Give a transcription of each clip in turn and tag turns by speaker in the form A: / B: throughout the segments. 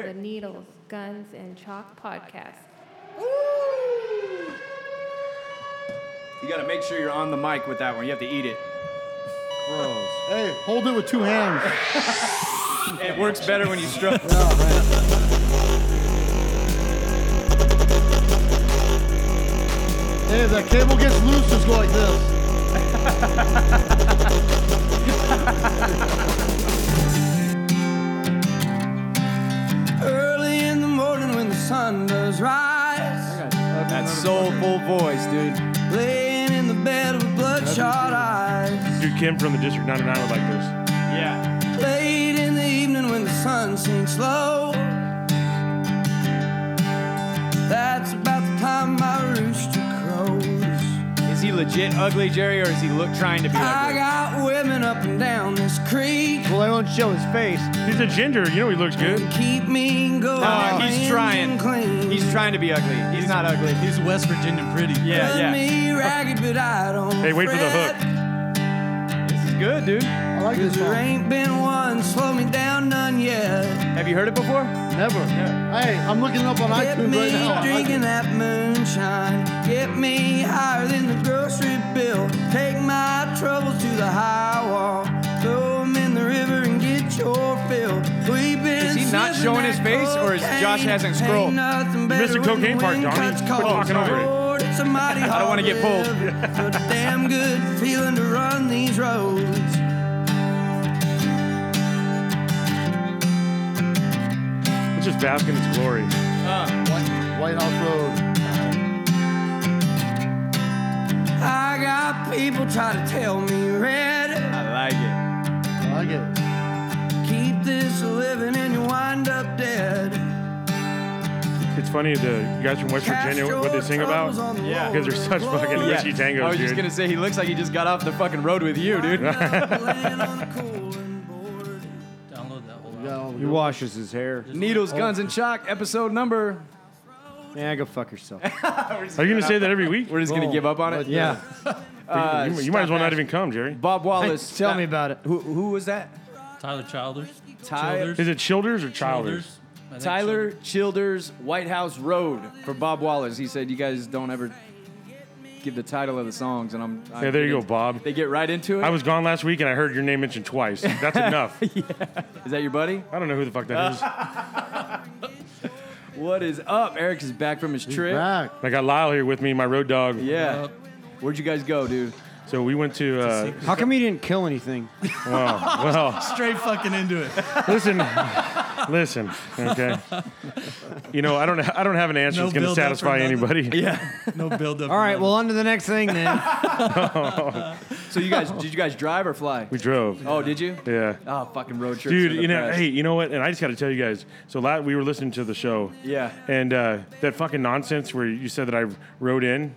A: the Needles, Guns, and Chalk podcast.
B: You gotta make sure you're on the mic with that one. You have to eat it.
C: Gross. Hey, hold it with two hands.
B: It works better when you strut.
C: Hey, if that cable gets loose, just go like this.
D: Early in the morning when the sun does rise.
B: That soulful voice, dude.
D: Laying in the bed with bloodshot eyes.
E: Dude, Kim from the District 99 would like this.
B: Yeah.
D: Late in the evening when the sun sinks low. That's about the time my rooster crows.
B: Is he legit ugly, Jerry, or is he look trying to be
D: I
B: ugly?
D: got women up and down this creek.
C: Well, I won't show his face.
E: He's a ginger. You know he looks good.
D: Keep me going.
B: Oh, he's trying.
D: and Clean.
B: He's trying to be ugly. He's not ugly.
F: He's West Virginia pretty.
B: Yeah,
D: Cut
B: yeah.
D: me ragged, but I don't
E: Hey, wait for the
D: fret.
E: hook.
B: This is good, dude.
C: I like this
D: There
C: song.
D: ain't been one slow me down none yet.
B: Have you heard it before?
C: Never. Hey, I'm looking it up on
D: Get
C: iTunes
D: me
C: right now. I like
D: drinking
C: it.
D: that moonshine. Get me higher than the grocery bill. Take my troubles to the high wall. Throw 'em in the river and get your fill. We've been
B: Is he not
D: sipping
B: showing
D: that
B: his face, or is
D: cocaine.
B: Josh hasn't
D: Ain't
B: scrolled?
D: nothing
E: missed
D: better
E: the
D: when
E: cocaine part,
D: wind
E: Johnny.
D: cuts
E: Quit
D: cold.
E: talking over it.
D: Lord, it's a mighty
B: I don't wanna
D: hard
B: get pulled.
D: living, but a damn good feeling to run these roads.
E: Let's just bask in its glory.
C: Uh, White House Road.
D: I got people try to tell me red.
B: I like it.
C: I like it.
D: Keep this living and you wind up dead.
E: It's funny the you guys from West
D: Cast
E: Virginia what they
D: your
E: sing
D: troubles
E: about.
D: on the
B: Yeah.
E: Because they're such
D: Lord.
E: fucking
B: Yeah.
E: Richie Tangos,
B: I was just
E: dude.
B: gonna say he looks like he just got off the fucking road with you, dude.
D: Laying on the cool and bored.
F: Download that whole
C: Yeah, I'll-
G: He washes his hair.
B: Needles, guns, and shock. Episode number.
G: Yeah, go fuck yourself.
E: Are you gonna say that every week?
B: We're just gonna give up on it.
G: yeah.
B: Uh,
E: you, you might as well
B: stop
E: not even come, Jerry.
B: Bob Wallace.
G: Tell
B: that-
G: me about it.
B: Who, who was that?
F: Tyler Childers.
B: Ty-
E: Is it Childers or Childers?
F: I think
B: Tyler Childers, White House Road for Bob Wallace. He said, "You guys don't ever give the title of the songs," and I'm. I'm
E: Yeah, there you go, Bob.
B: They get right into it.
E: I was gone last week and I heard your name mentioned twice. That's enough.
B: Is that your buddy?
E: I don't know who the fuck that is.
B: What is up? Eric is back from his trip.
C: Back.
E: I got Lyle here with me, my road dog.
B: Yeah. Where'd you guys go, dude?
E: So we went to. Uh,
G: How come he didn't kill anything?
E: well, well.
F: so. Straight fucking into it.
E: Listen, listen, okay. You know, I don't, I don't have an answer
F: No
E: that's going to
F: build up for
E: satisfy
F: nothing.
E: anybody.
B: Yeah.
F: No build up.
G: All right, well, on to the next thing then.
B: So you guys, did you guys drive or fly?
E: We drove.
B: Oh, did you?
E: Yeah,
B: Oh, fucking road trip.
E: dude. You know, hey, you know what? And I just got to tell you guys. So, la we were listening to the show.
B: Yeah.
E: And uh, that fucking nonsense where you said that I rode in.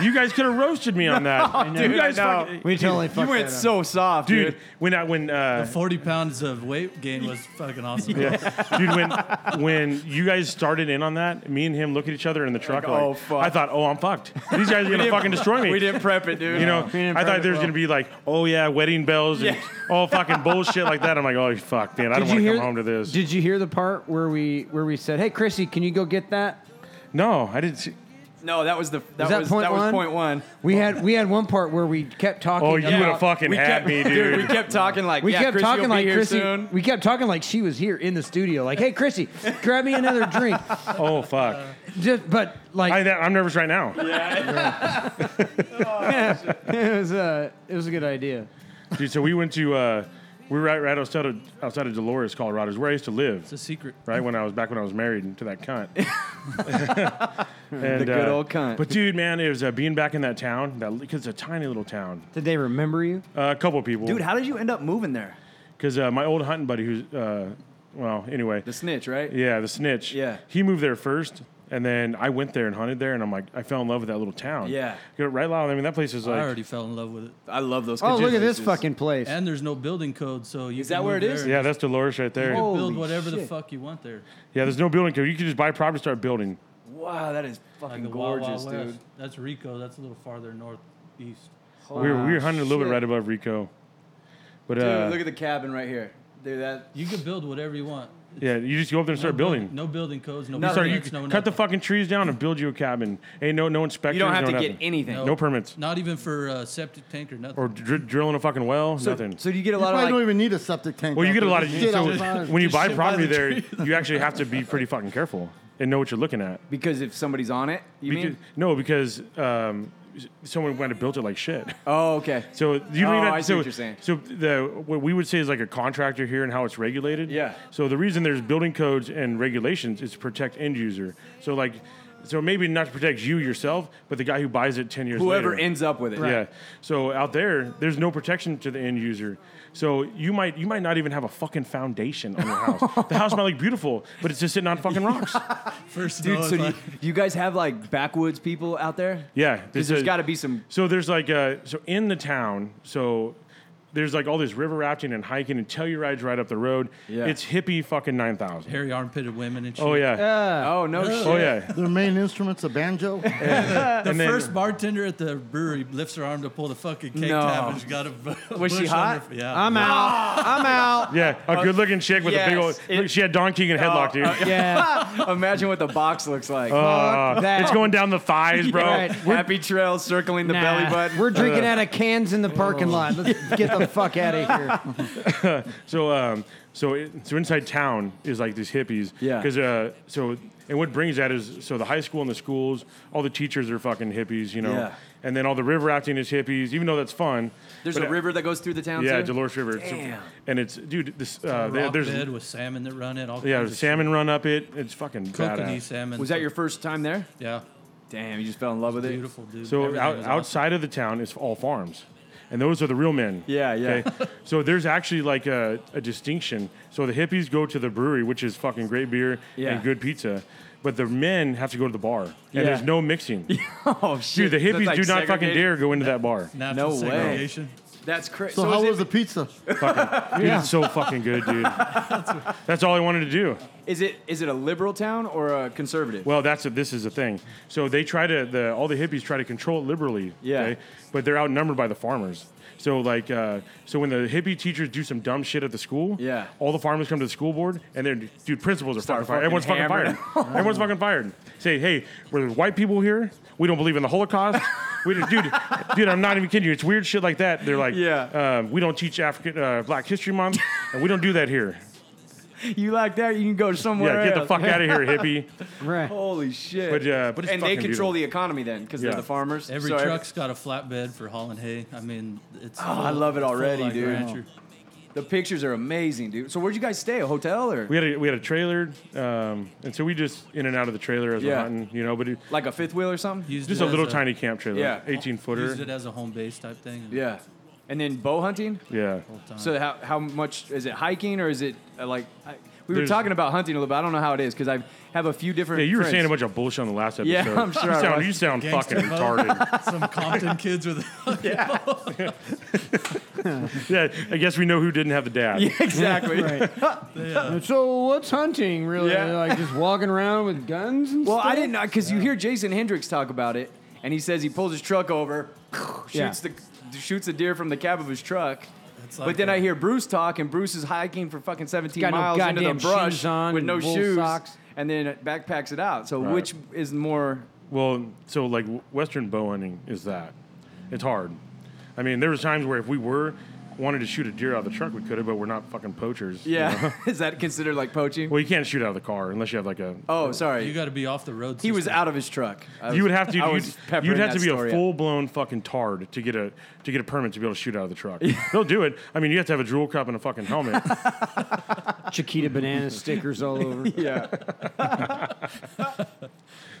E: You guys could have roasted me on that.
B: Oh. dude,
E: you guys,
B: I know.
E: fucking-
G: We totally
B: You
G: fucked
B: went
G: that up.
B: so soft,
E: dude,
B: dude.
E: When I when uh,
F: 40 pounds of weight gain was fucking awesome.
E: yeah. dude, when when you guys started in on that, me and him look at each other in the truck.
B: Like,
E: like,
B: oh, fuck.
E: I thought, oh, I'm fucked. These guys are gonna fucking destroy me.
B: We didn't prep it, dude.
E: You know,
G: didn't
E: I
G: prep
E: thought
G: it
E: there was gonna be like, oh yeah, wedding bells and
B: Yeah.
E: all fucking bullshit like that. I'm like, oh fuck, man, I don't want to come home to this.
G: Did you hear the part where we where we said, "Hey, Chrissy, can you go get that?"
E: no, I didn't. See.
B: No, that was the that,
G: that
B: was
G: point
B: that was
G: one?
B: point one.
G: We had we had one part where we kept talking.
E: Oh, you
G: about-
E: would have fucking
B: We
E: had
B: kept,
E: me, dude.
B: We kept talking like
G: We
B: yeah,
G: kept
B: Chrissy
G: talking
B: will be
G: like
B: here
G: Chrissy.
B: soon.
G: We kept talking like she was here in the studio. Like, "Hey, Chrissy, grab me another drink."
E: oh fuck,
G: Just, but like,
E: I, that, I'm nervous right now,
G: it was uh, it was a good idea.
E: dude. So we went to. Uh, we were right, right outside of outside of Dolores, Colorado, is where I used to live.
F: It's a secret.
E: right when I was back when I was married to that cunt. and, uh,
B: The good old cunt.
E: But dude, man, it was uh, being back in that town. That because it's a tiny little town.
G: Did they remember you?
E: Uh, a couple people,
B: Dude, how did you end up moving there?
E: Because uh, my old hunting buddy, who's uh, well, anyway,
B: The snitch, right?
E: yeah, the snitch.
B: Yeah.
E: he moved there first. And then I went there and hunted there, and I'm like, I fell in love with that little town.
B: Yeah.
E: You know, right, Lyle. I mean, that place is
F: I
E: like,
F: already fell in love with it.
B: I love those.
G: Oh, look at this
B: contingencies.
G: fucking place.
F: And there's no building code, so you
B: Is
F: can
B: that where
F: move
B: it is?
F: there.
E: yeah, that's Dolores right there.
F: You can build
G: Holy
F: whatever the
G: shit.
F: fuck you want there.
E: Yeah, there's no building code. You can just buy property, and start building.
B: Wow, that is fucking
F: Like the Wild
B: gorgeous,
F: Wild
B: dude.
F: West. That's Rico. That's a little farther northeast.
E: we were we were
G: Wow,
E: hunting a little bit
G: shit.
E: right above Rico, but
B: Dude,
E: uh,
B: look at the cabin right here. Dude, that
F: You can build whatever you want.
E: Yeah, you just go up there and start building.
F: No building codes, no
E: You start- you
F: permits, no
E: cut the
F: nothing.
E: fucking trees down and build you a cabin. Ain't no no inspectors.
B: You don't have
E: no
B: to get
E: nothing.
B: anything.
E: No permits
F: Not even for uh, septic tank or nothing.
E: or dr- drilling a fucking well.
B: So,
E: nothing.
B: so do you get a lot
C: probably
B: of
C: don't
B: like,
C: even need a septic tank.
E: well, you
C: out
E: get a
C: there.
E: lot of.
C: Just shit
E: So
C: outside.
E: when you buy
F: shit by
E: property
F: the
E: there, you actually have to be pretty fucking careful and know what you're looking at.
B: because if somebody's on it, you
E: Because,
B: mean?
E: no, because um, s- someone went and built it like shit.
B: Oh, okay.
E: So you don't even
B: Oh,
E: have-
B: I see
E: so,
B: what you're saying.
E: So the what we would say is like a contractor here and how it's regulated.
B: Yeah.
E: So the reason there's building codes and regulations is to protect end user. So like, so maybe not to protect you yourself, but the guy who buys it ten years
B: Whoever
E: later.
B: ends up with it.
E: Yeah. So out there, there's no protection to the end user. So you might you might not even have a fucking foundation on your house. the house might look beautiful, but it's just sitting on fucking rocks.
F: First,
B: Dude,
F: no,
B: so
F: it's
B: do you,
F: like-
B: do you guys have like backwoods people out there?
E: Yeah,
B: Because there's got to be some.
E: So there's like uh so in the town, so there's like all this river rafting and hiking and tellurides right up the road.
B: Yeah.
E: It's hippie fucking nine thousand.
F: hairy armpitted women and shit.
E: Oh yeah.
B: Oh no shit.
E: Oh yeah.
C: Their main instrument's a banjo.
F: The
E: and then-
F: first bartender at the brewery lifts her arm to pull the fucking cake
B: No.
F: tab and she got a bu-
B: Was she
F: bush on her-
B: hot?
F: yeah.
G: I'm out. I'm out.
E: Yeah, a good looking chick with a big old.
B: Yes, it- Oh, uh,
E: she had Don Keegan headlock, dude.
G: Uh, Yeah.
B: Imagine what the box looks like.
E: Uh,
G: that.
E: It's going down the thighs, bro.
G: Right.
B: Happy trail circling the
G: Nah.
B: belly button.
G: We're
E: Uh.
G: drinking out of cans in the parking lot. Let's get the fuck out of here.
E: So, um, so, it, so inside town is like these hippies.
B: Yeah.
E: Because uh, so, and what brings that is so the high school and the schools, all the teachers are fucking hippies, you know.
B: Yeah.
E: And then all the river rafting is hippies, even though that's fun.
B: There's
E: but-
B: a river that goes through the town.
E: Yeah,
B: too?
E: Dolores River. It's-
B: Damn.
E: and it's dude, this uh,
F: a
E: there-
F: rock
E: there's
F: bed with salmon that run it. All
E: yeah,
F: kinds
E: there's
F: of
E: salmon run up it. It's fucking
F: shit. Kokanee
E: badass.
F: salmon.
B: Was that your first time there?
F: Yeah,
B: Damn, you just fell in love with it.
F: beautiful dude.
E: So
F: Everything
E: out,
F: was awesome.
E: outside of the town is all farms, and those are the real men.
B: Yeah, yeah.
E: so there's actually like a, a distinction. So the hippies go to the brewery, which is fucking great beer
B: Yeah.
E: and good pizza, but the men have to go to the bar, and
B: Yeah.
E: there's no mixing.
B: Oh shit.
E: Dude, the
B: So it's
E: hippies
B: like
E: do not fucking
B: segregated?
E: dare go into that bar.
F: Natural
B: No way.
F: segregation.
B: That's crazy.
C: So, how was the pizza?
E: Dude, it's so fucking good, dude. That's all I wanted to do.
B: Is it is it a liberal town or a conservative?
E: Well, that's a, this is the thing. So they try to the all the hippies try to control it liberally.
B: Yeah.
E: But they're outnumbered by the farmers. So like, uh, so when the hippie teachers do some dumb shit at the school,
B: Yeah.
E: all the farmers come to the school board and they're dude principals are fucking
B: Start
E: fired. Everyone's
B: fucking
E: fucking fired. Everyone's fucking fired. Say, hey, we're there's white people here. We don't believe in the Holocaust. We just, dude, dude, I'm not even kidding you. It's weird shit like that. They're like,
B: Yeah.
E: uh, we don't teach African uh, Black History Month, and we don't do that here.
B: you like that? You can go somewhere.
E: Yeah, get the
B: else.
E: fuck out of here, hippie.
G: Right.
B: Holy shit.
E: But, uh, but it's
B: and they
E: fucking
B: control the economy then because
E: Yeah.
B: they're the farmers.
F: Every
B: So
F: truck's got a flatbed for hauling hay. I mean, it's. Oh,
B: I love it already, dude.
F: Rancher.
B: The pictures are amazing, dude. So where'd you guys stay? A hotel or
E: We had a, we had a trailer, um, and so we just in and out of the trailer as
B: Yeah.
E: we're hunting, you know. But it,
B: like a fifth wheel or something?
F: Used
E: just
F: it
E: a
F: as
E: little tiny camp trailer,
B: Yeah.
E: eighteen
F: Used it
E: footer.
F: as a home base type thing.
B: yeah. And then bow hunting.
E: Yeah,
B: So how how much is it hiking or is it uh, like I, we were
E: There's-
B: talking about hunting a little bit. I don't know how it is because I have a few different.
E: yeah. You were
B: friends.
E: saying a bunch of bullshit on the last episode.
B: Yeah, I'm sure
E: You
B: I
E: sound,
B: was.
E: you sound
F: Gangster
E: fucking
F: mode.
E: retarded.
F: Some Compton kids with.
E: yeah, I guess we know who didn't have the dad.
B: Yeah, exactly.
G: So what's hunting really?
B: Yeah.
G: Like just walking around with guns and
B: Well,
G: stuff?
B: I didn't know because you hear Jason Hendricks talk about it, and he says he pulls his truck over, shoots
G: Yeah.
B: the shoots a deer from the cab of his truck.
F: It's
B: but
F: like
B: then
F: a-
B: I hear Bruce talk, and Bruce is hiking for fucking 17
G: Got no
B: miles into the
G: goddamn
B: brush
G: shoes on
B: with
G: and
B: no
G: wool
B: shoes,
G: socks.
B: and then backpacks it out. So
E: Right.
B: which is more?
E: Well, so like w- Western bow hunting is that. It's hard. I mean, there was times where if we were wanted to shoot a deer out of the truck, we could have, but we're not fucking poachers. you know?
B: Yeah, is that considered like poaching?
E: well, you can't shoot out of the car unless you have like a
B: oh, sorry.
F: You got to be off the road.
B: he was
F: system.
B: out of his truck. I was-
E: you would have to.
B: I
E: You'd,
B: was
E: you'd
B: peppering
E: have
B: that
E: to be
B: story
E: a
B: up.
E: full blown fucking tard to get a to get a permit to be able to shoot out of the truck. They'll do it. I mean, you have to have a drool cup and a fucking helmet.
G: Chiquita banana stickers all over.
B: Yeah.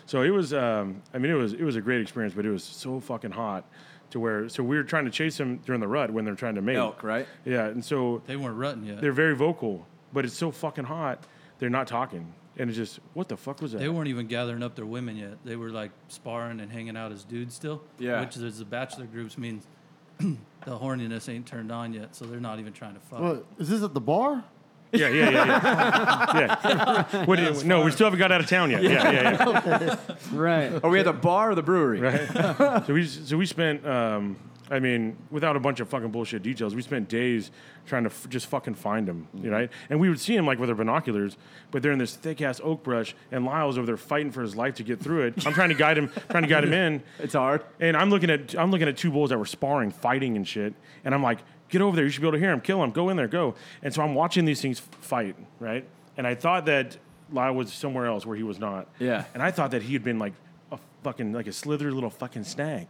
E: so it was. Um, I mean, it was it was a great experience, but it was so fucking hot to where. So we were trying to chase them during the rut when they're trying to mate.
B: Elk, right?
E: Yeah, and so
F: They weren't rutting yet.
E: they're very vocal, but it's so fucking hot. They're not talking, and it's just what the fuck was that?
F: They weren't even gathering up their women yet. They were like sparring and hanging out as dudes still.
B: Yeah.
F: Which is the bachelor groups means the horniness ain't turned on yet, so they're not even trying to fuck.
C: What, is this at the bar?
E: Yeah, yeah, yeah, yeah. yeah. What do you- no, we still haven't got out of town yet. yeah, yeah. yeah.
G: Right.
B: Are we at the bar or the brewery?
E: So we so we spent um, I mean, without a bunch of fucking bullshit details, we spent days trying to f- just fucking find him, you know. Right? And we would see him like with our binoculars, but they're in this thick ass oak brush, and Lyle's over there fighting for his life to get through it. I'm trying to guide him, trying to guide him in,
B: It's hard.
E: and I'm looking at I'm looking at two bulls that were sparring, fighting and shit, and I'm like, get over there, you should be able to hear him, kill him, go in there, go. And so I'm watching these things fight, right? And I thought that Lyle was somewhere else where he was not.
B: Yeah.
E: And I thought that he had been like a fucking like a slithery little fucking snag.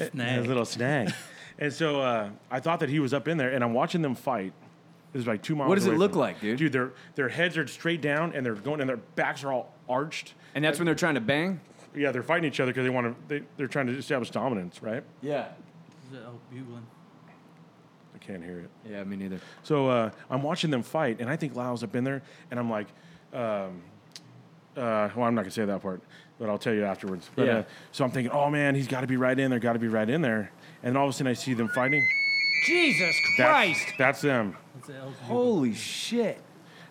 E: A
F: snag.
E: little snag. and so uh, I thought that he was up in there, and I'm watching them fight. This is like two miles.
B: What does it
E: away
B: look
E: from-
B: like, dude?
E: Dude, their their heads are straight down, and they're going, and their backs are all arched.
B: And that's when they're trying to bang?
E: Yeah, they're fighting each other because they want to. They, they're trying to establish dominance, right?
B: Yeah.
F: Oh, bugling.
E: I can't hear it.
B: Yeah, me neither.
E: So uh, I'm watching them fight, and I think Lyle's up in there, and I'm like, um, uh, well, I'm not gonna say that part, but I'll tell you afterwards. But,
B: Yeah.
E: uh, so I'm thinking, oh man, he's got to be right in there, got to be right in there, and all of a sudden I see them fighting.
G: Jesus
E: That's,
G: Christ!
E: That's them,
F: That's an elk bugling.
B: Holy shit.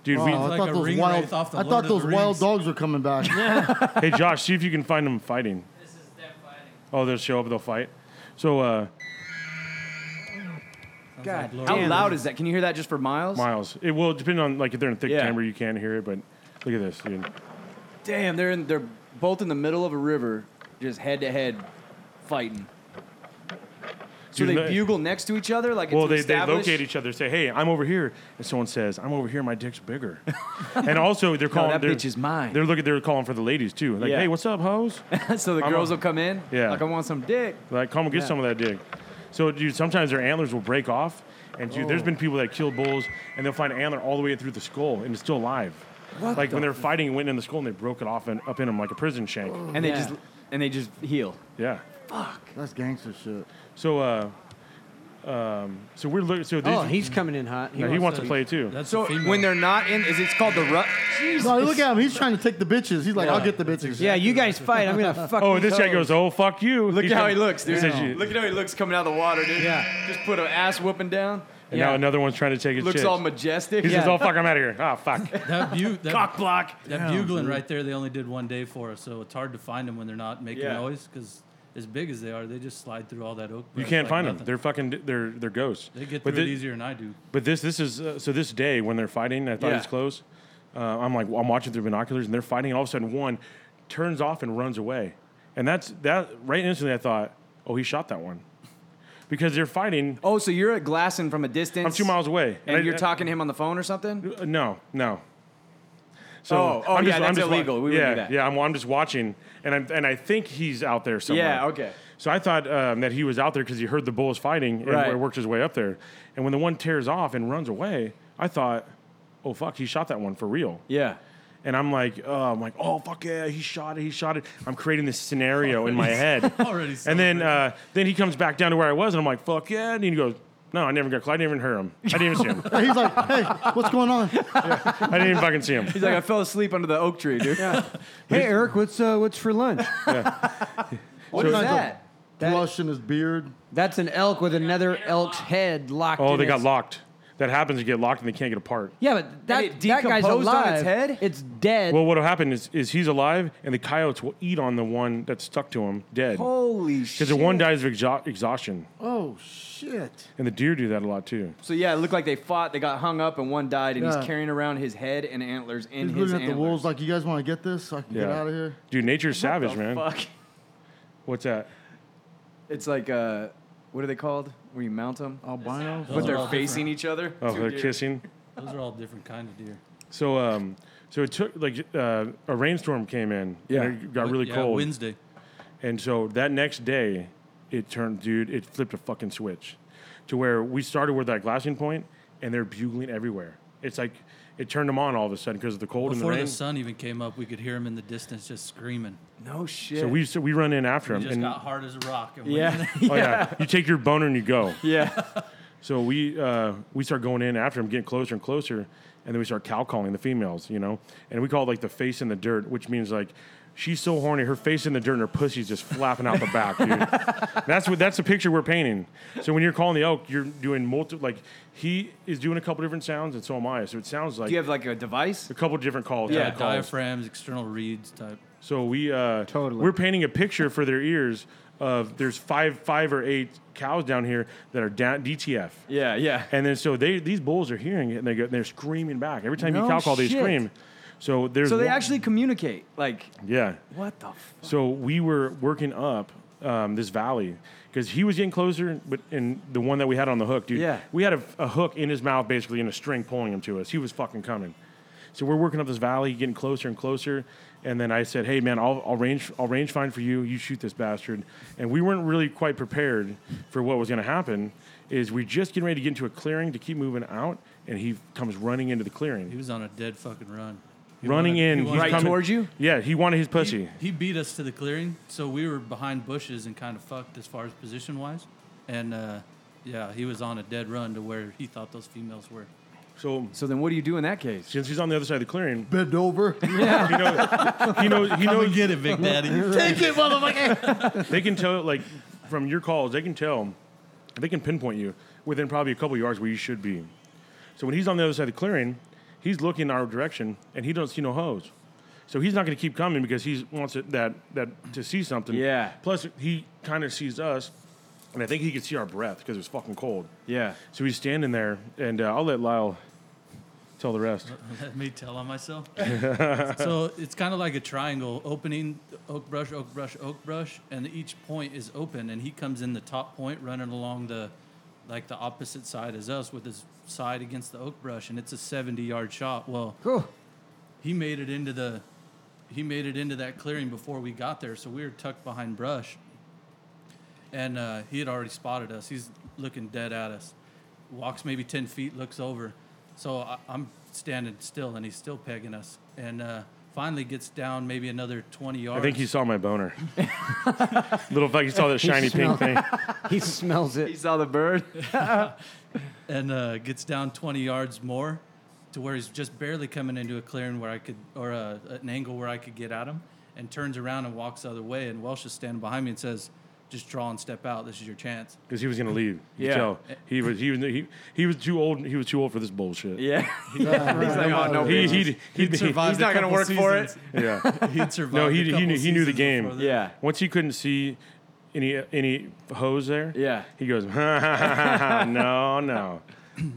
E: dude.
C: Oh,
E: we,
C: I
F: like a
C: thought those
F: ring
C: wild,
F: wraith off the
C: I
F: Lord
C: thought
F: of the
C: those wild
F: Rings.
C: dogs were coming back.
E: Hey Josh, see if you can find them fighting.
F: This is them fighting.
E: Oh, they'll show up. They'll fight. So uh,
F: God
B: How loud is that? Can you hear that just for miles?
E: Miles, it will depend on like if they're in thick
B: Yeah.
E: timber, you can hear it. But look at this, dude.
B: Damn, they're in, they're both in the middle of a river, just head to head fighting. So
E: Dude,
B: they
E: they-
B: bugle next to each other, like it's
E: Well,
B: an
E: they, they
B: established-
E: locate each other. Say, hey, I'm over here, and someone says, I'm over here. My dick's bigger. and also, they're calling.
B: that
E: they're,
B: bitch is mine.
E: They're looking. They're calling for the ladies too. Like,
B: Yeah.
E: hey, what's up, hoes?
B: so the
E: I'm
B: girls
E: a-
B: will come in.
E: Yeah.
B: Like I want some dick.
E: like, come and get some of that dick. So, dude, sometimes their antlers will break off, and dude,
B: Oh.
E: there's been people that killed bulls, and they'll find an antler all the way through the skull, and it's still alive. like when they're fighting, it went in the skull, and they broke it off and up in them like a prison shank.
B: Oh. And they just and they just heal.
E: Yeah.
C: That's gangster shit.
E: So, uh, um, so we're looking. So these,
G: Oh, he's coming in hot.
E: no, he wants to play too.
F: That's
B: So
F: a female.
B: when they're not in, is it's called the rut?
C: No, look at him. He's trying to take the bitches. He's like, I'll get the bitches.
G: Yeah, you guys fight. I'm gonna fuck.
E: Oh, this guy goes, oh fuck you!
B: Look
E: He's
B: at how
E: gonna-
B: he looks, dude.
E: says you-
B: Look at how he looks coming out of the water, dude.
G: Yeah.
B: Just put an ass whooping down.
E: And
G: Yeah.
E: now another one's trying to take his
B: Looks
E: chicks.
B: all majestic.
E: he says,
G: Yeah.
E: "Oh fuck, I'm out of here." Ah, fuck.
F: that, bu- that,
B: block.
F: that bugling right there, they only did one day for us, so it's hard to find them when they're not making
B: Yeah.
F: noise because as big as they are, they just slide through all that oak.
E: You
F: brush
E: can't
F: like
E: find them.
F: nothing.
E: They're fucking. They're they're ghosts.
F: They get
E: but
F: through it
E: thi-
F: easier than I do.
E: But this this is uh, so this day when they're fighting, I thought
B: Yeah.
E: it was close. Uh, I'm like I'm watching through binoculars and they're fighting. And all of a sudden, one turns off and runs away, and that's that. Right instantly, I thought, "Oh, he shot that one," because they're fighting.
B: Oh, so you're at Glasson from a distance.
E: I'm two miles away,
B: And,
E: I-
B: you're
E: I-
B: talking to him on the phone or something?
E: Uh, No, no.
B: Oh, oh, yeah, that's
E: wa-
B: illegal. We
E: yeah,
B: wouldn't do that.
E: yeah. I'm, I'm just watching, and I'm and I think he's out there somewhere.
B: Yeah, okay.
E: So I thought um, that he was out there because he heard the bulls fighting and
B: Right.
E: worked his way up there. And when the one tears off and runs away, I thought, oh fuck, he shot that one for real.
B: Yeah.
E: And I'm like, oh, I'm like, oh fuck yeah, he shot it, he shot it. I'm creating this scenario in my head.
F: Already
E: and then uh, then he comes back down to where I was, and I'm like, fuck yeah. And he goes, no, I never got. I didn't even hear him. I didn't even see him.
C: He's like, hey, what's going on?
E: I didn't even fucking see him.
B: He's like, I fell asleep under the oak tree, dude.
G: Hey, Eric, what's uh, what's for lunch?
B: What is that?
C: Blush in his beard.
G: That's an elk with another elk's head locked.
E: Oh,
G: in
E: they got
G: its-
E: locked. That happens. You get locked and they can't get apart.
G: Yeah, but that,
B: it
G: that guy's
B: decomposed on
G: alive.
B: its head?
G: It's dead.
E: Well, what'll happen is, is he's alive and the coyotes will eat on the one that's stuck to him dead. Because
B: Holy shit.
E: the one dies of exha- exhaustion.
C: Oh, shit.
E: And the deer do that a lot too.
B: So yeah, it looked like they fought. They got hung up, and one died, and
C: Yeah.
B: he's carrying around his head and antlers in
C: He's
B: his
C: looking at the
B: antlers.
C: wolves like, you guys want to get this so I can get out of here?
E: Dude, nature's savage,
B: The
E: man.
B: Fuck.
E: What's that?
B: It's like uh, what are they called? Where you mount them,
C: Albinos?
B: but
G: Oh,
F: are
B: they're
F: all
B: facing each other.
E: Oh,
B: Two
E: they're
B: deer.
E: kissing.
F: Those are all different kind of deer.
E: So, um, so it took like uh, a rainstorm came in.
B: Yeah.
E: and it got
F: But,
E: really
F: yeah,
E: cold.
F: Wednesday.
E: And so that next day, it turned, dude, it flipped a fucking switch to where we started with that glassing point and they're bugling everywhere. It's like it turned them on all of a sudden because of the cold
F: Before
E: and the
F: the
E: rain.
F: sun even came up, we could hear them in the distance just screaming.
B: No shit.
E: so we so we run in after
F: We
E: them.
F: just
E: and,
F: got hard as a rock. And
B: Yeah.
E: oh, yeah. You take your boner and you go.
B: yeah.
E: So we uh, we start going in after them, getting closer and closer, and then we start cow calling the females, you know, and we call it like the face in the dirt, which means like she's so horny, her face in the dirt and her pussy's just flapping out the back, dude. that's what that's the picture we're painting. So when you're calling the elk, you're doing multiple like he is doing a couple different sounds, and so am I. So it sounds like
B: Do you have like a device?
E: a couple different calls.
B: Yeah,
E: different calls.
F: diaphragms, external reeds type.
E: So we uh,
G: Totally.
E: we're painting a picture for their ears of there's five five or eight cows down here that are down DTF.
B: Yeah, yeah.
E: And then so they these bulls are hearing it and they go, they're screaming back every time
B: No
E: you cow call they
B: shit.
E: scream. So there's
B: So they
E: one-
B: actually communicate. Like,
E: yeah.
B: what the f-
E: So we were working up um, this valley because he was getting closer, but and the one that we had on the hook, dude.
B: Yeah.
E: We had a, a hook in his mouth basically and a string pulling him to us. He was fucking coming. So we're working up this valley, getting closer and closer. And then I said, "Hey man, I'll, I'll range, I'll range find for you. You shoot this bastard." And we weren't really quite prepared for what was going to happen. Is we just getting ready to get into a clearing to keep moving out, and he comes running into the clearing,
F: He was on a dead fucking run. He
E: running
F: wanted-
E: in,
F: he
E: he's
F: wanted-
B: Right
E: coming-
B: towards you?
E: Yeah, he wanted his pussy.
F: He, he beat us to the clearing, so we were behind bushes and kind of fucked as far as position wise. And uh, yeah, he was on a dead run to where he thought those females were.
E: so
B: So then what do you do in that case?
E: since he's on the other side of the clearing,
C: Bend over.
E: he knows. He knows. He knows.
F: get it, Big Daddy.
E: They can tell, like, from your calls, they can tell. They can pinpoint you within probably a couple yards where you should be. So when he's on the other side of the clearing, he's looking our direction, and he doesn't see no hose. So he's not going to keep coming because he wants it, that that to see something.
B: Yeah.
E: Plus, he kind of sees us, and I think he could see our breath because it was fucking cold.
B: Yeah.
E: So he's standing there, and uh, I'll let Lyle tell the rest.
F: Let me tell on myself. so it's kind of like a triangle opening oak brush, oak brush, oak brush, and each point is open. And he comes in the top point running along the like the opposite side as us with his side against the oak brush, and it's a 70 yard shot. Well,
G: Cool.
F: he made it into the he made it into that clearing before we got there, so we were tucked behind brush. And uh, he had already spotted us. He's looking dead at us. Walks maybe ten feet, looks over. So I, I'm standing still, and he's still pegging us. And uh, finally gets down maybe another twenty yards.
E: I think he saw my boner. Little fuck, he saw that shiny pink
G: smelled-
E: thing.
G: He smells
B: He
G: it.
B: saw the bird.
F: and uh, gets down 20 yards more to where he's just barely coming into a clearing where I could, or uh an angle where I could get at him, and turns around and walks the other way. And Welsh is standing behind me and says, "Just draw and step out. This is your chance."
E: because he was gonna leave. You
B: Yeah.
E: yeah, he was. He was. He, he was too old. He was too old for this bullshit.
B: Yeah. he's like, oh, no,
E: He
B: bitches."
E: he he. he
B: he's not gonna work for it.
E: yeah.
F: He'd survived
E: No,
F: a
E: he- he
F: couple
E: knew- he knew the
F: seasons
E: game.
F: before that.
B: Yeah.
E: Once he couldn't see any any hose there.
B: Yeah.
E: He goes. no, no.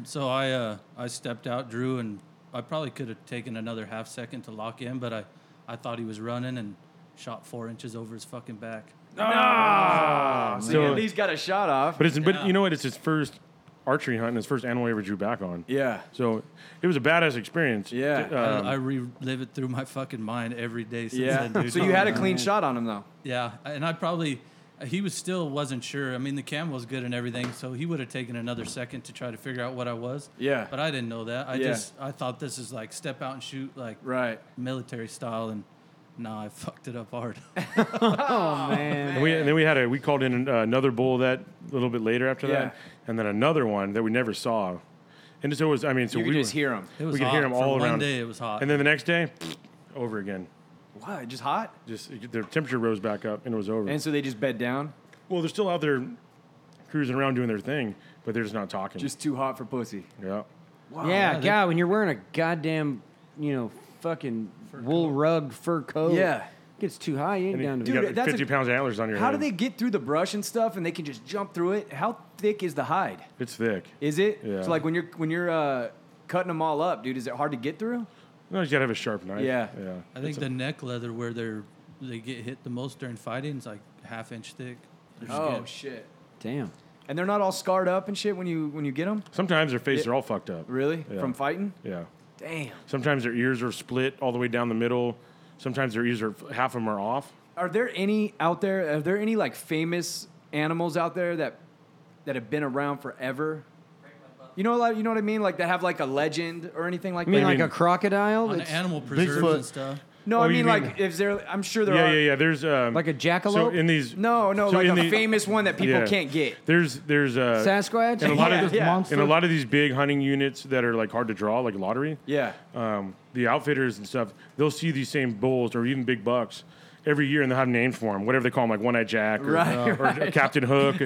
F: So I uh, I stepped out, drew, and I probably could have taken another half second to lock in, but I, I thought he was running and shot four inches over his fucking back.
B: See,
E: So-
B: at least got a shot off.
E: But it's but
F: Yeah.
E: you know what? It's his first archery hunt and his first animal he ever drew back on.
B: yeah.
E: So it was a badass experience.
B: Yeah.
E: Uh,
F: I, I relive it through my fucking mind every day since then,
B: Yeah.
F: dude. Oh,
B: So you had a clean shot on him though.
F: Yeah, and I probably he was still wasn't sure. I mean, the camera was good and everything, so he would have taken another second to try to figure out what I was.
B: Yeah.
F: but I didn't know that. I
B: Yeah.
F: just I thought this is like step out and shoot like
B: Right.
F: military style, and no, Oh, I fucked it up hard.
B: Oh,
E: And, we, and then we had a we called in an, another bull that a little bit later after
B: Yeah.
E: that, and then another one that we never saw, and so it was I mean so
B: You
E: we
B: could just
E: were-
B: hear him.
F: It was
E: we could
F: hot.
E: hear them all
F: For
E: around.
F: One day it was hot,
E: and then the next day, over again.
B: What? Just hot?
E: Just the temperature rose back up and it was over.
B: And so they just bed down.
E: well, they're still out there cruising around doing their thing, but they're just not talking.
B: Just too hot for pussy.
E: yeah.
G: yeah,
F: yeah, they-
G: God, when you're wearing a goddamn, you know, fucking wool rugged fur coat.
B: Yeah.
G: Oh. Gets too high, you ain't
E: And you-
G: down to
E: you
B: Dude,
E: got
B: that's a-
E: fifty pounds of antlers on your
B: How do
E: head.
B: they get through the brush and stuff and they can just jump through it? How thick is the hide?
E: It's thick.
B: Is it?
E: Yeah.
B: So like when you're when you're uh, cutting them all up, dude, is it hard to get through?
E: No, you gotta have a sharp knife.
B: Yeah.
E: Yeah.
F: I think the neck leather where they're they get hit the most during fighting is like half inch thick. Their skin.
B: Oh, shit.
G: Damn.
B: And they're not all scarred up and shit when you when you get them?
E: Sometimes their faces are all fucked up.
B: Really?
E: Yeah.
B: From fighting?
E: Yeah.
B: Damn.
E: Sometimes their ears are split all the way down the middle. Sometimes their ears are half of them are off.
B: Are there any out there? Are there any like famous animals out there that that have been around forever? You know, like you know what I mean, like that have like a legend or anything like
G: I mean,
B: that.
G: like
E: mean-
G: a crocodile?
F: on the
G: It's
F: animal preserves
C: Bigfoot.
F: and stuff.
B: no,
E: Oh,
B: I
E: you
B: mean,
E: mean-
B: like if there, I'm sure there
E: Yeah,
B: are.
E: yeah, yeah. There's um,
G: like a jackalope?
E: So in these,
B: No, no,
E: so
B: like a
E: in the-
B: famous one that people
E: yeah.
B: can't get.
E: There's there's uh,
G: Sasquatch?
E: and a lot
B: Yeah,
E: of the-
B: yeah.
E: in a lot of these big hunting units that are like hard to draw, like lottery.
B: Yeah,
E: Um, the outfitters and stuff, they'll see these same bulls or even big bucks every year, and they'll have names for them, whatever they call them, like One Eye Jack or,
B: Right,
E: or Captain Hook.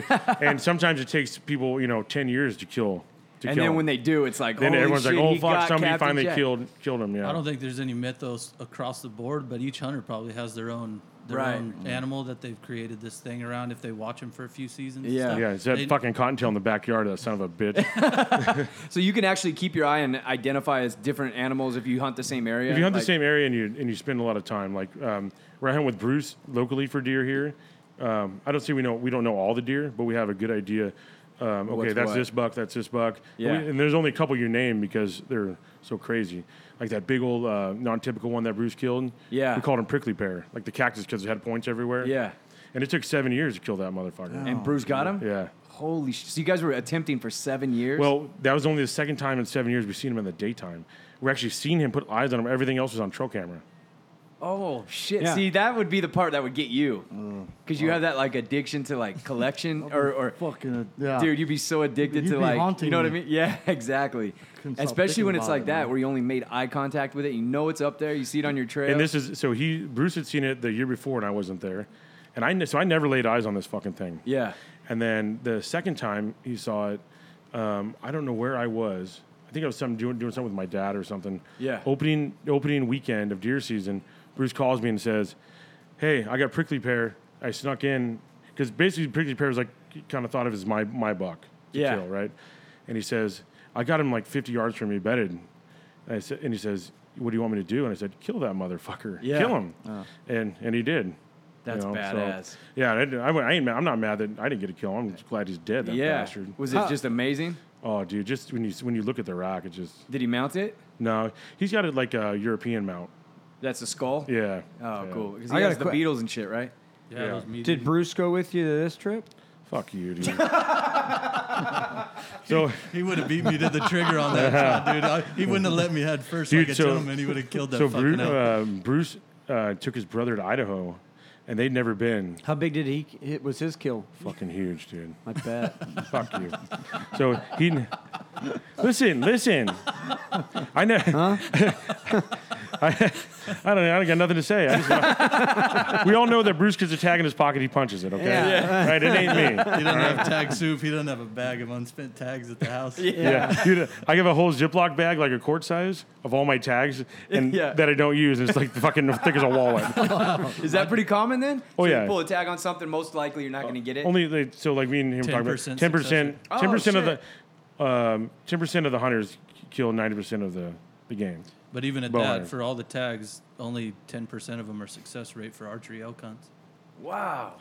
E: and sometimes it takes people, you know, ten years to kill to
B: and
E: kill
B: then
E: him.
B: when they do, it's like
E: then
B: holy
E: everyone's
B: shit,
E: like, oh
B: he
E: fuck,
B: got
E: somebody
B: Captain
E: finally
B: Jack.
E: killed killed him. Yeah,
F: I don't think there's any mythos across the board, but each hunter probably has their own their
B: Right.
F: own
E: Mm-hmm.
F: animal that they've created this thing around. If they watch them for a few seasons, and
B: Yeah.
F: stuff,
E: yeah, it's that
F: they-
E: fucking cottontail in the backyard. That son of a bitch.
B: So you can actually keep your eye and identify as different animals if you hunt the same area.
E: If you hunt
B: like-
E: the same area and you and you spend a lot of time, like um, where I hunt with Bruce locally for deer here, um, I don't see we know we don't know all the deer, but we have a good idea. Um, okay,
B: What's
E: that's
B: what?
E: this buck, that's this buck. And we-
B: Yeah.
E: And, there's only a couple you name because they're so crazy. Like that big old uh, non-typical one that Bruce killed.
B: Yeah.
E: we called him prickly pear, like the cactus because it had points everywhere.
B: Yeah.
E: and it took seven years to kill that motherfucker.
B: And Bruce got him.
E: Yeah.
B: Holy sh! So you guys were attempting for seven years.
E: Well, that was only the second time in seven years we've seen him in the daytime. We're actually seeing him put eyes on him. Everything else was on trail camera.
B: oh shit!
G: Yeah.
B: See, that would be the part that would get
C: Mm.
B: you, because you have that like addiction to like collection or or
C: Fucking uh, yeah.
B: dude, you'd be so addicted
C: You'd
B: to
C: be
B: like, you
C: haunting
B: know what I
C: me.
B: mean? Yeah, exactly.
C: couldn't stop
B: Especially
C: thinking
B: when it's
C: about
B: like
C: it,
B: that,
C: man.
B: where you only made eye contact with it, you know it's up there, you see it on your trail.
E: And this is so he Bruce had seen it the year before, and I wasn't there, and I kn- so I never laid eyes on this fucking thing.
B: yeah,
E: And then the second time he saw it, um, I don't know where I was. I think I was some doing doing something with my dad or something.
B: Yeah.
E: Opening opening weekend of deer season, Bruce calls me and says, "Hey, I got prickly pear. I snuck in because basically prickly pear is like kind of thought of as my my buck to
B: Yeah.
E: kill, right? And he says, I got him like 50 yards from me bedded. And, I said, and he says, What do you want me to do? And I said, Kill that motherfucker.
B: Yeah.
E: Kill him. And and he did. You
B: That's
E: so-
B: badass.
E: yeah, I, didn't- I, went- I ain't mad. I'm not mad that I didn't get to kill him. I'm just glad he's dead. That
B: yeah.
E: bastard.
B: Was it just amazing?
E: Oh, dude, just when you when you look at the rock, it just
B: Did he mount it?
E: no. He's got it like a European mount.
B: That's a skull.
E: Yeah.
B: Oh,
E: Yeah.
B: cool. Because
G: I
B: he
G: got
B: has
G: a
B: the
G: que-
B: Beatles and shit, right?
F: yeah,
E: Yeah.
F: those meat-
G: Did Bruce go with you to this trip?
E: Fuck you, dude. so,
F: he would have beat me to the trigger on that shot, dude. I, he wouldn't have let me head first
E: Dude,
F: like a
E: so-
F: gentleman. He would have killed that
E: so
F: fucking
E: Bruce,
F: elk.
E: uh, Bruce uh, took his brother to Idaho, and they'd never been.
G: How big did he? It was his kill.
E: Fucking huge, dude.
G: I bet.
E: Fuck you. So he. Listen, listen. I know. I, I don't know. I don't got nothing to say. I just- we all know that Bruce gets a tag in his pocket. He punches it. Okay. Right. It ain't me.
F: He doesn't have tag soup. He doesn't have a bag of unspent tags at the house.
E: Yeah. Dude, I give a whole Ziploc bag, like a quart size, of all my tags, and
B: Yeah.
E: that I don't use. And it's like fucking thick as a wallet.
B: Is that pretty common then?
E: Oh,
B: so
E: yeah.
B: You pull a tag on something, most likely you're not going to get it.
E: Only like, so like me and him talking about
F: 10%
E: ten percent,
B: rate.
E: ten percent of
B: Oh, shit.
E: the, um, ten percent of the hunters kill ninety percent of the the game.
F: But even at
E: Bow
F: that,
E: hunter.
F: for all the tags, only 10% of them are success rate for archery elk hunts. Oh.
B: wow.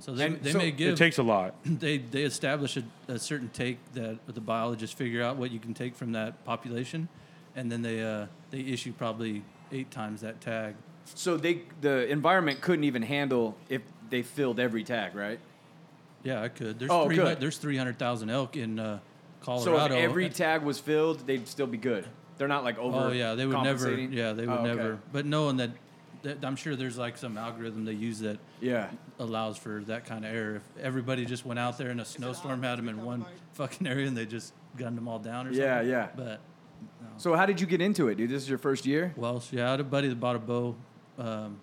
F: So they,
B: And
F: they
B: so
F: may
E: It
F: give,
E: takes a lot.
F: they, they establish a, a certain take that the biologists figure out what you can take from that population, and then they, uh, they issue probably eight times that tag.
B: So they the environment couldn't even handle if they filled every tag, right?
F: Yeah, I could. There's,
B: Oh,
F: 300
B: good.
F: there's 300,000 elk in uh,
B: So
F: Colorado.
B: if every
F: And-
B: tag was filled, they'd still be good. They're not like over.
F: Oh yeah, they would never.
B: compensating?
F: Yeah, they would
B: Oh, okay.
F: never. But knowing that, that, I'm sure there's like some algorithm they use that
B: Yeah.
F: allows for that kind of error. If everybody just went out there in a snowstorm, had them in one fucking area, and they just gunned them all down or
B: Yeah,
F: something.
B: yeah.
F: But
B: So how did you get into it, dude? This is your first year.
F: Welsh, yeah, I had a buddy that bought a bow um,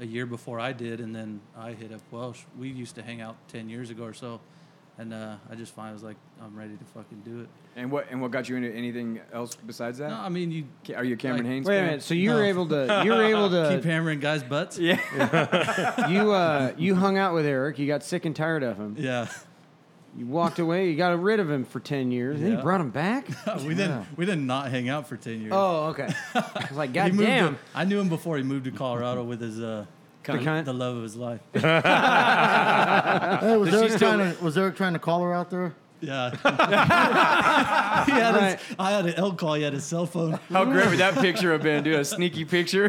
F: a year before I did, and then I hit up Welsh. We used to hang out ten years ago or so, and uh, I just finally was like, I'm ready to fucking do it.
B: And what and what got you into anything else besides that?
F: No, I mean you
B: Ca- Are you a Cameron
F: like-
B: Haynes?
G: Wait a
B: fan?
G: minute. So you
F: No.
G: were able to. You were able
F: keep
G: to.
F: hammering guys' butts.
G: You uh. You hung out with Eric. You got sick and tired of him.
F: yeah.
G: You walked away. You got rid of him for ten years. Then you
F: Yeah.
G: brought him back.
F: we didn't we did not hang out for ten years.
G: Oh, okay. I was like,
F: He
G: God
F: moved to-
G: damn.
F: I knew him before he moved to Colorado with his uh
G: The cunt.
F: the love of his life.
C: Hey, was
B: she
C: Eric,
B: still-
C: trying to, was Eric trying to call her out there?
F: Yeah. he had his-
G: Right.
F: I had an elk call, he had his cell phone.
B: How great would that picture have been, dude? A sneaky picture.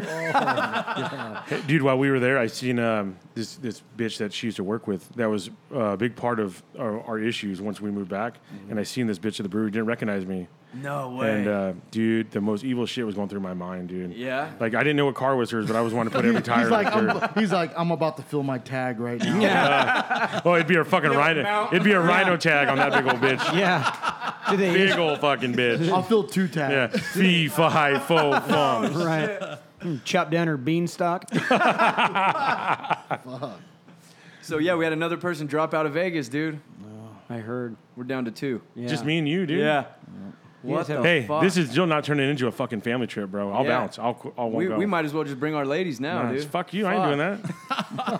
E: Dude, while we were there, I seen um, this this bitch that she used to work with. That was uh, a big part of our, our issues once we moved back. And I seen this bitch at the brewery didn't recognize me.
B: No
E: And uh, dude, the most evil shit was going through my mind, dude.
B: Yeah?
E: Like I didn't know what car was hers, but I was wanting to put every tire.
C: He's
E: in
C: like,
E: her.
C: I'm, he's like, I'm about to fill my tag right now.
E: oh, it'd be a fucking rhino.
B: mount.
E: It'd be a rhino tag on that big old bitch.
G: Yeah. Did they?
E: Big old fucking bitch.
C: I'll fill two tags.
E: Yeah, fee fi fo fum.
G: Right. Chop down her beanstalk.
B: Oh, So yeah, we had another person drop out of Vegas, dude.
G: I heard.
B: We're down to two.
G: Yeah.
E: Just me and you, dude.
B: Yeah.
G: You guys
B: What the
G: have-
E: Hey,
B: fuck?
E: this is still not turning into a fucking family trip, bro. I'll
B: Yeah.
E: bounce. I'll qu- I'll
B: We,
E: go.
B: we might as well just bring our ladies now,
E: Nah,
B: dude.
E: Fuck you. I ain't doing that.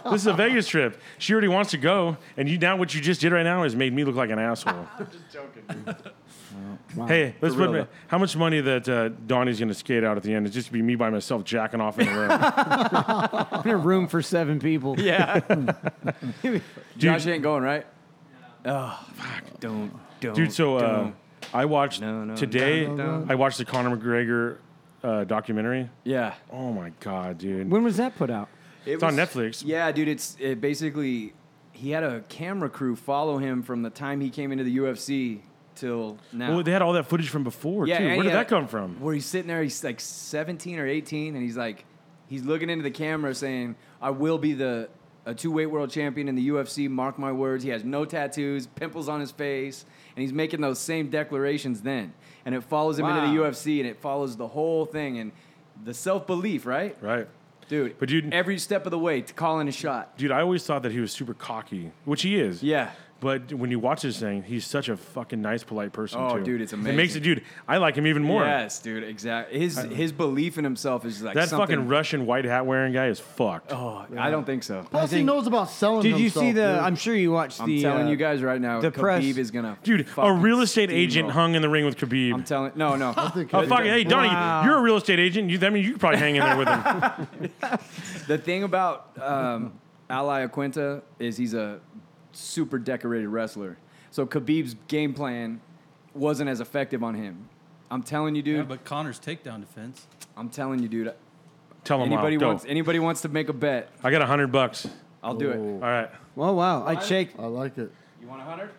E: this is a Vegas trip. She already wants to go, and you now what you just did right now has made me look like an asshole. I'm just joking. Hey, let's
B: For real,
E: put
B: though.
E: how much money that uh, Donnie's gonna skate out at the end. It's just be me by myself jacking off in the room.
G: I'm in a room for seven people.
B: Yeah. Josh
E: Dude.
B: ain't going, right? Oh, fuck. Don't, don't.
E: Dude, so uh,
B: don't.
E: I watched
B: No, no,
E: today.
B: no, no,
E: I watched the Conor McGregor uh, documentary.
B: yeah.
E: Oh my god, dude!
G: When was that put out?
B: It
E: It's on Netflix.
B: Yeah, dude. It's it basically he had a camera crew follow him from the time he came into the UFC till now.
E: Well, they had all that footage from before
B: yeah,
E: too.
B: and
E: Where
B: he
E: did
B: had-
E: that come from?
B: Where he's sitting there, he's like 17 or 18, and he's like, he's looking into the camera saying, "I will be the a two weight world champion in the UFC. Mark my words." He has no tattoos, pimples on his face, and he's making those same declarations then. And it follows him into the
G: Wow.
B: UFC, and it follows the whole thing and the self belief, right?
E: Right,
B: Dude,
E: But dude-
B: every step of the way to calling a shot.
E: dude. I always thought that he was super cocky, which he is.
B: Yeah.
E: But when you watch this thing, he's such a fucking nice, polite person.
B: Oh,
E: too.
B: dude, it's
E: It makes it,
B: amazing.
E: dude. I like him even more. Uh,
B: Yes, dude. Exactly. His his belief in himself is like
E: That
B: something-
E: fucking Russian white hat wearing guy is fucked.
B: Oh, I don't think so.
C: Plus, he knows about selling.
G: Did you
C: himself,
G: see the?
C: dude.
G: I'm sure you watched
B: I'm
G: the.
B: telling
G: uh,
B: you guys right now,
G: the
B: Khabib
G: press-
B: is gonna
E: Dude, a
B: fucking
E: real estate
B: steamroll.
E: agent hung in the ring with Khabib.
B: I'm telling. No, no.
C: I think-
E: oh, fucking, hey, Donnie,
G: Wow.
E: you're a real estate agent. You, I mean, you could probably hang in there with him.
B: the thing about um, Ali Aquinta is he's a super decorated wrestler. So Khabib's game plan wasn't as effective on him. I'm telling you, dude.
F: Yeah, but Connor's takedown defense.
B: I'm telling you, dude.
E: Tell him
B: Anybody
E: I'll go.
B: wants anybody wants to make a bet,
E: I got a hundred bucks.
B: I'll do
E: All
B: it.
E: right.
G: Oh wow! I shake.
C: I like it.
B: You want a hundred?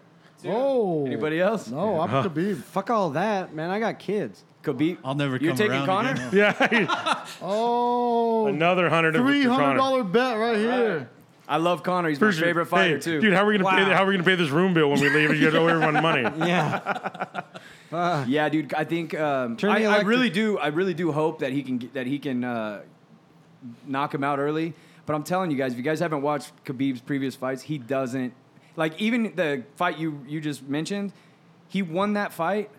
C: Oh,
B: Anybody else?
C: No, I'm Khabib.
G: Fuck all that, man. I got kids.
B: Khabib.
F: I'll never
B: You're
F: come
B: taking
F: around
B: Connor?
F: again.
E: Yeah.
C: Oh,
E: Another hundred. for
C: three hundred
E: Connor.
C: dollar bet right here.
B: I love Connor. He's my
E: Sure.
B: favorite fighter
E: Hey,
B: too.
E: Dude, how are we gonna pay?
G: Wow.
E: How are we gonna pay this room bill when we leave? You owe everyone money.
G: Yeah.
B: Yeah, dude. I think um,
G: Turn the
B: I, I
G: electric-
B: really do. I really do hope that he can get, that he can uh, knock him out early. But I'm telling you guys, if you guys haven't watched Khabib's previous fights, he doesn't like even the fight you you just mentioned. He won that fight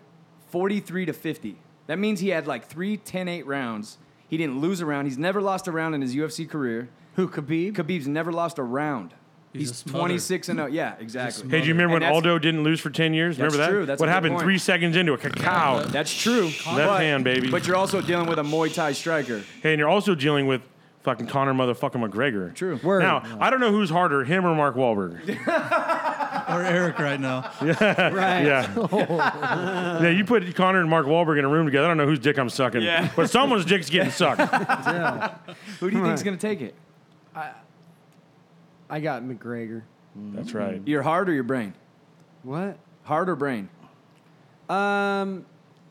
B: 43 to 50. That means he had like three 10-8 rounds. He didn't lose a round. He's never lost a round in his UFC career.
G: Who Khabib?
B: Khabib's never lost a round.
F: He's
B: He's,
F: a smother.
B: 26 and 0. Yeah, exactly.
E: Hey, do you remember when
B: And that's-
E: Aldo didn't lose for ten years?
B: That's
E: remember that?
B: true. That's
E: what
B: a good
E: happened
B: point.
E: three seconds into a cacao.
B: That's true.
E: Left hand, baby.
B: But you're also dealing with a Muay Thai striker.
E: hey, and you're also dealing with fucking Conor motherfucking McGregor.
B: True.
G: Word.
E: Now I don't know who's harder, him or Mark Wahlberg.
F: or Eric right now.
G: Right.
E: Yeah. yeah. You put Conor and Mark Wahlberg in a room together. I don't know whose dick I'm sucking.
B: Yeah.
E: But someone's dick's getting sucked.
B: Who do you think's gonna take it?
G: I got McGregor.
E: That's right.
B: Your heart or your brain?
G: What?
B: Heart or brain?
G: Um.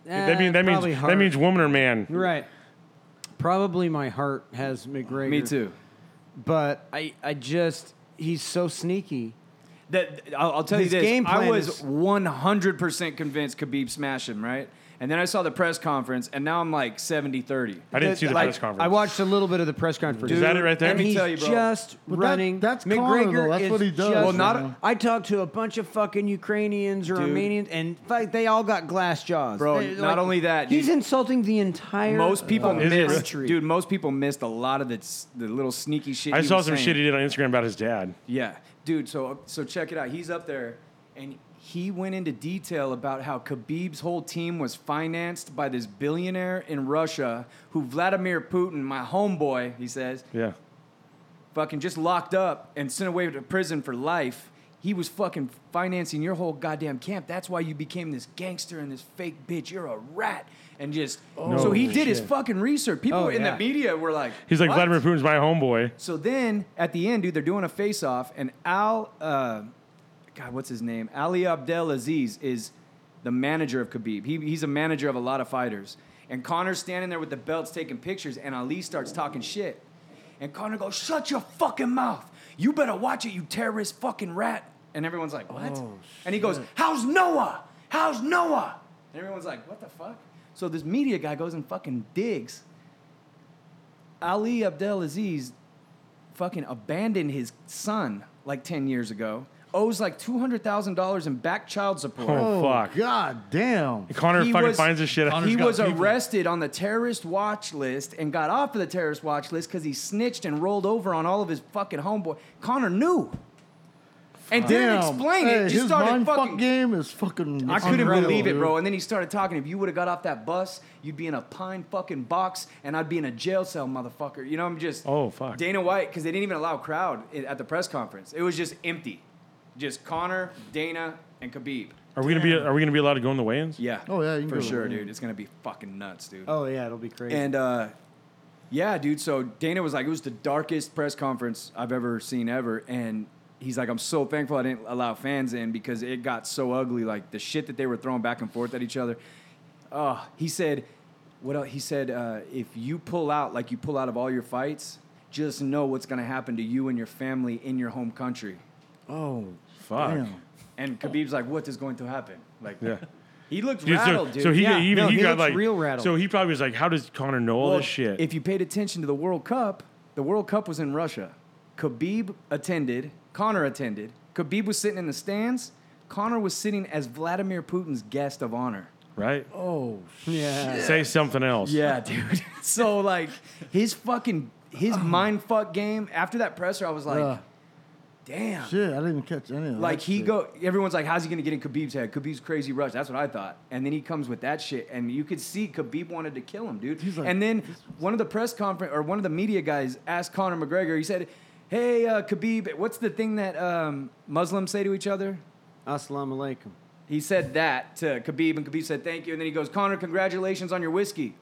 E: That means that means that means woman or man.
G: right. Probably my heart has McGregor.
B: Me too.
G: But I I just he's so sneaky.
B: That I'll, I'll tell
G: His
B: you this.
G: game
B: I
G: plan
B: was
G: is-
B: 100 percent convinced Khabib smashed him, right? And then I saw the press conference, and now I'm like 70-30.
E: I didn't see the
G: Like,
E: press conference.
G: I watched a little bit of the press conference.
E: Is that it right there?
G: And
B: Let me
G: he's
B: tell you, bro.
G: just
C: But that-
G: running.
C: that's Connor,
G: McGregor.
C: though. That's
G: is
C: what he does,
G: just-
B: Well, not-
G: I talked to a bunch of fucking Ukrainians or
B: Dude.
G: Armenians, and like they all got glass jaws.
B: Bro,
G: They-
B: not only that,
G: he's
B: dude.
G: insulting the entire
B: Most people
G: fucking
B: missed,
G: country.
B: dude. Most people missed a lot of the, the little sneaky shit.
E: I
B: he
E: saw
B: was
E: some
B: saying.
E: shit he did on Instagram about his dad.
B: Yeah, dude. So uh, so check it out. He's up there, and he went into detail about how Khabib's whole team was financed by this billionaire in Russia, who Vladimir Putin, my homeboy, he says,
E: Yeah.
B: fucking just locked up and sent away to prison for life. He was fucking financing your whole goddamn camp. That's why you became this gangster and this fake bitch. You're a rat. And just
E: Oh,
B: so he did his fucking research. People
G: Oh,
B: in
G: yeah.
B: the media were like,
E: He's like
B: "What?"
E: Vladimir Putin's my homeboy.
B: So then at the end, dude, they're doing a face off, and Al, uh, God, what's his name? Ali Abdel Aziz is the manager of Khabib. He, he's a manager of a lot of fighters. And Connor's standing there with the belts taking pictures, and Ali starts talking shit. And Connor goes, Shut your fucking mouth. You better watch it, you terrorist fucking rat. And everyone's like, What? and he goes, How's Noah? How's Noah? And everyone's like, What the fuck? So this media guy goes and fucking digs. Ali Abdelaziz fucking abandoned his son like 10 years ago owes like two hundred thousand dollars in back child support.
E: Oh, fuck.
C: God damn.
E: Connor
B: He
E: fucking
B: was-
E: finds this shit out.
F: Connor's
B: he
F: got
B: was
F: people.
B: arrested on the terrorist watch list and got off of the terrorist watch list because he snitched and rolled over on all of his fucking homeboy. Connor knew. And didn't
C: Damn.
B: explain
C: Hey,
B: it. Just
C: his
B: started
C: mind fuck
B: fucking.
C: game is fucking.
B: I couldn't
C: unreal,
B: believe it,
C: dude.
B: bro. And then he started talking. If you would have got off that bus, you'd be in a pine fucking box, and I'd be in a jail cell, motherfucker. You know, I'm just.
E: Oh, fuck.
B: Dana White, because they didn't even allow crowd i- at the press conference. It was just empty, just Connor, Dana, and Khabib.
E: Are we gonna be? Are we gonna be allowed to go in the weigh-ins?
B: Yeah.
C: Oh, yeah, you can
B: for
C: do it.
B: sure, dude. It's gonna be fucking nuts, dude.
G: Oh yeah, it'll be crazy.
B: And uh, yeah, dude. So Dana was like, it was the darkest press conference I've ever seen ever, and he's like, I'm so thankful I didn't allow fans in because it got so ugly. Like the shit that they were throwing back and forth at each other. Uh, he said, what else? He said, uh, if you pull out like you pull out of all your fights, just know what's gonna happen to you and your family in your home country.
C: Oh,
E: Fuck.
C: damn.
B: And Khabib's like, what is going to happen? Like,
E: Yeah.
B: he looked
E: Dude, so-
B: rattled,
E: so,
B: dude.
E: he
G: Yeah.
E: even
G: No,
E: he,
G: he
E: got
G: looks
E: like
G: real rattled.
E: So he probably was like, "How does Connor know all
B: Well,
E: this shit?"
B: If you paid attention to the World Cup, the World Cup was in Russia. Khabib attended, Connor attended. Khabib was sitting in the stands. Connor was sitting as Vladimir Putin's guest of honor.
E: right?
C: Oh,
G: yeah,
E: Say something else.
B: Yeah, dude. so like his fucking his mind fuck game after that presser, I was like,
C: Uh.
B: damn.
C: shit. I didn't catch any of that.
B: Like he
C: shit.
B: go, everyone's like, "How's he gonna get in Khabib's head?" Khabib's crazy rush. That's what I thought. And then he comes with that shit, and you could see Khabib wanted to kill him, dude.
C: He's like-
B: and then one of the press conference or one of the media guys asked Conor McGregor. He said, "Hey, uh, Khabib, what's the thing that um, Muslims say to each other?"
G: assalamu alaikum.
B: He said that to Khabib, and Khabib said, "Thank you." And then he goes, "Conor, congratulations on your whiskey."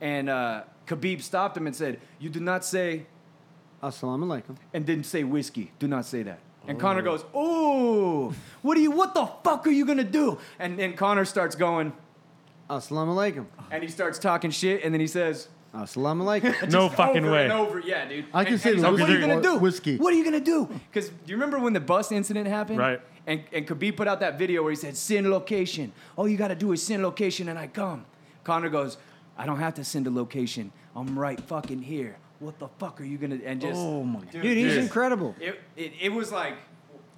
B: And uh, Khabib stopped him and said, "You do not say
G: Assalamu alaikum.
B: and didn't say whiskey. Do not say that.
E: Oh.
B: And Connor goes, "Ooh, what do you? What the fuck are you gonna do?" And then Connor starts going,
G: Assalamu alaikum.
B: and he starts talking shit, and then he says,
G: Assalamu alaikum.
E: No
B: just
E: fucking
B: over
E: way.
B: and over, yeah, dude."
C: I can
B: And-
C: say
B: and he's
C: the
B: like, "What are you
E: whiskey-
B: gonna do?
C: whiskey.
B: What are you gonna do?" Because do you remember when the bus incident happened?
E: Right.
B: And and Khabib put out that video where he said, "Send location. All you gotta do is send location, and I come." Connor goes, "I don't have to send a location. I'm right fucking here. What the fuck are you gonna?" And just
C: Oh my
B: dude,
G: Dude, he's
B: just-
G: incredible.
B: it, it, it was like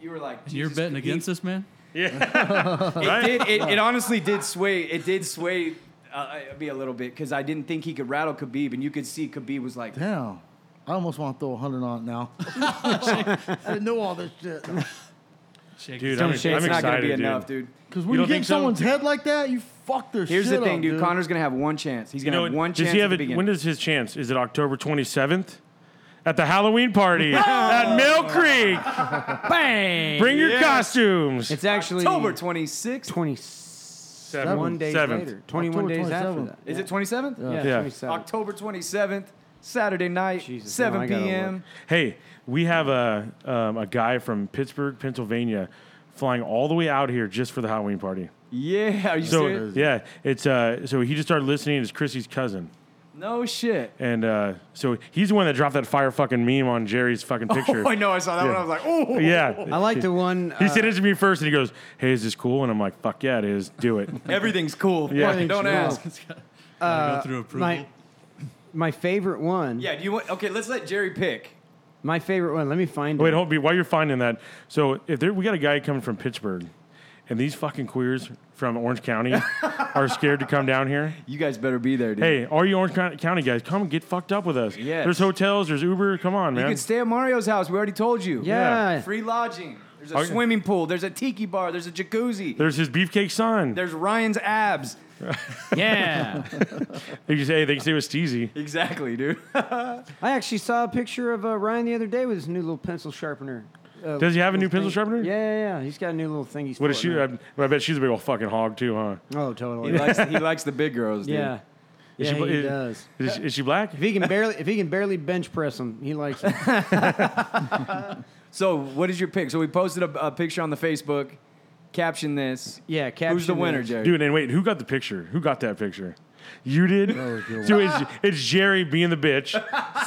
B: you were like
F: You're
B: Jesus,
F: betting
B: he-
F: against this man?
B: It, did, it, it honestly did sway. It did sway uh, me a little bit because I didn't think he could rattle Khabib, and you could see Khabib was like,
C: Damn. I almost want to throw a hundred on it now. I didn't know all this shit. Because
F: Shake
E: dude,
F: his-
E: I'm, I'm
B: "It's
E: excited,
B: not gonna be
E: dude.
B: enough, dude."
E: You
C: when you,
E: don't think
C: get
E: so?
C: someone's head like that, you fuck their
B: Here's
C: shit
B: the thing,
C: up,
B: dude, Connor's gonna have one chance. He's
E: You
B: gonna
E: know,
B: have one
E: does
B: chance.
E: he have
B: at the
E: it? When
B: beginning.
E: is his chance? Is it October 27th? At the Halloween party at Mill Creek. Bang! Bring your costumes.
G: It's actually
B: October 26th?
G: 21 days
E: Seventh.
G: later. 21
C: October
G: days after
C: 27th.
G: that.
B: Is it 27th?
G: Yeah,
E: Yeah.
G: 27.
B: October 27th, Saturday night,
G: Jesus,
B: 7
G: now I gotta
B: p.m.
E: Hey, we have a um, a guy from Pittsburgh, Pennsylvania, flying all the way out here just for the Halloween party.
B: Yeah, are you
E: So
B: serious?
E: yeah, it's uh, so he just started listening. It's Chrissy's cousin,
B: No shit.
E: and uh, so he's the one that dropped that fire fucking meme on Jerry's fucking picture.
B: Oh, I know. I saw that one. I was like, oh.
E: yeah,
G: I like the one.
E: He
G: Uh,
E: sent it to me first, and he goes, "Hey, is this cool?" And I'm like, "Fuck yeah, it is. Do it."
B: Everything's cool.
E: Yeah.
B: Fucking don't
G: Everything's
B: ask.
F: Gotta go through approval.
G: Uh, my, my favorite one.
B: Yeah, do you want? Okay, let's let Jerry pick.
G: My favorite one. Let me find
E: Wait,
G: it.
E: hold me. While you're finding that, so if there, we got a guy coming from Pittsburgh, and these fucking queers from Orange County are scared to come down here.
B: You guys better be there, dude.
E: Hey, all you Orange County- County guys, come get fucked up with us.
B: Yes.
E: There's hotels, there's Uber. Come on,
B: you
E: man.
B: can stay at Mario's house. We already told you.
G: Yeah.
B: Free lodging. There's a
E: Okay.
B: swimming pool. There's a tiki bar. There's a jacuzzi.
E: there's his beefcake son.
B: There's Ryan's abs.
G: Yeah.
E: They can say, hey, they can say it was Steezy.
B: Exactly, dude.
G: I actually saw a picture of uh, Ryan the other day with his new little pencil sharpener. Uh,
E: Does he have a new
G: little
E: pencil
G: thing.
E: sharpener?
G: Yeah, yeah, yeah. He's got a new little thing. He's
E: What is
G: floating
E: she? I,
G: around.
E: I bet she's a big old fucking hog too, huh?
G: Oh,
B: he,
G: totally.
B: likes, he likes the big girls, dude.
G: Yeah.
E: Is
G: Yeah,
E: she, bl-
G: he
E: is,
G: does.
E: Is, is she black?
G: If he can barely, if he can barely bench press him, he likes him.
B: So, what is your pick? So, we posted a, a picture on the Facebook. Caption this.
G: Yeah,
B: Who's the
G: caption
B: winner,
G: this.
B: Jerry?
E: Dude, and wait, who got the picture? Who got that picture? You did.
B: Oh,
E: So it's, it's Jerry being the bitch,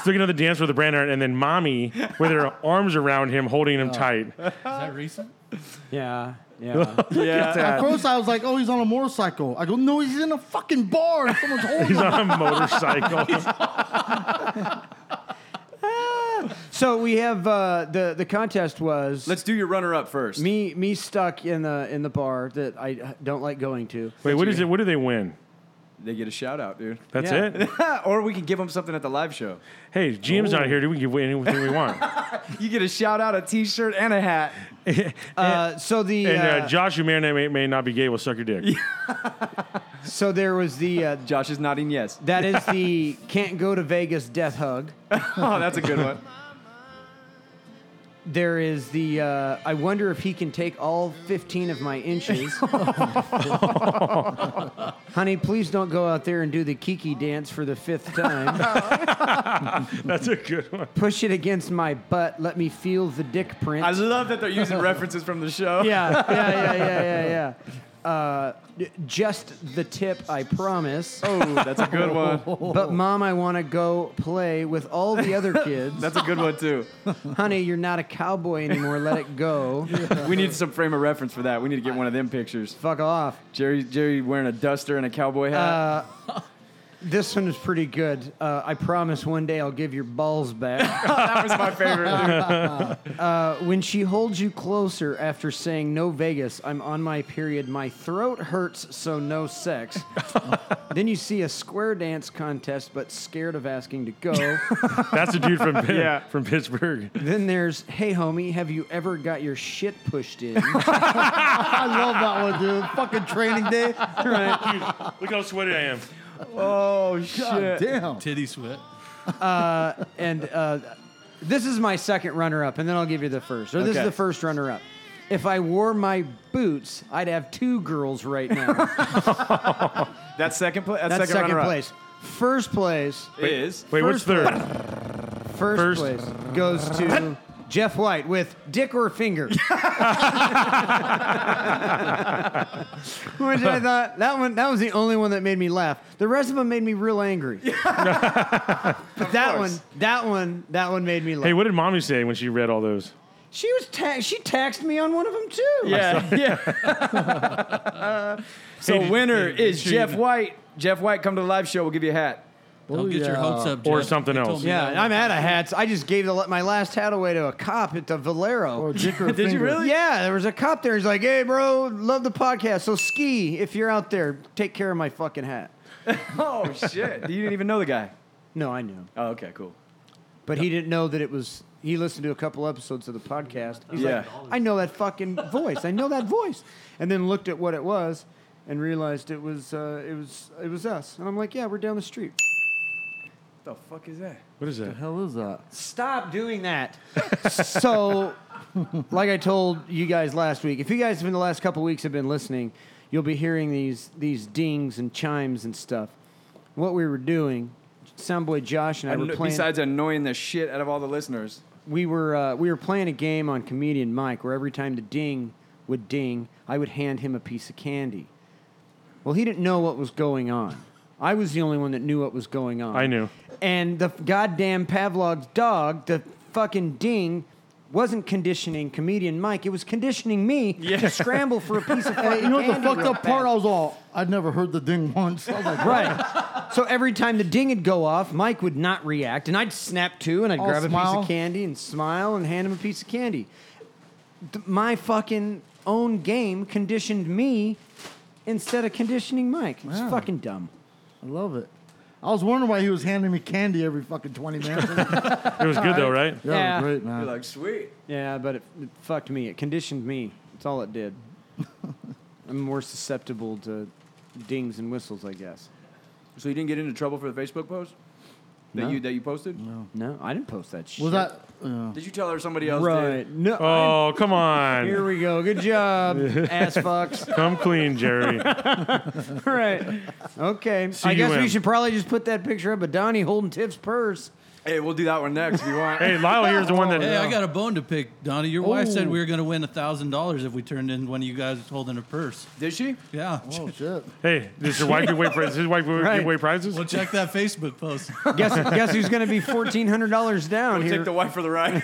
E: sticking to the dance with the brand and then mommy with her arms around him, holding
B: Oh.
E: him tight.
F: Is that recent?
G: Yeah, yeah.
C: At first, I was like, oh, he's on a motorcycle. I go, no, he's in a fucking bar and someone's holding
E: He's
C: him.
E: on a motorcycle.
G: So we have uh, the the contest was
B: Let's do your runner up first.
G: me me stuck in the in the bar that I don't like going to.
E: Wait, what is it? What do they win?
B: They get a shout out, dude.
E: That's
G: Yeah.
E: it.
B: or we can give them something at the live show.
E: Hey, GM's not here. dude. We can give anything we want.
B: You get a shout out, a t shirt, and a hat.
G: Uh, so the
E: And uh,
G: uh,
E: Josh, who may or may, may not be gay, will suck your dick.
G: so there was the uh,
B: Josh is nodding yes.
G: that is the can't go to Vegas death hug.
B: Oh, that's a good one.
G: There is the uh, I wonder if he can take all 15 of my inches. Honey, please don't go out there and do the Kiki dance for the fifth time.
E: That's a good one.
G: Push it against my butt. Let me feel the dick print.
B: I love that they're using references from the show.
G: yeah, yeah, yeah, yeah, yeah, yeah. Uh, just the tip, I promise.
B: Oh, that's a good one.
G: But mom, I want to go play with all the other kids.
B: That's a good one, too.
G: Honey, you're not a cowboy anymore. Let it go.
B: We need some frame of reference for that. We need to get one of them pictures.
G: Fuck off.
B: Jerry, Jerry wearing a duster and a cowboy hat.
G: Uh, This one is pretty good. Uh, I promise one day I'll give your balls back. Uh,
B: that was my favorite. dude.
G: when she holds you closer after saying no Vegas, I'm on my period. My throat hurts, so no sex. then you see a square dance contest, but scared of asking to go.
E: That's a dude from
B: Yeah.
E: from Pittsburgh.
G: then there's, hey homie, have you ever got your shit pushed in?
C: I love that one, dude. Fucking training day.
E: Look how sweaty I am.
B: Oh, shit.
C: Damn.
F: Titty sweat.
G: and uh, this is my second runner-up, and then I'll give you the first. Or this
B: Okay.
G: is the first runner-up. If I wore my boots, I'd have two girls right now.
B: That's second, pla- that's second,
G: That's second,
B: runner-up.
G: place. First place.
B: Is.
E: Wait, what's third? First.
G: First, place goes to Jeff White with dick or finger. Which I thought that one that was the only one that made me laugh. The rest of them made me real angry. but that
B: course.
G: one, that one, that one made me laugh.
E: Hey, what did mommy say when she read all those?
G: She was ta- she taxed me on one of them too.
B: Yeah, yeah. so
E: did-
B: winner is
E: sure you
B: Jeff
E: know.
B: White. Jeff White, come to the live show. We'll give you a hat.
F: Don't get your
C: yeah.
F: hopes up,
E: Or
F: Jeff.
E: something
F: He told
E: else.
F: me
G: Yeah,
F: that
G: and
F: one
G: I'm out of hats. I just gave the, my last hat away to a cop at the Valero.
C: Or dick or
B: Oh, Did you
C: finger.
B: really?
G: Yeah, there was a cop there. He's like, "Hey, bro, love the podcast. So ski if you're out there. Take care of my fucking hat."
B: Oh shit! You didn't even know the guy.
G: No, I knew,
B: Oh, okay, cool.
G: but he didn't know that it was. He listened to a couple episodes of the podcast. He's
B: Yeah.
G: like, "I know that fucking voice. I know that voice," and then looked at what it was and realized it was uh, it was it was us. And I'm like, "Yeah, we're down the street."
B: What the fuck is that?
E: What is that?
C: hell is that?
G: Stop doing that. so, like I told you guys last week, if you guys have in the last couple weeks have been listening, you'll be hearing these these dings and chimes and stuff. What we were doing, Soundboy Josh and I were
B: Anno-
G: playing.
B: besides annoying the shit out of all the listeners,
G: we were uh, we were playing a game on comedian Mike where every time the ding would ding, I would hand him a piece of candy. Well, he didn't know what was going on. I was the only one that knew what was going on.
E: I knew.
G: And the goddamn Pavlov's dog, the fucking ding, wasn't conditioning comedian Mike. It was conditioning me to scramble for a piece of fucking
C: You know what the
G: candy
C: fucked
G: real
C: up part? I
G: fast.
C: was all, I'd never heard the ding once. I was like,
G: Right. So every time the ding would go off, Mike would not react, and I'd snap to, and I'd
C: All
G: grab a piece
C: smile.
G: of candy and smile and hand him a piece of candy. Th- My fucking own game conditioned me instead of conditioning Mike. It's
C: Wow.
G: fucking dumb.
C: I love it. I was wondering why he was handing me candy every fucking 20 minutes. yeah,
E: It was good though, right?
G: Yeah.
C: great, man.
B: you're like, sweet.
G: Yeah, but it, it fucked me. It conditioned me. That's all it did. I'm more susceptible to dings and whistles, I guess.
B: So you didn't get into trouble for the Facebook post that
G: No.
B: you that you posted?
G: No, I didn't post that shit.
C: was that?
F: uh,
C: yeah.
B: Did you tell her somebody else?
G: right?
B: Did?
G: No. I-
E: Oh, come
G: here
E: on.
G: we go. Good job, ass fucks.
E: Come clean, Jerry.
G: All right. Okay. I guess we
E: CUM.
G: should probably just put that picture up of Donnie holding Tiff's purse.
B: Hey, we'll do that one next if you want.
E: Hey, Lyle here's the one that
F: Hey, I got a bone to pick, Donnie. Your wife said
C: Oh.
F: we were going to win thousand dollars if we turned in one of you guys holding a purse.
B: Did she?
F: Yeah.
C: Oh, shit.
E: Hey, does your wife give away prizes? Does your wife give
G: Right.
E: away prizes?
F: Well, check that Facebook post.
G: Guess guess who's going to be fourteen hundred dollars down
B: We'll
G: here?
B: take the wife for the ride.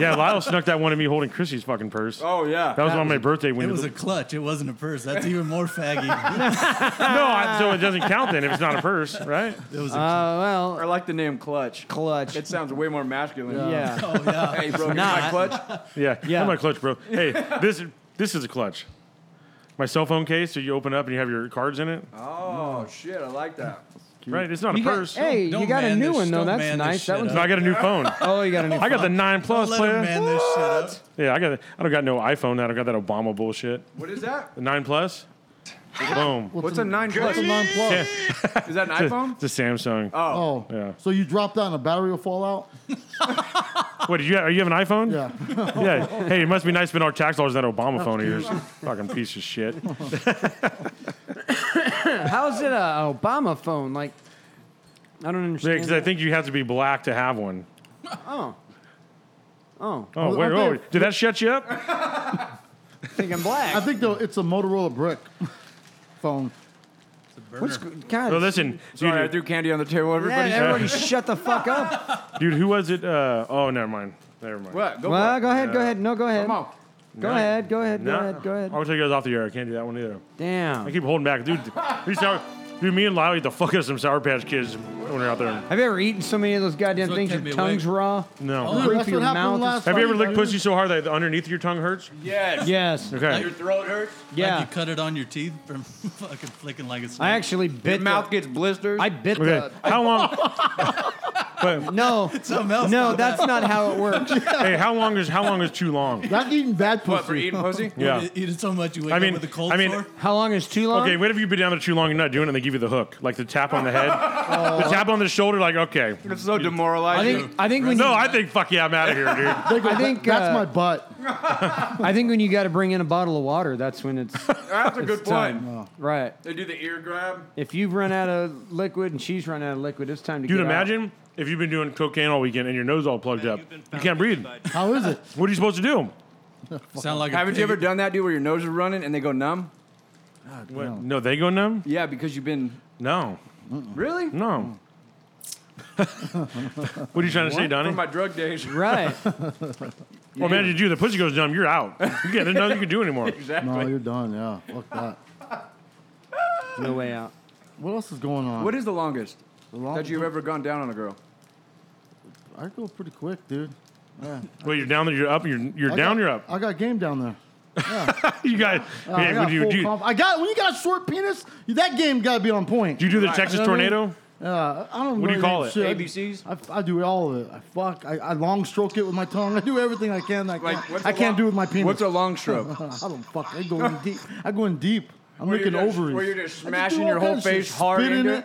E: Yeah, Lyle snuck that one of me holding Chrissy's fucking purse.
B: oh yeah.
E: that was on my birthday when
F: It
E: you
F: was a clutch. It wasn't a purse. That's even more faggy.
E: no, I, so it doesn't count then if it's not a purse, right?
F: It was a
G: uh, well,
B: I like the name Clutch.
G: clutch. clutch.
B: It sounds way more masculine.
G: yeah.
B: Hey, bro, here's my
G: not.
B: clutch.
E: Yeah,
G: Yeah.
E: I'm a clutch, bro. Hey, this this is a clutch. My cell phone case that you open up and you have your cards in it.
B: Oh shit, I like that.
E: Right, it's not a
G: You got-
E: purse.
G: hey,
F: Don't
G: you got a
F: man
G: new
F: this-
G: one though.
F: don't
G: That's
F: man this
G: nice. That
F: shit
G: one's
E: No, I got a new phone.
G: Oh, you got a new.
E: I got the nine
F: Don't
E: plus
F: let him
E: player.
F: man this shit up.
E: Yeah, I got. I don't got no iPhone. I don't got that Obama bullshit.
B: What is that?
E: The nine plus. Boom.
B: What's a nine plus?
C: That's a non-plug.
B: Is that an iPhone?
E: It's a Samsung.
C: Oh,
E: Yeah.
C: so you drop down, the battery will fall out.
E: What? Do you have, are you have an iPhone?
C: Yeah.
E: Yeah. Hey, it must be nice spending our tax dollars on that Obama phone of yours. Fucking piece of shit.
G: How is it a Obama phone? Like, I don't understand.
E: Because I
G: that.
E: think you have to be black to have one.
G: oh, oh,
E: Oh,
C: Well,
E: wait,
C: I
E: oh,
C: think-
E: did that shut you up?
G: I think I'm
C: I
G: black.
C: think though it's a Motorola brick phone.
F: It's a burner.
G: What's go- God?
E: So listen, uh,
B: Sorry, I
E: dude,
B: threw candy on the table.
G: yeah,
B: Everybody.
G: everybody, shut the fuck up.
E: dude, who was it? Uh, oh, never mind. Never mind.
B: What? Go
G: Well,
B: for it.
G: go ahead, go ahead. No, go ahead.
B: Come on.
G: Go ahead, go ahead, go ahead, go ahead.
E: I'll take you guys off the air. I can't do that one either. I
G: Damn.
E: keep holding back, dude. These sour, dude, me and Lyle eat the fuck out of some Sour Patch Kids when we're out there.
G: Have you ever eaten so many of those
F: That's
G: goddamn
F: what
G: things?
F: kept
G: Your
F: me awake.
G: tongue's raw.
E: No.
F: Oh,
G: Roof
C: That's
G: of
C: what
G: your
C: happened
G: mouth is-
C: last
E: Have you ever
C: time,
E: licked
C: dude.
E: pussy so hard that the underneath of your tongue hurts?
B: Yes.
G: Yes.
E: Okay.
B: throat hurts.
G: Yeah.
F: Like you cut it on your teeth from fucking flicking like a snake.
G: I actually bit.
B: Your
G: the-
B: mouth gets blisters.
G: I bit
E: Okay. How long?
G: the. No.
F: Something else
G: No,
F: like
G: that's not how it works.
E: hey, how long is how long is too long?
C: Not eating bad pussy.
B: what for eating pussy?
F: that.
E: Yeah.
F: You eat it so much you wake
E: I mean-
F: up with a cold
E: I mean-
F: sore.
G: How long is too long?
E: Okay, what if you've been down there too long? You're not doing it. and They give you the hook, like the tap on the head, the tap on the shoulder. Like, okay,
B: It's so
G: Oh. I
B: demoralizing.
G: think. I think when.
E: no,
G: you,
E: I think fuck yeah, I'm out of here, dude.
C: They go,
G: I think,
C: that's
G: uh,
C: my butt.
G: I think when you got to bring in a bottle of water, that's when it's
B: That's a good point.
G: time.
C: Oh.
G: Right.
B: They do the ear grab.
G: If you've run out of liquid and she's run out of liquid, it's time to
E: Dude,
G: get out.
E: imagine if you've been doing cocaine all weekend and your nose all plugged up, you can't breathe.
C: How is it?
E: What are you supposed to do?
F: Sound like
B: Haven't
F: a
B: you ever done that, dude, where your nose is running and they go numb?
E: What? No, they go numb.
B: Yeah, because you've been.
E: No,
B: Really?
E: no. what are you trying to say, Donnie?
B: From my drug days.
G: Right.
E: Well, imagine you do. The pussy goes numb. You're out. You can't, there's nothing you can do anymore.
B: Exactly.
C: No, you're done. Yeah, fuck that.
G: no way out.
C: What else is going
G: Uh-huh.
C: on?
B: What is the longest
C: Long-
B: that you've ever gone down on a girl?
C: I go pretty quick, dude.
E: Well, you're down. You're up. You're you're
C: I
E: down.
C: got-
E: You're up.
C: I got game down there.
E: You got.
C: Uh, I
E: hey,
C: got
E: would you,
C: full
E: do, you,
C: conf- I got when you got a short penis, that game got to be on point.
E: do you do the Texas
C: You know what I mean?
E: tornado?
C: Uh, I don't.
E: What do you
C: really
E: call
C: know
E: it?
C: shit.
B: ABCs?
C: I, I do all of it. I fuck. I, I long stroke it with my tongue. I do everything I can. I,
B: Like,
C: can't-
B: what's
C: I
B: a
C: can't
B: long-
C: do with my penis.
B: What's a long stroke?
C: I don't fuck. I go in deep. I go in deep. I'm
B: Where you're
C: looking
B: just-
C: ovaries.
B: where you're just
C: I do
B: smashing
C: all
B: your whole
C: kinds of shit.
B: face hard
C: Spit in
B: into
C: it.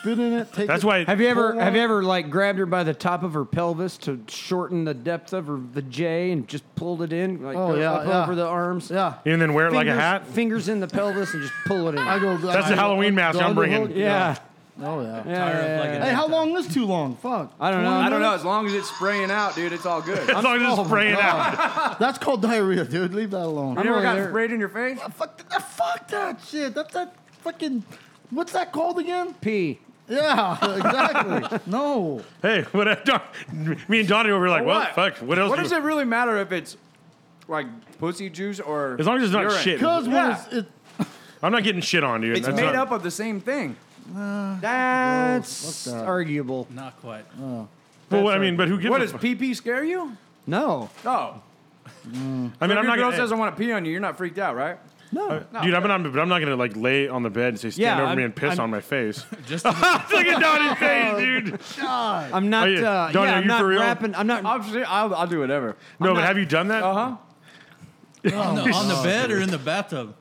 C: Spit in it. Take
E: That's
C: it.
E: why.
G: Have you ever
C: Full
G: have you
C: on.
G: ever like grabbed her by the top of her pelvis to shorten the depth of her the J and just pulled it in like
C: Oh,
G: go
C: yeah,
G: up
C: yeah.
G: over the arms?
C: Yeah.
E: and then wear it like a
G: Fingers-
E: hat.
G: Fingers in the pelvis and just pull it in.
C: I go.
E: That's
C: I
E: the
C: go
E: Halloween
C: up
E: mask
C: the
E: I'm
C: underhook.
E: bringing.
G: yeah.
C: Oh yeah.
F: Tire
G: Yeah,
F: up
G: yeah,
F: like
G: yeah.
F: an
C: Hey, how long is too long? Fuck.
G: I don't know. Oh
B: I don't know. Oh, As long as it's spraying out, dude, it's all good.
E: As long as it's spraying out.
C: That's called diarrhea, dude. Leave that alone.
B: You never
G: over
B: got
G: there.
B: sprayed in your face?
C: Uh, Fuck, th- fuck that shit. That's that fucking. What's that called again?
G: P.
C: Yeah, exactly. no.
E: Hey, what? Don, me and Donnie over here like, well, fuck. What else?
B: What
E: do-
B: does it really matter if it's like pussy juice or?
E: As long as it's not
B: urine?
E: shit.
C: Because when
B: Yeah.
C: it's, it,
E: I'm not getting shit on, dude.
B: It's
E: That's
B: made
E: not-
B: up of the same thing.
G: Uh, That's
C: fuck that.
G: arguable. Oh.
F: Not quite.
E: Well, what- I mean, but who gives?
B: What
E: a
B: does
E: fuck?
B: PP scare you?
G: No.
B: No.
E: I mean,
B: If
E: I'm
B: your
E: not
B: girl
E: gonna.
B: doesn't want to pee on you, you're not freaked out, right?
G: No.
E: dude, I'm not. But I'm not gonna like lay on the bed and say stand
G: Yeah,
E: over
G: I'm-
E: me and piss
G: I'm-
E: on my face.
F: Just to
E: Look at Donnie's
C: Oh,
E: face, dude.
G: I'm not
E: Are you-
G: uh,
E: Donnie,
G: yeah,
E: Oh, are
G: I'm
E: you
G: not
E: for real?
G: rapping. I'm not
B: I'll, see- I'll, I'll do whatever.
E: No, but have you done that? Oh,
B: Uh
G: Uh-huh.
B: huh.
F: on, the, on the bed or in the bathtub.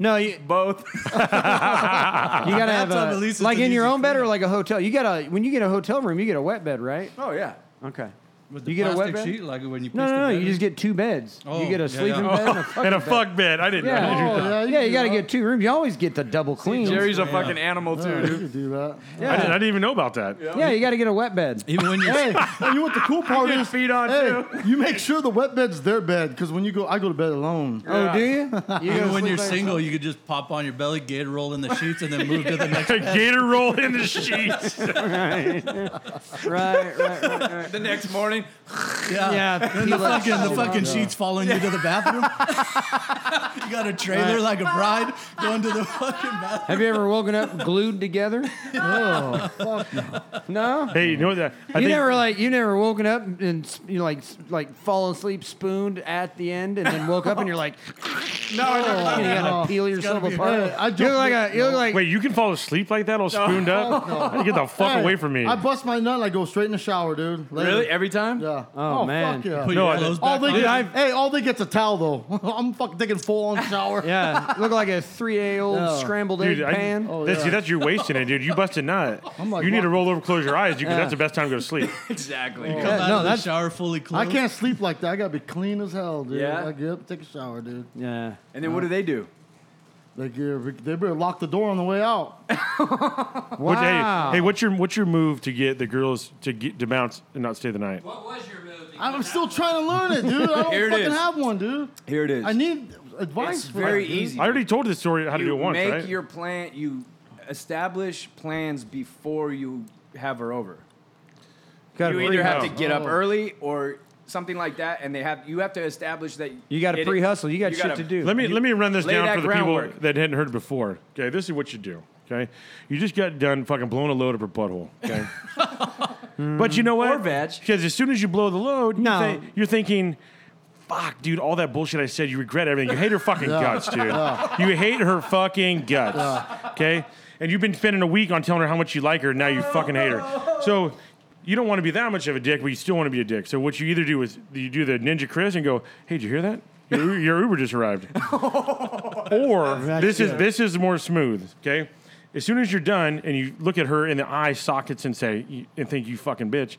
G: No, you,
B: Both.
E: Ah.
G: You gotta have
F: That's on
G: a,
F: the lease, it's
G: like
F: an
G: in your
F: easy
G: own bed or like a hotel. You gotta when you get a hotel room, you get a wet bed, right?
B: Oh yeah.
G: Okay.
F: With the
G: You get a wet
F: plastic
G: bed?
F: sheet, like when you
G: No,
F: push
G: no, no.
F: the bed
G: You just
F: in.
G: get two beds.
F: Oh,
G: you get
F: yeah,
G: a sleeping
F: yeah.
G: bed and a fucking
E: And a
G: bed.
E: fuck bed. I didn't. I didn't do
G: Yeah.
E: that.
C: Oh, yeah, you
G: yeah, you
C: do
G: gotta
C: that.
G: get two rooms. You always get the double clean.
B: Jerry's a fucking animal too,
C: yeah, you
B: dude.
C: could do
G: Uh,
C: that.
E: I, didn't, I didn't even know about that.
G: yeah, you gotta get a wet bed.
F: even when you're
C: Hey, and you want the cool part
B: Get
C: is
B: feet on
C: hey,
B: too.
C: you make sure the wet bed's their bed because when you go, I go to bed alone.
G: Oh, do you? You
F: even
G: gotta
F: when
G: sleep
F: you're
G: by
F: single, you could just pop on your belly, gator roll in the sheets, and then move to the next.
E: Gator roll in the sheets.
G: yourself. Right, right, right.
B: The next morning,
F: Yeah.
G: Yeah,
F: And
G: he
F: the
G: lets
F: fucking, the
G: shit
F: fucking sheets following you to the bathroom. you got a trailer like a bride going to the fucking bathroom.
G: Have you ever woken up glued together?
C: Oh, fuck no.
G: No.
E: Hey, you know that? I
G: you
E: think-
G: never like you never woken up and s- you know, like s- like fall asleep spooned at the end and then woke up and you're like
C: Oh,
G: you
C: no.
G: gotta peel yourself
F: gotta be-
G: apart.
C: Hey, I
G: you
C: don't
G: look like
C: get-
G: a you look like
E: Wait, you can fall asleep like that all spooned up? Get the fuck
C: Hey,
E: away from me.
C: I bust my nut and I go straight in the shower, dude. Later.
B: Really? Every time?
C: Yeah.
G: Oh, man.
C: Fuck yeah.
F: Put
E: No,
F: your
E: I-
F: clothes
C: all
F: back
C: they
F: on.
C: get, hey, all they get's a towel though. I'm fucking taking full on shower.
G: yeah, look like a three day old
C: Yeah.
G: scrambled
E: Dude,
G: egg
E: I-
G: pan.
C: Oh,
E: that's,
C: yeah.
E: see, that's you wasting it, dude. You busted nut.
C: I'm like,
E: you need
C: what?
E: to roll over, close your eyes, because that's the best time to go to sleep.
B: Exactly.
F: Come out
G: no,
F: of the
G: that's-
F: shower fully
C: I
F: clothed.
C: can't sleep like that. I gotta be clean as hell, dude.
B: Yeah?
C: Like, yep, take a shower, dude.
G: yeah.
B: And then what do they do?
C: Like, yeah, they better lock the door on the way out.
E: What- hey,
G: Wow.
E: hey, what's your what's your move to get the girls to get to bounce and not stay the night?
H: What was your movie?
C: I'm still trying to learn it, dude. I don't
B: Here it
C: fucking
B: is.
C: have one, dude.
B: Here it is.
C: I need advice.
B: it's
C: for
B: very
C: that, dude.
B: easy.
E: I already told you the story how to do
B: you
E: it once,
B: make
E: right?
B: your plan. You establish plans before you have her over.
G: Gotta Oh.
B: you
G: pre-
B: either have to
E: pre-hustle.
B: get
C: Oh.
B: up early or something like that, and they have you have to establish that
G: you gotta
B: it-
G: pre hustle. You got shit
B: gotta-
G: to do.
E: Let me let me run this
B: lay
E: down
B: that
E: for the
B: groundwork.
E: people that hadn't heard before. Okay, this is what you do. Okay, you just got done fucking blowing a load up her butthole. Okay, but you know what?
B: Or veg.
E: Because as soon as you blow the load,
G: No.
E: you thi- you're thinking. Fuck, dude, all that bullshit I said, you regret everything. You hate her fucking guts, dude. You hate her fucking guts. Okay? And you've been spending a week on telling her how much you like her, and now you fucking hate her. So you don't want to be that much of a dick, but you still want to be a dick. So what you either do is you do the Ninja Chris and go, hey, did you hear that? Your, Uber- your Uber just arrived. or this is this is more smooth, okay? As soon as you're done and you look at her in the eye sockets and say you- and think you fucking bitch,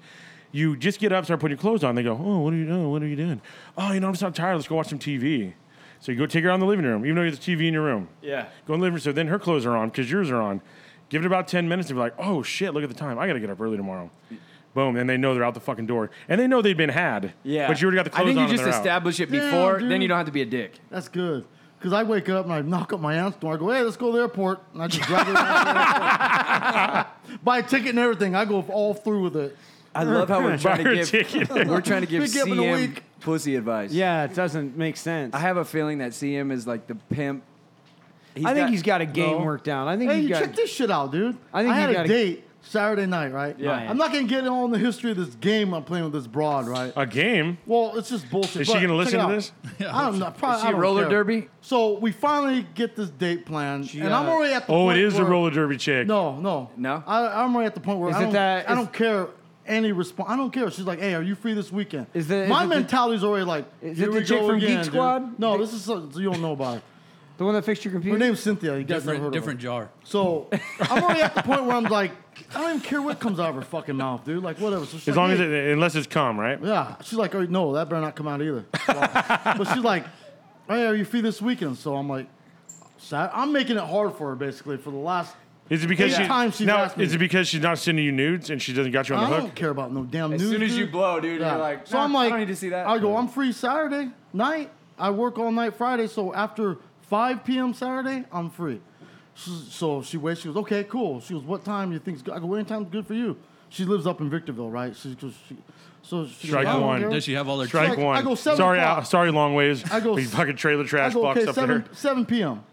E: you just get up, start putting your clothes on. They go, oh, what are you doing? What are you doing? Oh, you know, I'm just not tired. Let's go watch some TV. So you go take her out in the living room, even though there's TV in your room.
B: Yeah.
E: Go in the living room. So then her clothes are on because yours are on. Give it about 10 minutes and be like, oh shit, look at the time. I got to get up early tomorrow. Boom. And they know they're out the fucking door. And they know they've been had.
B: Yeah,
E: But you already got the clothes
B: I think
E: on.
B: you
E: and
B: just
E: they're out.
B: establish it
C: Yeah,
B: before, then
C: dude.
B: you don't have to be a dick.
C: That's good. Cause I wake up and I knock up my aunt's door. I go, hey, let's go to the airport, and I just drive her down to the airport. buy a ticket and everything. I go all through with it.
B: I love how we're trying
E: her
B: to
E: a
B: give
E: ticket.
B: we're trying to give
C: Pick you up in a
B: CM
C: week.
B: pussy advice.
G: yeah, it doesn't make sense.
B: I have a feeling that CM is like the pimp. He's
G: I think
B: got-
G: he's got a game
C: No.
G: worked out. I think
C: Hey,
G: he
C: you
G: got
C: check this shit out, dude.
G: I
C: I think I
G: think you
C: had a
G: gotta-
C: date Saturday night, right?
B: Yeah.
C: I'm not gonna get all in the history of this game I'm playing with this broad, right?
E: A game.
C: Well, it's just bullshit.
E: Is she
C: but
E: gonna
C: check
E: listen to
C: it out.
E: this?
C: I don't know. Probably,
B: Is she
C: I don't
B: roller
C: care.
B: derby?
C: So we finally get this date planned, and I'm
B: uh,
C: already at the
E: Oh,
C: point
E: it is the
C: where-
E: roller derby chick.
C: No, no,
B: No?
C: I, I'm already at the point where
G: Is
C: I
G: it
C: don't,
G: that-
C: I
G: is-
C: don't care any response. I don't care. She's like, "Hey, are you free this weekend?"
G: Is the- is
C: my
G: it the-
C: mentality's already like,
G: Is
C: "Here
G: it the
C: we
G: chick
C: go
G: from Geek
C: again, dude."
G: Squad?
C: No,
G: The-
C: this is something you don't know about. Her,
G: the one that fixed your computer.
C: her name's Cynthia. You guys never
F: Different,
C: heard of her.
F: different jar.
C: So I'm already at the point where I'm like, I don't even care what comes out of her fucking mouth, dude. Like whatever. So she's
E: As
C: like,
E: long as
C: "Hey."
E: it, unless it's cum, right?
C: yeah, she's like, oh, no, that better not come out either. but she's like, hey, are you free this weekend? So I'm like, Sat- I'm making it hard for her basically for the last.
E: Is it because
C: Eight
E: she,
C: times she's
E: now,
C: asked me.
E: Is it because she's not sending you nudes and she doesn't got you on
C: I
E: the
C: don't
E: hook?
C: care about no damn
B: As
C: news.
B: soon as you
C: dude.
B: blow, dude,
C: Mm-hmm. Yeah.
B: you're like,
C: so
B: "Nah,
C: I'm like,
B: I don't need to see that.
C: I go, I'm free Saturday night. I work all night Friday, so after 5 p.m. Saturday, I'm free. So, so she waits. She goes, okay, cool. She goes, what time you think's good? I go, anytime's good for you. She lives up in Victorville, right? She goes, she, so she
E: Strike
C: goes, I don't
E: one.
C: care.
F: Does she have all her
E: Strike
C: like, I
E: one.
C: go seven
E: sorry,
C: o'clock.
E: Al- sorry, long ways.
C: I go
E: We
C: s-
E: fucking trailer
C: I
E: trash
C: go,
E: box
C: okay,
E: up
C: 7,
E: there.
C: 7 p.m.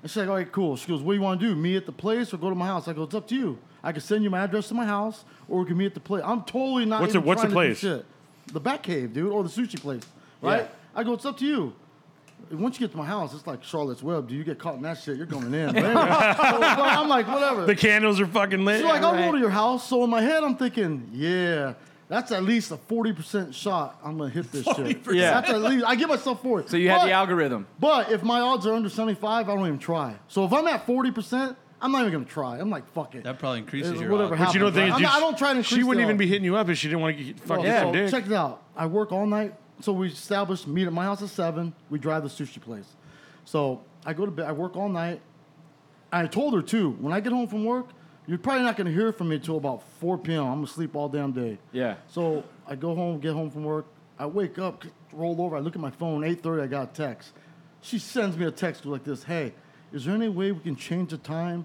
C: And she's like, all right, cool. She goes, what do you want to do? Meet at the place or go to my house? I go, it's up to you. I can send you my address to my house or we can meet at the place. I'm totally not
E: What's
C: even
E: the- what's the
C: trying to do
E: place?
C: shit. The Bat Cave, dude, or the sushi place, right? I go, it's up to you. And Once you get to my house, it's like Charlotte's Web. Do you get caught in that shit? You're going in. baby. so, so I'm like, whatever.
E: The candles are fucking lit.
C: She's like, I'll
G: right.
C: go to your house. So in my head, I'm thinking, yeah, that's at least a 40% shot. I'm going to hit this shit.
F: 40%.
B: Yeah.
C: That's at least, I give myself 40.
B: so you had
C: But-
B: the algorithm.
C: but if my odds are under 75, I don't even try. So if I'm at 40%, I'm not even going to try. I'm like, fuck it.
F: That probably increases
C: Uh,
F: your
C: whatever
F: odds.
E: but you know the thing
C: right?
E: is,
C: I'm
E: dude,
C: not- I don't try to
E: She
C: increase
E: wouldn't
C: the
E: even
C: odds.
E: be hitting you up if she didn't want to get fucking
C: Well,
E: some
C: so
E: dick.
C: check it out. I work all night. So we established meet at my house at 7. We drive to sushi place. So I go to bed. I work all night. I told her, too, when I get home from work, you're probably not going to hear from me until about 4 p.m. I'm going to sleep all damn day.
B: Yeah.
C: So I go home, get home from work. I wake up, roll over. I look at my phone. Eight thirty, I got a text. She sends me a text like this: Hey, is there any way we can change the time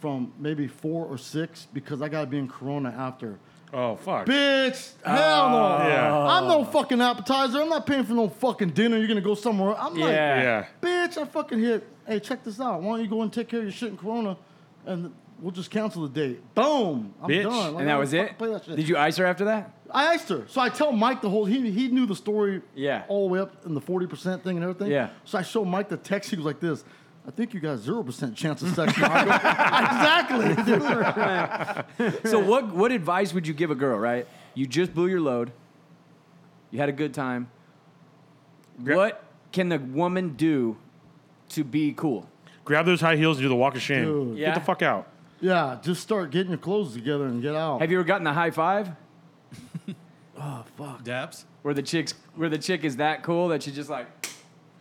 C: from maybe four or six because I gotta be in Corona after?
E: Oh fuck.
C: Bitch, hell no.
B: Ah.
E: yeah.
C: I'm no fucking appetizer. I'm not paying for no fucking dinner. You're gonna go somewhere. I'm like,
B: Yeah.
E: yeah.
C: bitch, I fucking hit. Hey, check this out. Why don't you go and take care of your shit in Corona, and we'll just cancel the date. Boom. I'm
E: Bitch.
C: done. Like,
B: And
C: I
B: that
C: don't
B: was
C: fucking
B: it?
C: Play that shit.
B: Did you ice her after that?
C: I asked her. So I tell Mike the whole. He he knew the story.
B: Yeah.
C: All the way up in the forty percent thing and everything.
B: Yeah.
C: So I showed Mike the text. He was like this. I think you got zero percent chance of sex. now." I go, exactly. dude."
B: So what what advice would you give a girl, right? You just blew your load. You had a good time. What can the woman do to be cool?
E: Grab those high heels and do the walk of shame.
C: Dude.
B: Yeah.
E: Get the fuck out.
C: Yeah. Just start getting your clothes together and get out.
B: Have you ever gotten the high five
F: Daps.
B: Oh, where the chicks where the chick is that cool that she's just like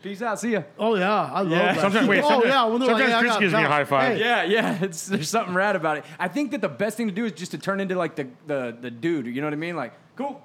B: peace out, see ya.
C: oh yeah, I love that.
E: Sometimes, wait,
C: oh
E: sometimes,
C: yeah. When they're like,
E: sometimes
C: "Hey, I
E: Chris
C: got
E: gives me a
C: time."
E: high five.
C: Hey,
B: Yeah, yeah, it's there's something rad about it. I think that the best thing to do is just to turn into like the the, the dude, you know what I mean? Like, cool,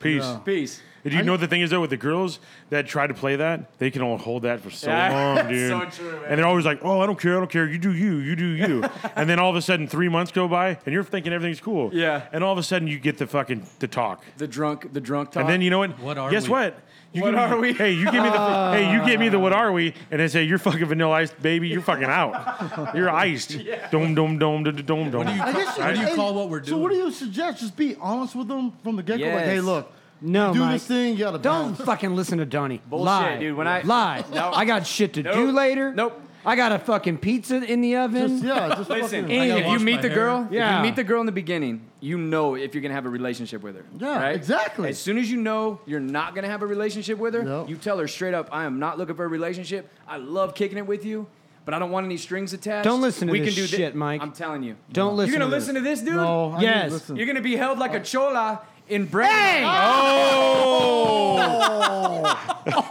E: Peace.
B: peace.
E: And you know the thing is though with the girls that try to play that, they can all hold that for so
B: Yeah,
E: long,
B: that's
E: dude.
B: so true, man.
E: And they're always like, "Oh, I don't care, I don't care. You do you, you do you." and then all of a sudden, three months go by, and you're thinking everything's cool.
B: Yeah.
E: And all of a sudden, you get the fucking the talk.
B: The drunk the drunk talk.
E: And then you know what?
F: What are
E: Guess
F: we?
E: what? You
B: What
E: give me the-
B: are we?
E: Hey, you give me the. hey, you give me the. What are we? And I say, "You're fucking vanilla iced, baby. You're fucking out. You're iced. Dom dom dom dom dom dom.
F: What do you,
C: I
F: call,
C: guess
F: what do you
C: hey,
F: call what we're doing?
C: So what do you suggest? Just be honest with them from the get go. Like,
B: Yes.
C: hey, look,
G: No,
C: do
G: Mike.
C: this thing. You gotta
G: Don't
C: balance.
G: fucking listen to Donnie.
B: Bullshit,
G: Lie.
B: dude. When I-
G: lie,
B: Nope.
G: I got shit to do
B: Nope.
G: later.
B: Nope.
G: I got a fucking pizza in the oven.
C: Just, yeah, just
B: Listen,
C: fucking,
F: I gotta
B: if you
F: wash
B: meet
F: my
B: the
F: hair.
B: girl, if
G: Yeah.
B: you meet the girl in the beginning, you know if you're gonna have a relationship with her.
C: Yeah,
B: right?
C: exactly.
B: As soon as you know you're not gonna have a relationship with her,
C: Yep.
B: you tell her straight up, "I am not looking for a relationship. I love kicking it with you, but I don't want any strings attached."
G: Don't listen to
B: we
G: this
B: can do thi-
G: shit, Mike.
B: I'm telling you,
G: Don't listen
B: You're gonna
G: to
B: listen to this, dude.
C: no, I mean,
G: Yes.
C: listen.
B: You're gonna be held
G: Oh.
B: like a chola in Oh! brain.
E: Dude,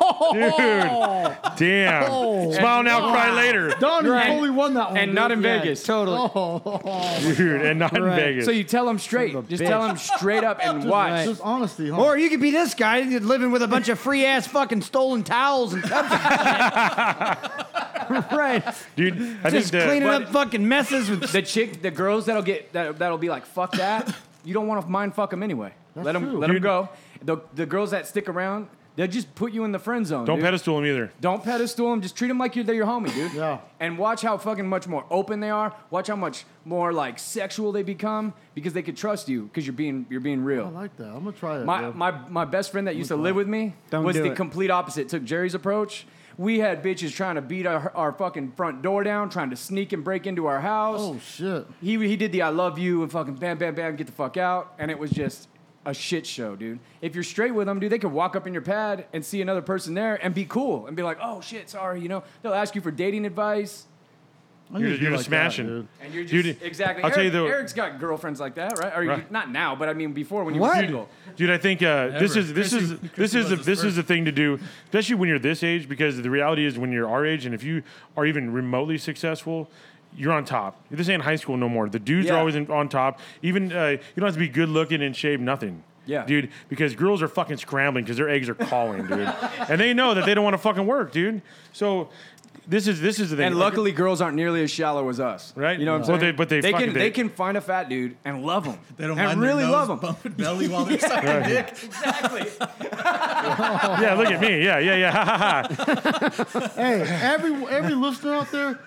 E: damn.
G: Oh.
E: Smile now, cry later.
C: Don, you
B: Right.
C: totally won that one.
B: and
C: dude.
B: not in
G: Yeah,
B: Vegas. Oh.
G: Totally.
E: Dude, and not in
G: Right.
E: Vegas.
B: So you tell them straight.
G: Son of a
B: Just
G: bitch.
B: tell them straight up and
C: Just,
B: watch.
C: just honesty, huh?
G: Or you could be this guy that's living with a bunch of free ass fucking stolen towels and cups. and shit. right.
E: Dude, I
G: Just
E: think that,
G: cleaning up fucking messes with.
B: the chick, the girls that'll get that, that'll be like, fuck that. You don't want to mind fuck them anyway. let them
C: true.
B: let them
E: Dude.
B: go. The, the girls that stick around, they'll just put you in the friend zone.
E: don't
B: dude.
E: pedestal him either.
B: Don't pedestal them. Just treat them like you're they're your homie, dude.
C: Yeah.
B: And watch how fucking much more open they are. Watch how much more like sexual they become because they could trust you because you're being you're being real.
C: I like that. I'm gonna try it.
B: My,
C: bro. Oh
B: my, my best friend that used to live with me
G: Don't
B: was
G: do
B: the
G: it.
B: complete opposite. Took Jerry's approach. We had bitches trying to beat our, our fucking front door down, trying to sneak and break into our house.
C: oh shit.
B: He, he did the I love you and fucking bam, bam, bam, get the fuck out. And it was just a shit show, dude. If you're straight with them, dude, they could walk up in your pad and see another person there and be cool and be like, oh shit, sorry, you know. They'll ask you for dating advice.
C: I
E: You're
C: need
E: just,
C: to
E: you're
C: be
E: just
C: like that,
E: smashing.
C: dude.
B: And you're just
E: Dude,
B: exactly.
E: I'll
B: Eric,
E: tell you though-
B: Eric's got girlfriends like that, right? Or you-
E: Right.
B: not now, but I mean before when you
G: What?
B: were single.
E: Dude, I think uh, this
F: Ever.
E: is this
F: Chrissy-
E: is
F: Chrissy
E: this is
F: was
E: the,
F: his
E: this is
F: first.
E: the thing to do, especially when you're this age, because the reality is when you're our age, and if you are even remotely successful, you're on top. This ain't high school no more. The dudes
B: Yeah.
E: are always in, on top. Even uh, you don't have to be good looking and shape nothing.
B: Yeah.
E: dude, because girls are fucking scrambling because their eggs are calling, dude, and they know that they don't want to fucking work, dude. So this is this is the thing.
B: And luckily, girls aren't nearly as shallow as us,
E: Right.
B: You know what I'm
E: Well,
B: saying?
E: they- but they
B: can
E: fucking-
B: they,
E: they-
B: can find a fat dude and love him.
F: They don't
B: and
F: mind
B: really
F: their nose
B: love him.
F: bumping belly while they're sucking dick.
E: yeah, look at me. Yeah, yeah, yeah. Ha, ha, ha.
C: Hey, every every listener out there,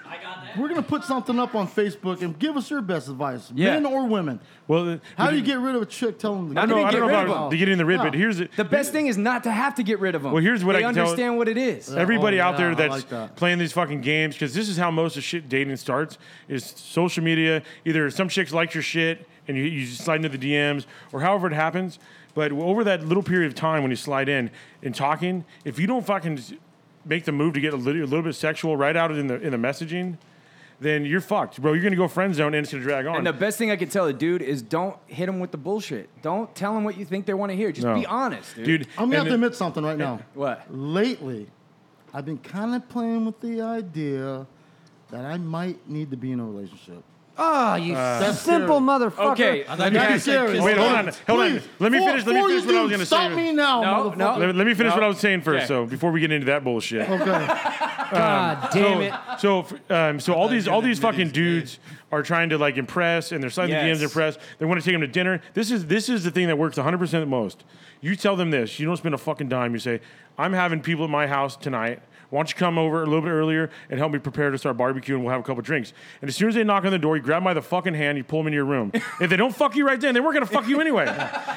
C: we're gonna put something up on Facebook and give us your best advice,
B: Yeah.
C: men or women.
E: Well, uh,
C: How do you get rid of a chick? Tell them.
E: I don't know. I
B: get
E: don't know
B: rid of
E: about
B: them.
E: getting the rid, but
C: Yeah.
E: here's the,
B: The best thing is not to have to get rid of him.
E: Well, here's what
B: they
E: I can tell-
B: understand what it is.
E: Everybody
C: Oh,
E: out there
C: yeah, I
E: that's
C: like that.
E: playing these fucking games, because this is how most of shit dating starts: is social media. Either some chicks like your shit and you, you just slide into the DMs, or however it happens. But over that little period of time when you slide in and talking, if you don't fucking s- make the move to get a little, a little bit sexual right out in the in the messaging, then you're fucked, bro. You're gonna go friend zone and it's gonna drag on.
B: And the best thing I can tell a dude is don't hit him with the bullshit. Don't tell him what you think they want to hear. Just
E: No.
B: be honest, dude.
E: dude,
C: I'm gonna have
E: and
C: to
E: the-
C: admit something right now.
B: What?
C: Lately, I've been kind of playing with the idea that I might need to be in a relationship.
G: Oh, you
C: That's scary.
G: simple motherfucker.
B: Okay.
F: I thought you
B: Yeah.
F: guys said kiss
E: Uh, Wait,
F: the
E: hold
F: lips.
E: on. Hold on. Let me
C: For-
E: finish- let me
C: for
E: finish
C: you
E: what I was
C: dudes,
E: gonna say.
C: Stop me now,
B: No, no.
E: let, let me finish
B: No.
E: what I was saying first, so
B: Okay.
E: before we get into that bullshit.
C: motherfucker. Okay.
E: Um,
G: God damn it.
E: So, f- um, so all these
F: you
E: all
F: were
E: these
F: admitting
E: fucking
F: to me.
E: dudes are trying to like impress, and they're signing
B: Yes.
E: the DMs impressed. They want to take them to dinner. This is this is the thing that works 100 percent the most. You tell them this. You don't spend a fucking dime. You say, "I'm having people at my house tonight. Why don't you come over a little bit earlier and help me prepare to start barbecuing? We'll have a couple drinks." And as soon as they knock on the door, you grab them by the fucking hand. You pull them into your room. if they don't fuck you right then, they weren't gonna fuck you anyway.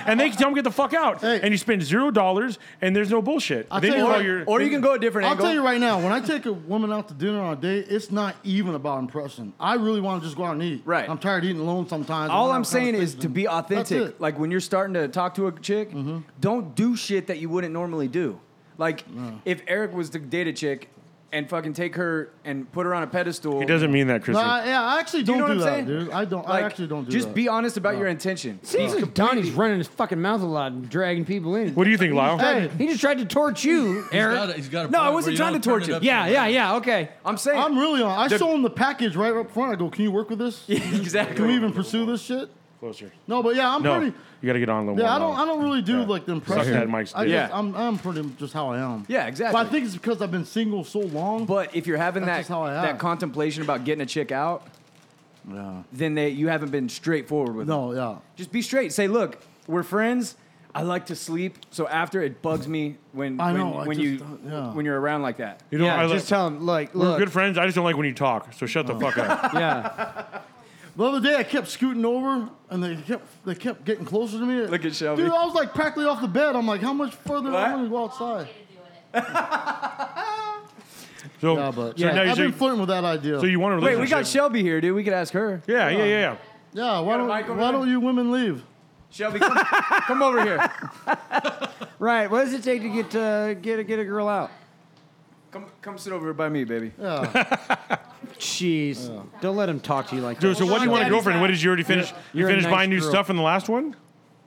E: and they tell them get the fuck out.
C: Hey.
E: And you spend zero dollars, and there's no bullshit.
C: I'll
E: then
C: tell you
E: call
C: what-
E: your-
B: Or you can go a different
C: I'll
B: angle.
C: tell you right now, when I take a woman out to dinner on a date, it's not even about impression. I really want to just go out and eat.
B: Right.
C: I'm tired of eating alone sometimes.
B: All
C: When
B: I'm
C: out
B: saying
C: kinda
B: is
C: space,
B: to be
C: that's
B: authentic.
C: it. Mm-hmm.
B: Like when you're starting to talk to a chick, don't do shit that you wouldn't normally do. Like if Eric was to date a chick and fucking take her and put her on a pedestal.
E: It doesn't mean that,
C: No,
E: Christian.
C: I, yeah, I actually don't
B: you know
C: do
B: what
C: that,
B: I'm saying?
C: dude. I don't.
B: Like,
C: I actually don't do
B: Just
C: that.
B: be honest about your intention.
G: Seems like Donnie's running his fucking mouth a lot and dragging people in.
E: What do you think, Lyle?
C: Hey,
G: He just tried to torch you, Eric.
F: Got a- he's got a
B: No, I
F: point where
B: wasn't
F: you
B: trying
F: don't
B: to
F: turn
B: torture
F: it
B: you.
F: up
G: yeah,
F: to-
G: yeah, yeah. Okay.
B: I'm saying
C: I'm really on. I show him the package right up front. I go, "Can you work with this?
B: exactly.
C: Can we even pursue this shit?"
E: Closer.
C: No, but yeah, I'm
E: No,
C: pretty.
E: you got to get on a little
C: Yeah,
E: more.
C: I don't.
E: Lyle.
C: I don't really do
E: Yeah.
C: like the
E: Suck
C: impression.
E: that Mike's
C: I
E: dick.
C: just,
B: Yeah.
C: I'm, I'm pretty just how I am.
B: Yeah, exactly.
C: But I think it's because I've been single so long.
B: But if you're having
C: That's just
B: that
C: how I
B: that
C: act.
B: contemplation about getting a chick out,
C: yeah.
B: then they you haven't been straightforward with them.
C: No, yeah.
B: Just be straight. Say, look, we're friends. I like to sleep, so after it bugs me when
C: I
B: when,
C: know, I
B: when
C: just
B: you
C: don't- yeah.
B: when you're around like that.
E: You know,
G: yeah,
E: I like,
G: just tell him, like,
E: we're
G: look.
E: good friends. I just don't like when you talk. So shut the fuck up.
G: yeah.
C: The other day, I kept scooting over, and they kept they kept getting closer to me.
B: Look at Shelby.
C: Dude, I was like practically off the bed. I'm like, how much further?
B: What?
C: I want to go outside.
E: So,
C: Yeah, but
E: so
C: yeah,
E: now you
C: I've been
E: say,
C: flirting with that idea.
E: so you want a
B: Wait,
E: relationship?
B: we got Shelby here, dude. We could ask her.
E: yeah, yeah, yeah, yeah.
C: yeah, why
B: a
C: don't
B: mic over
C: why
B: there?
C: don't you women leave?
B: Shelby, come, come over here.
G: Right. What does it take to get uh, get a, get a girl out?
B: Come come sit over by me, baby.
G: Jeez. Don't let him talk to you like
E: Dude,
G: that.
E: so what do you want a
B: Daddy's
E: girlfriend? What did you already finish? you
G: you're a
E: finished
G: nice
E: buying new
G: girl.
E: stuff in the last one?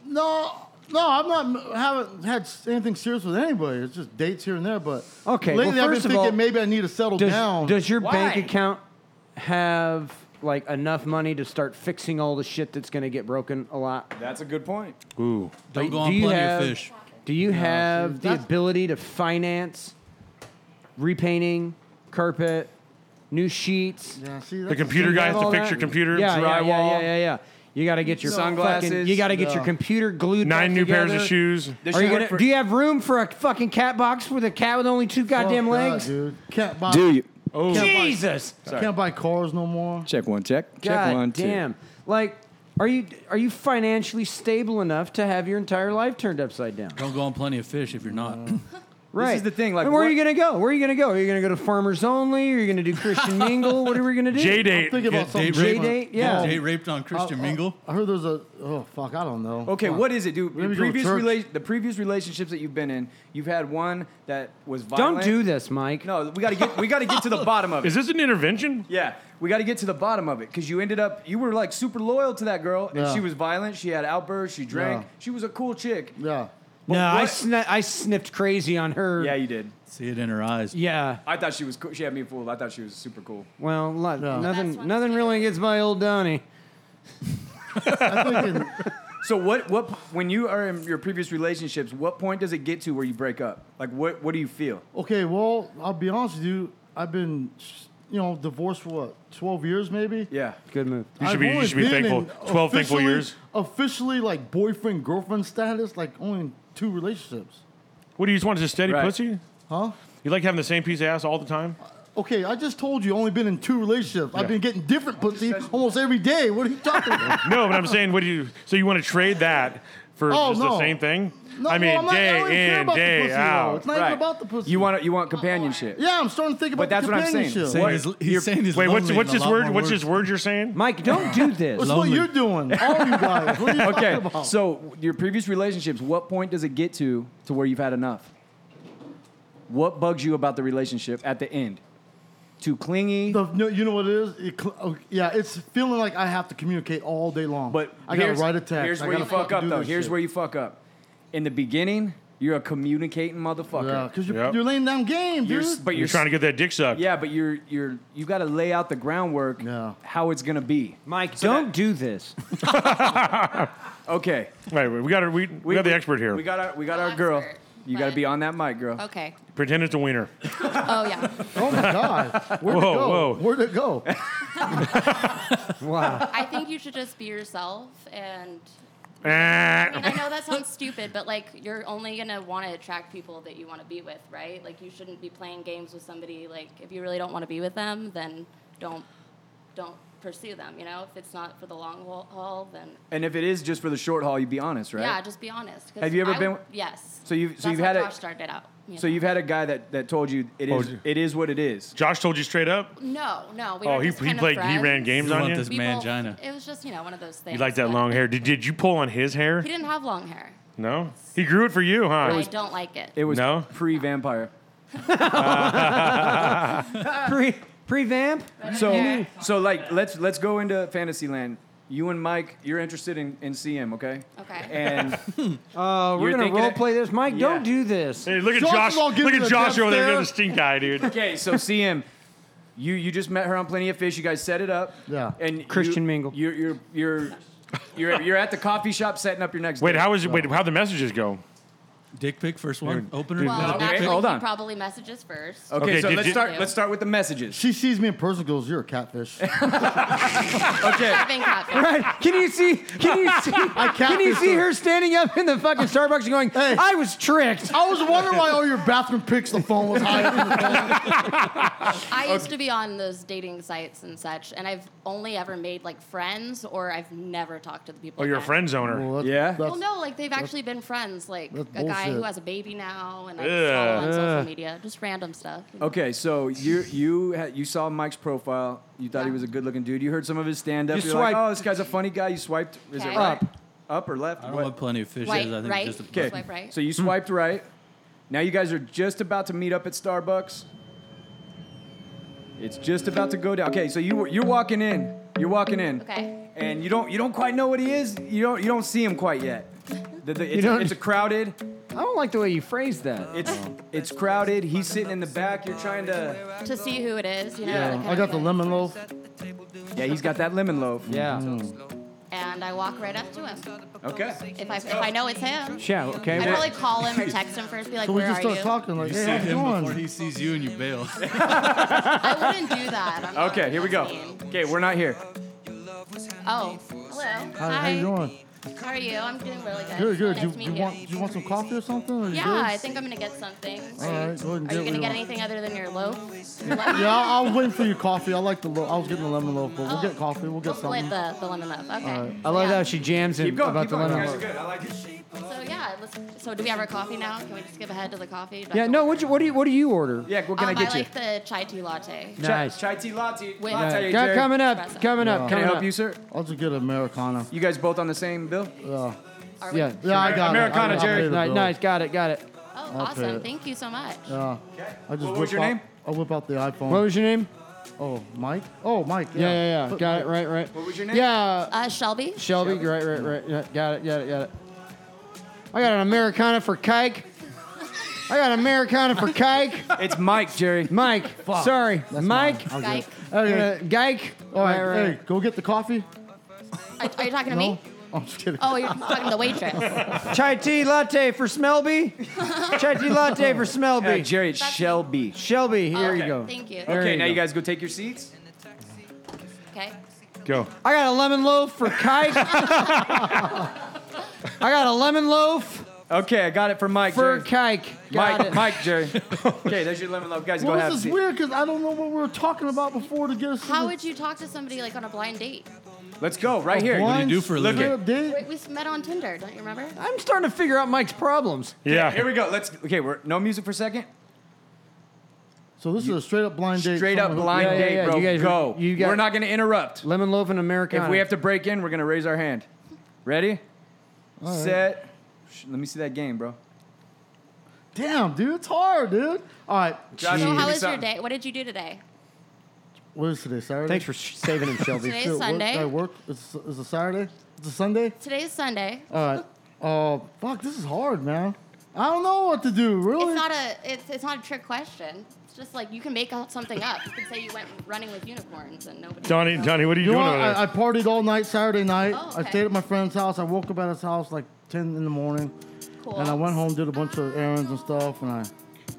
C: No, no, I'm not. Haven't had anything serious with anybody. It's just dates here and there. But
G: Okay, well,
C: lately I've been
G: first of
C: thinking
G: all,
C: maybe I need to settle down.
G: Does, does your
B: Why?
G: bank account have like enough money to start fixing all the shit that's going to get broken a lot?
B: That's a good point.
E: Ooh.
F: Don't go
G: Do
F: on
G: you
F: plenty
G: have-
F: of fish.
G: Do you have the
C: that's-
G: ability to finance repainting, carpet, new sheets?
C: yeah, see,
E: The
C: that's-
E: computer
G: You
E: guy
G: have
E: has to
G: all
E: fix
G: that?
E: your computer,
G: yeah, yeah,
E: drywall,
G: yeah, yeah, yeah, yeah. You got to get your
B: Sunglasses.
G: Fucking, you got to get your
C: Yeah.
G: computer glued. back
E: nine new pairs of
G: together.
E: shoes.
B: This
G: Are you
B: should work
G: gonna,
B: for-
G: do you have room for a fucking cat box with a cat with only two
C: fuck
G: goddamn
C: that,
G: legs?
C: dude. Can't buy.
E: Oh,
G: Jesus!
C: Can't buy cars no more.
B: check one, check check
G: God
B: one, two.
G: damn! Like, are you are you financially stable enough to have your entire life turned upside down?
F: Don't go on plenty of fish if you're not.
G: Right.
B: is the thing, like,
G: and where
B: what-
G: are you gonna go? Where are you gonna go? Are you gonna go to Farmers Only? Are you gonna do Christian Mingle? What are we gonna do?
E: J
C: I'm
E: date.
C: thinking about something.
F: date rape.
C: different.
G: J-date? Yeah.
F: Date raped on Christian
C: I-
F: Mingle.
C: I heard there's a. Oh fuck, I don't know.
B: Okay,
C: Fuck.
B: what is it, dude?
C: Maybe
B: The
C: go to
B: previous,
C: church.
B: rela- the previous relationships that you've been in, you've had one that was violent.
G: Don't do this, Mike.
B: No, we gotta get we gotta get to the bottom of it.
E: Is this an intervention?
B: Yeah, we got to get to the bottom of it because you ended up you were like super loyal to that girl, and
C: Yeah.
B: she was violent. She had outbursts. She drank.
C: Yeah.
B: She was a cool chick.
C: Yeah.
G: No, I,
B: what-
G: sni- I sniffed crazy on her.
B: Yeah, you did.
F: See it in her eyes.
G: Yeah.
B: I thought she was cool. She had me fooled. I thought she was super cool.
G: Well, lo-
C: Yeah.
H: That's
G: nothing
H: one
G: nothing
H: too.
G: really gets my old Donnie.
C: I'm thinking,
B: So what? What when you are in your previous relationships, what point does it get to where you break up? Like what? What do you feel?
C: okay, well, I'll be honest with you. I've been, you know, divorced for what, 12 years maybe?
B: Yeah.
G: Good move.
E: You should
C: I've
E: be- you
C: only
E: should be
C: been
E: thankful.
C: in
E: 12 thankful
C: officially-
E: years.
C: Officially, like boyfriend girlfriend status, like only in two relationships.
E: What do you just want? Just a steady
B: Right.
E: pussy?
C: Huh?
E: You like having the same piece of ass all the time?
C: Okay, I just told you only been in two relationships.
E: Yeah.
C: I've been getting different pussy almost every day. What are you talking about?
E: No, but I'm saying, what do you? So you want to trade that for
C: Oh,
E: just
C: no.
E: the same thing?
C: No,
E: I
C: no,
E: mean,
C: I'm not- I
E: day
C: don't even care
E: in,
C: about the
E: day
C: pussy at all.
E: out.
C: It's not even about the pussy.
B: You want you want companionship.
C: yeah, I'm starting to think about
B: But
C: the
B: that's what I'm saying.
C: companionship.
F: Saying he's, he's saying he's
E: Wait, what's
F: lonely
E: what's
F: in a
E: this
F: lot
E: word?
F: more
E: What's
F: words.
E: this word you're saying?
G: Mike, don't do this.
C: That's
F: Lonely.
C: what you're doing. All you guys. What are you
B: Okay.
C: talking about?
B: So your previous relationships, what point does it get to to where you've had enough? What bugs you about the relationship at the end? Too clingy.
C: The, no, you know what it is? It cl- oh, yeah, it's feeling like I have to communicate all day long.
B: But
C: I gotta
B: here's-
C: write a text.
B: Here's
C: I
B: where you
C: gotta
B: fuck
C: fucking
B: up,
C: do
B: though.
C: this
B: Here's
C: shit.
B: where you fuck up. In the beginning, you're a communicating motherfucker.
C: Yeah, because you're,
E: Yep.
C: you're laying down game,
B: You're
C: dude.
B: s- but
E: You're
B: you're
E: trying to get that dick sucked.
B: Yeah, but you're you're you got to lay out the groundwork.
C: Yeah.
B: How it's gonna be.
G: Mike, don't do this.
B: Okay.
E: Right. We got our, we, we, got the expert here.
B: We got our we got our girl.
H: Expert.
B: You got to
H: But-
B: be on that mic, girl.
H: Okay.
E: Pretend it's a wiener.
H: Oh yeah.
C: Oh my God.
E: Whoa,
C: Where'd it go?
E: whoa.
C: Where'd it go?
G: Wow.
H: I think you should just be yourself and I mean,
E: Ah.
H: I know that sounds stupid, but like you're only gonna want to attract people that you want to be with, right? Like you shouldn't be playing games with somebody. Like if you really don't want to be with them, then don't don't pursue them. You know, if it's not for the long haul- haul, then
B: And if it is just for the short haul, you'd be honest, right?
H: yeah, just be honest. 'cause
B: Have you ever
H: I
B: been-
H: would- Yes.
B: So you've- so
H: That's
B: you've
H: how
B: had a-
H: Josh started out. you
B: So
H: know.
B: you've had a guy that, that told you it
E: Oh,
B: is
E: d-
B: it is what it is.
E: Josh told you straight up.
H: No, no. We
E: Oh,
H: were
E: he,
H: just
E: he
H: kind of
E: played. He ran
H: friends.
E: games
F: You
E: on
F: want
E: you.
F: this-
H: We both-
F: Mangina.
H: It was just you know one of those things.
E: You like that
H: but-
E: long hair? Did, did you pull on his hair?
H: He didn't have long hair.
E: No, he grew it for you, huh?
H: I don't like it.
B: It was
E: No?
B: pre vampire.
G: Pre pre vamp.
B: So so like let's let's go into Fantasyland. You and Mike, you're interested in, in CM, okay?
H: Okay.
B: And
G: Uh, we're
B: You're
G: gonna
B: thinking
G: role
B: it-
G: play this, Mike.
B: Yeah.
G: Don't do this.
E: Hey, look at
C: Josh
E: Josh.
C: is all giving
E: Look
C: the
E: at Josh
C: death
E: over there
C: stare.
E: getting the stink eye, dude.
B: okay, so CM, you you just met her on Plenty of Fish. You guys set it up.
C: Yeah.
B: And
G: Christian
B: you,
G: mingle.
B: You're you're you're you're you're at the coffee shop setting up your next.
E: Wait,
B: date.
E: how is it? Wait, how the messages go?
F: Dick pic, first one. Opener.
H: well,
B: Wait,
H: naturally,
B: hold on.
H: he probably messages first.
B: Okay,
E: Okay,
B: so
E: did
B: let's
E: you-
B: start. Let's start with the messages.
C: She sees me in person goes, You're a catfish.
B: Okay.
H: Having catfish.
G: Right. Can you see? Can you see? Can you see her standing up in the fucking Starbucks and going,
C: Hey.
G: "I was tricked."
C: I was wondering why all your bathroom pics, the phone was high up in the phone.
H: I used to be on those dating sites and such, and I've only ever made like friends, or I've never talked to the people.
E: Oh, you're a
H: again.
E: friend zoner.
C: Well, that's-
B: Yeah?
C: that's-
H: Well, no, like they've actually been friends. Like a
C: that's
H: guy who
C: bullshit.
H: has a baby now, and I just follow on social media, just random stuff. you know.
B: Okay, so you you ha- you saw Mike's profile. You thought he
H: Yeah.
B: was a good-looking dude. You heard some of his stand-up.
G: You
B: You are like,
G: swiped-
B: oh, this guy's a funny guy. You swiped. Is it
H: Okay.
B: right?
G: Up.
B: Up or left?
F: I don't know what plenty of fish
H: White,
F: is. I think
H: right?
F: just a Hmm.
B: Okay.
H: Swipe right.
B: So you swiped right. Now you guys are just about to meet up at Starbucks. It's just about to go down. Okay, so you were- you're walking in. You're walking in.
H: Okay.
B: And you don't you don't quite know what he is. You don't you don't see him quite yet. The, the, it's,
G: don't-
B: it's a crowded.
G: I don't like the way you phrased that.
B: It's it's crowded. He's sitting in the back. You're trying to.
H: to see who it is, you know. that kind
C: I
H: of
C: got the
H: thing.
C: lemon loaf.
B: Yeah, he's got that lemon loaf. Mm-hmm.
G: Yeah.
H: And I walk right up to him.
B: Okay.
H: If I if I know it's him,
G: Shout. Okay.
H: I'd
G: well-
H: probably call him or text him first, be like,
C: So we
H: "Where
C: just
H: are
C: start
H: you?"
C: talking, like,
F: You
C: Hey,
F: see
C: how's it
F: him
C: going?
F: before he sees you and you bail.
H: I wouldn't do that. I'm not-
B: Okay, here we go.
H: that's mean.
B: Okay, we're not here.
H: Oh, hello.
C: How, how you doing?
H: How are you? I'm doing really good.
C: Good, good.
H: Nice
C: Do you,
H: to
C: do
H: meet
C: you want do you want some coffee or something? Are you
H: Yeah,
C: good?
H: I think I'm gonna get something.
C: All right, go ahead and
H: Are
C: get
H: you
C: what
H: gonna
C: you
H: get
C: want.
H: anything other than your loaf?
C: Yeah, I, I was waiting for your coffee. I like the loaf. I was getting the lemon loaf, but we'll
H: Oh.
C: get coffee. We'll get
H: Split
C: something.
H: the, the lemon loaf. Okay.
G: I love
H: yeah.
G: how she jams in
B: Keep going.
G: about
B: Keep
G: the
B: going. You
G: lemon.
B: guys are
G: loaf.
B: good. I like it.
H: So yeah, let's, so do we have our coffee now? Can we just skip ahead to the coffee?
G: Yeah. No. What, you, what do you What do you order?
B: Yeah, what
H: Um,
B: can
H: I,
B: I get you?
H: like the chai tea latte.
B: Chai-
G: Nice.
B: Chai tea latte.
H: With-
B: latte
G: Got
B: Jerry.
G: coming up.
H: Espresso.
G: Coming up.
B: Can I
G: coming
B: help
G: up.
B: you, sir?
C: I'll just get Americana.
B: You guys both on the same bill?
C: Yeah,
H: Are we-
G: Yeah.
C: yeah, I got
B: Americana,
C: it. I- I
B: Jerry.
C: paid the
G: Nice,
C: bill.
G: nice. Got it. Got it.
H: Oh,
C: Okay.
H: awesome. Thank you so much.
C: Yeah. I just
B: What was
C: whip
B: your
C: out-
B: name?
C: I whip out the iPhone.
G: What was your name?
C: oh, Mike. Oh, Mike.
G: Yeah. Yeah. Yeah. Got it. Right. Right.
B: What was your name?
G: Yeah.
H: Uh, Shelby?
G: Shelby. Right. Right. Right. Yeah, got it. Got it. Got it. I got an Americana for Kike. I got an Americana for Kike.
B: It's Mike, Jerry.
G: Mike. Sorry. Mike.
C: Mike.
H: Skype.
G: Uh, Gike.
C: All right, hey, go get the coffee.
G: Oh,
H: Are, are you talking to me?
C: No, I'm just kidding.
H: Oh, you're talking to the waitress.
G: Chai tea latte for Smelby. Chai tea latte for
B: Uh,
G: Smelby.
B: Jerry, it's Shelby.
G: Shelby, here you go.
H: Thank you.
G: There
B: Okay,
G: you
B: now
G: go.
B: you guys go take your seats.
H: Okay.
E: Go.
G: I got a lemon loaf for Kike. I got a lemon loaf
B: Okay, I got it for Mike.
G: for
B: Jerry.
G: Kike. Got
B: Mike,
G: it.
B: Mike, Jerry. Okay, there's your lemon loaf. Guys, go
C: well,
B: have a
C: this is
B: seat.
C: weird because I don't know what we were talking about before to get us.
H: How would you talk to somebody like on a blind date?
B: Let's go, right here.
F: What do you do for a
B: Look
F: living?
B: at-
C: Date?
H: Wait, we met on Tinder, don't you remember?
G: I'm starting to figure out Mike's problems.
B: Here
E: Yeah.
B: we go. Let's okay, we're no music for a second.
C: So this is a straight up blind date.
B: Straight up
C: Someone who-
B: blind
G: Yeah, yeah,
B: date,
G: yeah,
B: bro.
G: you guys-
B: go.
G: you got-
B: we're not gonna interrupt.
G: Lemon loaf and Americana.
B: If we have to break in, we're gonna raise our hand. Ready? Set. Sh- Let me see that game, bro.
C: Damn, dude, it's hard, dude. All right,
B: Josh,
H: So
B: give
H: how
B: me
H: was your
B: something.
H: day? What did you do today?
C: what is today? Saturday.
G: Thanks for sh- saving him, Shelby.
H: Today's
C: Shit, work-
H: Sunday.
C: I work. It's, it's a Saturday. It's a Sunday.
H: Today's Sunday.
C: All right. Oh, fuck, this is hard, man. I don't know what to do. Really.
H: It's not a it's, it's not a trick question. It's just like you can make out something up. You can say you went running with unicorns and nobody.
E: Donnie,
H: knows.
E: Donnie, what are you,
C: You know
E: doing
C: what?
E: over there?
C: I, I partied all night Saturday night.
H: Oh,
C: I
H: okay.
C: stayed at my friend's house. I woke up at his house like 10 in the morning.
H: Cool.
C: And I went home, did a bunch of errands and stuff. And I,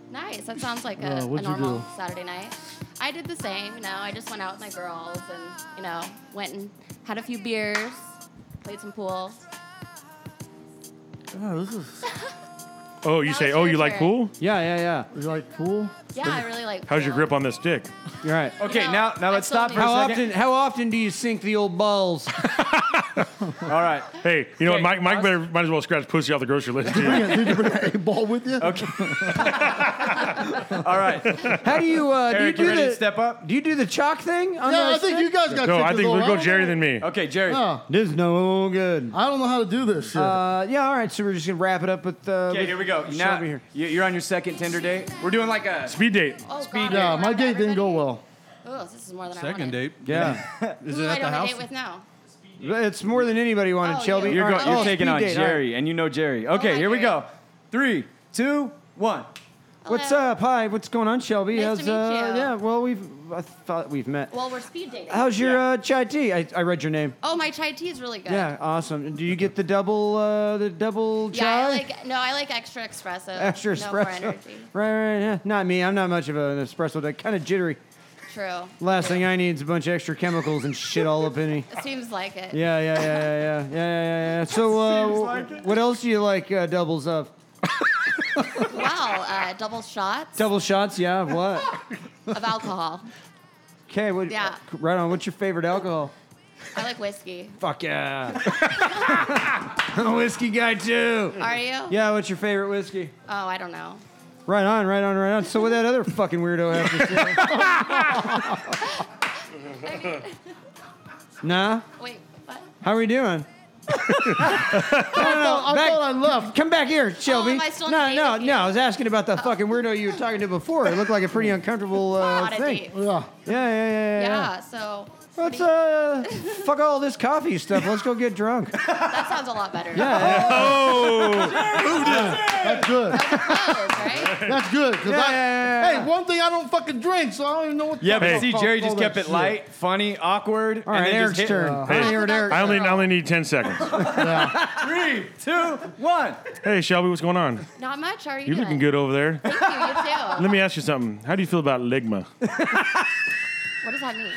H: Nice. That sounds like
C: Yeah,
H: a,
G: Uh,
H: a
C: what'd you
H: normal
C: do?
H: Saturday night. I did the same. You know, I just went out with my girls and you know went and had a few beers, played some pool.
C: oh, this is
E: oh, you
H: That
E: say,
H: was
E: oh,
H: your
E: you like
H: turn.
E: pool?
G: Yeah, yeah, yeah.
C: you like pool.
H: Yeah, I really like.
E: How's your
H: pool.
E: grip on this stick?
G: You're right.
B: Okay,
H: know,
B: now now
H: I
B: let's
H: still
B: stop
H: need-
B: for
G: How
B: a
G: often?
B: second.
G: How often do you sink the old balls?
B: All right.
E: Hey, you know what?
B: Okay,
E: Mike, Mike
B: us-
E: better might as well scratch pussy off the grocery list. Dude.
C: Yeah, Did you bring that eight ball with you?
B: Okay. All right.
G: How do you? Uh,
B: Eric,
G: do
B: you
G: you do
B: ready
G: the
B: to step up?
G: Do you do the chalk thing? on
C: Yeah,
G: the
C: I think
G: stick?
C: you guys got
E: no,
C: kicked
E: I
C: as
E: think
C: well.
E: we'll go
C: don't
E: Jerry
C: know.
E: than me.
B: Okay, Jerry.
C: Yeah,
G: This is no good.
C: I don't know how to do this shit.
G: Uh, yeah, all right. So we're just gonna wrap it up with. Uh,
B: Okay,
G: with-
B: here we go.
G: Show
B: Now
G: me here.
B: you- you're on your second Tinder date. We're doing like a
E: Speed date.
H: Oh,
B: Speed
H: God,
C: yeah,
H: I
C: my date didn't go well.
H: Oh, this is more than I
F: Second
H: wanted.
F: date.
G: Yeah,
F: Is
H: Who
F: it
H: am I
F: at the
H: on a
F: house?
H: date with now?
G: it's more than anybody wanted,
H: Oh,
G: Shelby.
H: yeah.
B: You're,
G: All
B: go-
G: right,
B: you're
G: oh,
B: taking
G: speed
B: on
G: date, all right.
B: Jerry, and you know Jerry. Okay,
H: hi,
B: here we
H: Jerry.
B: go. Three, two, one.
G: What's
H: Hello.
G: up? Hi, what's going on, Shelby?
H: Nice to
G: How's
H: meet
G: uh,
H: you.
G: yeah? Well, we've I thought we've met.
H: Well, we're speed dating.
G: How's your uh, chai tea? I, I read your name.
H: oh, my chai tea is really good.
G: Yeah, awesome. And Do you get the double uh, the double
H: Yeah, I
G: chai?
H: like no, I like extra espresso.
G: Extra
H: no more
G: espresso.
H: energy.
G: Right, right, yeah. Not me. I'm not much of an espresso. That kind of jittery.
H: True.
G: Last thing I need is a bunch of extra chemicals and shit all up in me.
H: It seems like it.
G: Yeah, yeah, yeah, yeah, yeah, yeah, yeah, yeah. So, uh, w- what else do you like uh, doubles of?
H: Wow, uh, double shots
G: Double shots, yeah. of What?
H: of alcohol.
G: Okay, what,
H: Yeah.
G: right on. What's your favorite alcohol?
H: I like whiskey.
G: Fuck yeah. I'm a whiskey guy too.
H: Are you?
G: Yeah, what's your favorite whiskey?
H: Oh, I don't know.
G: Right on, right on, right on. So what that other fucking weirdo have to say? nah.
H: Wait, what?
G: How are we doing? no, no, no.
C: I
G: back-
C: thought I left.
G: Come back here, Shelby.
H: Oh, am I still on
G: no,
H: a date
G: no,
H: with
G: no.
H: you? Oh.
G: I was asking about that fucking weirdo you were talking to before. It looked like a pretty uncomfortable uh,
H: Not a
G: thing.
H: date. Yeah.
C: Yeah.
G: Yeah, yeah, yeah, yeah. yeah.
H: So. what
G: Let's
H: do you-
G: uh, fuck all this coffee stuff. Let's go get drunk.
H: That sounds a lot better. Oh.
G: Yeah, yeah.
E: Oh!
C: That's good.
H: Close, right?
C: That's good. 'cause
G: Yeah,
C: I-
G: yeah, yeah, yeah.
C: Hey, one thing I don't fucking drink, so I don't even know what. the
B: Yeah,
C: fuck
B: but
C: I'll
B: see,
C: call-
B: Jerry
C: call
B: just
C: that
B: kept it
C: shit.
B: light, funny, awkward.
G: All right, Eric's turn.
E: Hey.
G: Hey, Eric, Eric.
E: I only, I only need 10 seconds.
B: Three, two, one.
E: hey, Shelby, what's going on?
H: Not much. How Are you?
E: You're looking good over there.
H: Thank you. You too.
E: Let me ask you something. How do you feel about Ligma?
G: Oh.
H: What does that mean?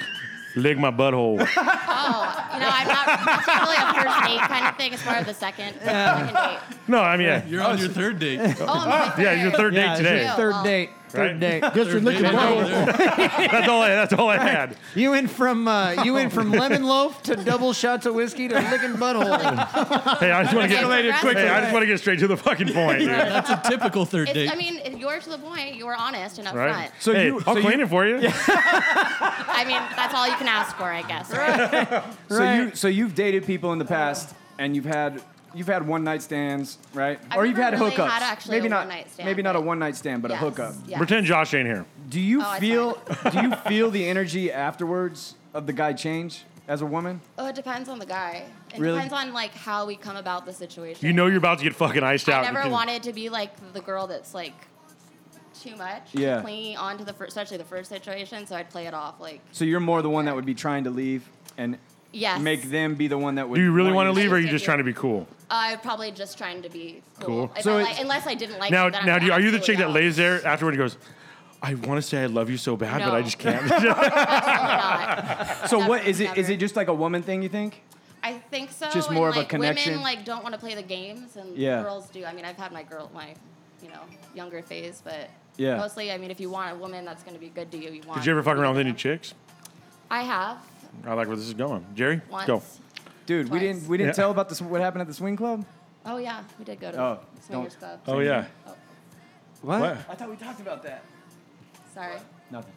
E: Lig my butthole.
H: Oh, you know, I'm not. That's not really a first date kind of thing. It's more of the second, second date.
E: No, I mean, yeah,
F: You're on your third date.
H: Oh, I'm on my
E: yeah your third
G: Yeah,
E: date
G: it's your
E: today.
H: Yeah.
G: Third
H: Well,
G: date.
E: Right?
G: Third date.
C: Guess you're licking
F: Date
C: my
F: over
C: hole.
F: there.
E: That's all I, that's all I had.
G: You went from uh, you went from lemon loaf to double shots of whiskey to licking butthole.
E: Hey, I just want to get
H: Escalated quickly.
E: Hey, I just want to get straight to the fucking point. dude.
F: That's a typical third
H: It's, I
F: date.
H: mean, if you were to the point, you were honest and upfront.
E: Right.
B: So
E: So hey,
B: you-
E: I'll
B: so
E: clean
B: you-
E: it for you.
H: I mean, that's all you can ask for, I guess. Right?
B: So you, so you've dated people in the past, and you've had. You've had one night stands, right?
H: I've
B: or you've had
H: never really
B: hookups.
H: had actually
B: maybe
H: a
B: not.
H: one-night stand,
B: maybe not a
H: but-
B: one night stand, but
H: Yes,
B: a hookup.
H: yes.
E: Pretend Josh ain't here.
B: Do you
H: Oh, I
B: feel? do you feel the energy afterwards of the guy change as a woman?
H: Oh, it depends on the guy. It
B: Really?
H: depends on like how we come about the situation.
E: You know you're about to get fucking iced
H: I
E: out.
H: never
E: because-
H: wanted to be like the girl that's like too much,
B: Yeah.
H: clinging on to the first, especially the first situation. So I'd play it off like,
B: So you're more the one that would be trying to leave and
H: yes,
B: make them be the one that would.
E: Do you really want to
B: you
E: leave, or are you
H: Yes, I
E: just
H: do.
E: trying to be cool?
H: I probably just trying to be cool.
E: Cool.
H: If
B: So
H: I
B: it's-
H: like, unless I didn't like
E: Now,
H: it, then I'm
E: now, do you, are you the chick
H: absolutely
E: that
H: not.
E: lays there afterward and goes, "I want to say I love you so bad, but I
H: No.
E: just can't."
H: Absolutely not.
B: So what
H: Never,
B: is it? Is
H: never.
B: it just like a woman thing? You think?
H: I think so.
B: Just
H: and,
B: more of a
H: like,
B: connection?
H: Women like don't want to play the games, and
B: Yeah.
H: girls do. I mean, I've had my girl, my you know, younger phase, but
B: Yeah.
H: mostly, I mean, if you want a woman that's going to be good to you, you want.
E: Did you ever fuck around with any
H: know?
E: chicks?
H: I have
E: I like where this is going. Jerry,
H: once.
E: go.
B: Dude,
H: Twice.
B: we didn't we didn't
E: Yeah.
B: tell about this what happened at the swing club.
H: Oh yeah, we did go to
B: Oh,
H: swingers
B: don't-
H: club.
E: Oh yeah.
H: Oh,
G: What?
E: What?
B: I thought we talked about that.
H: sorry.
B: Nothing.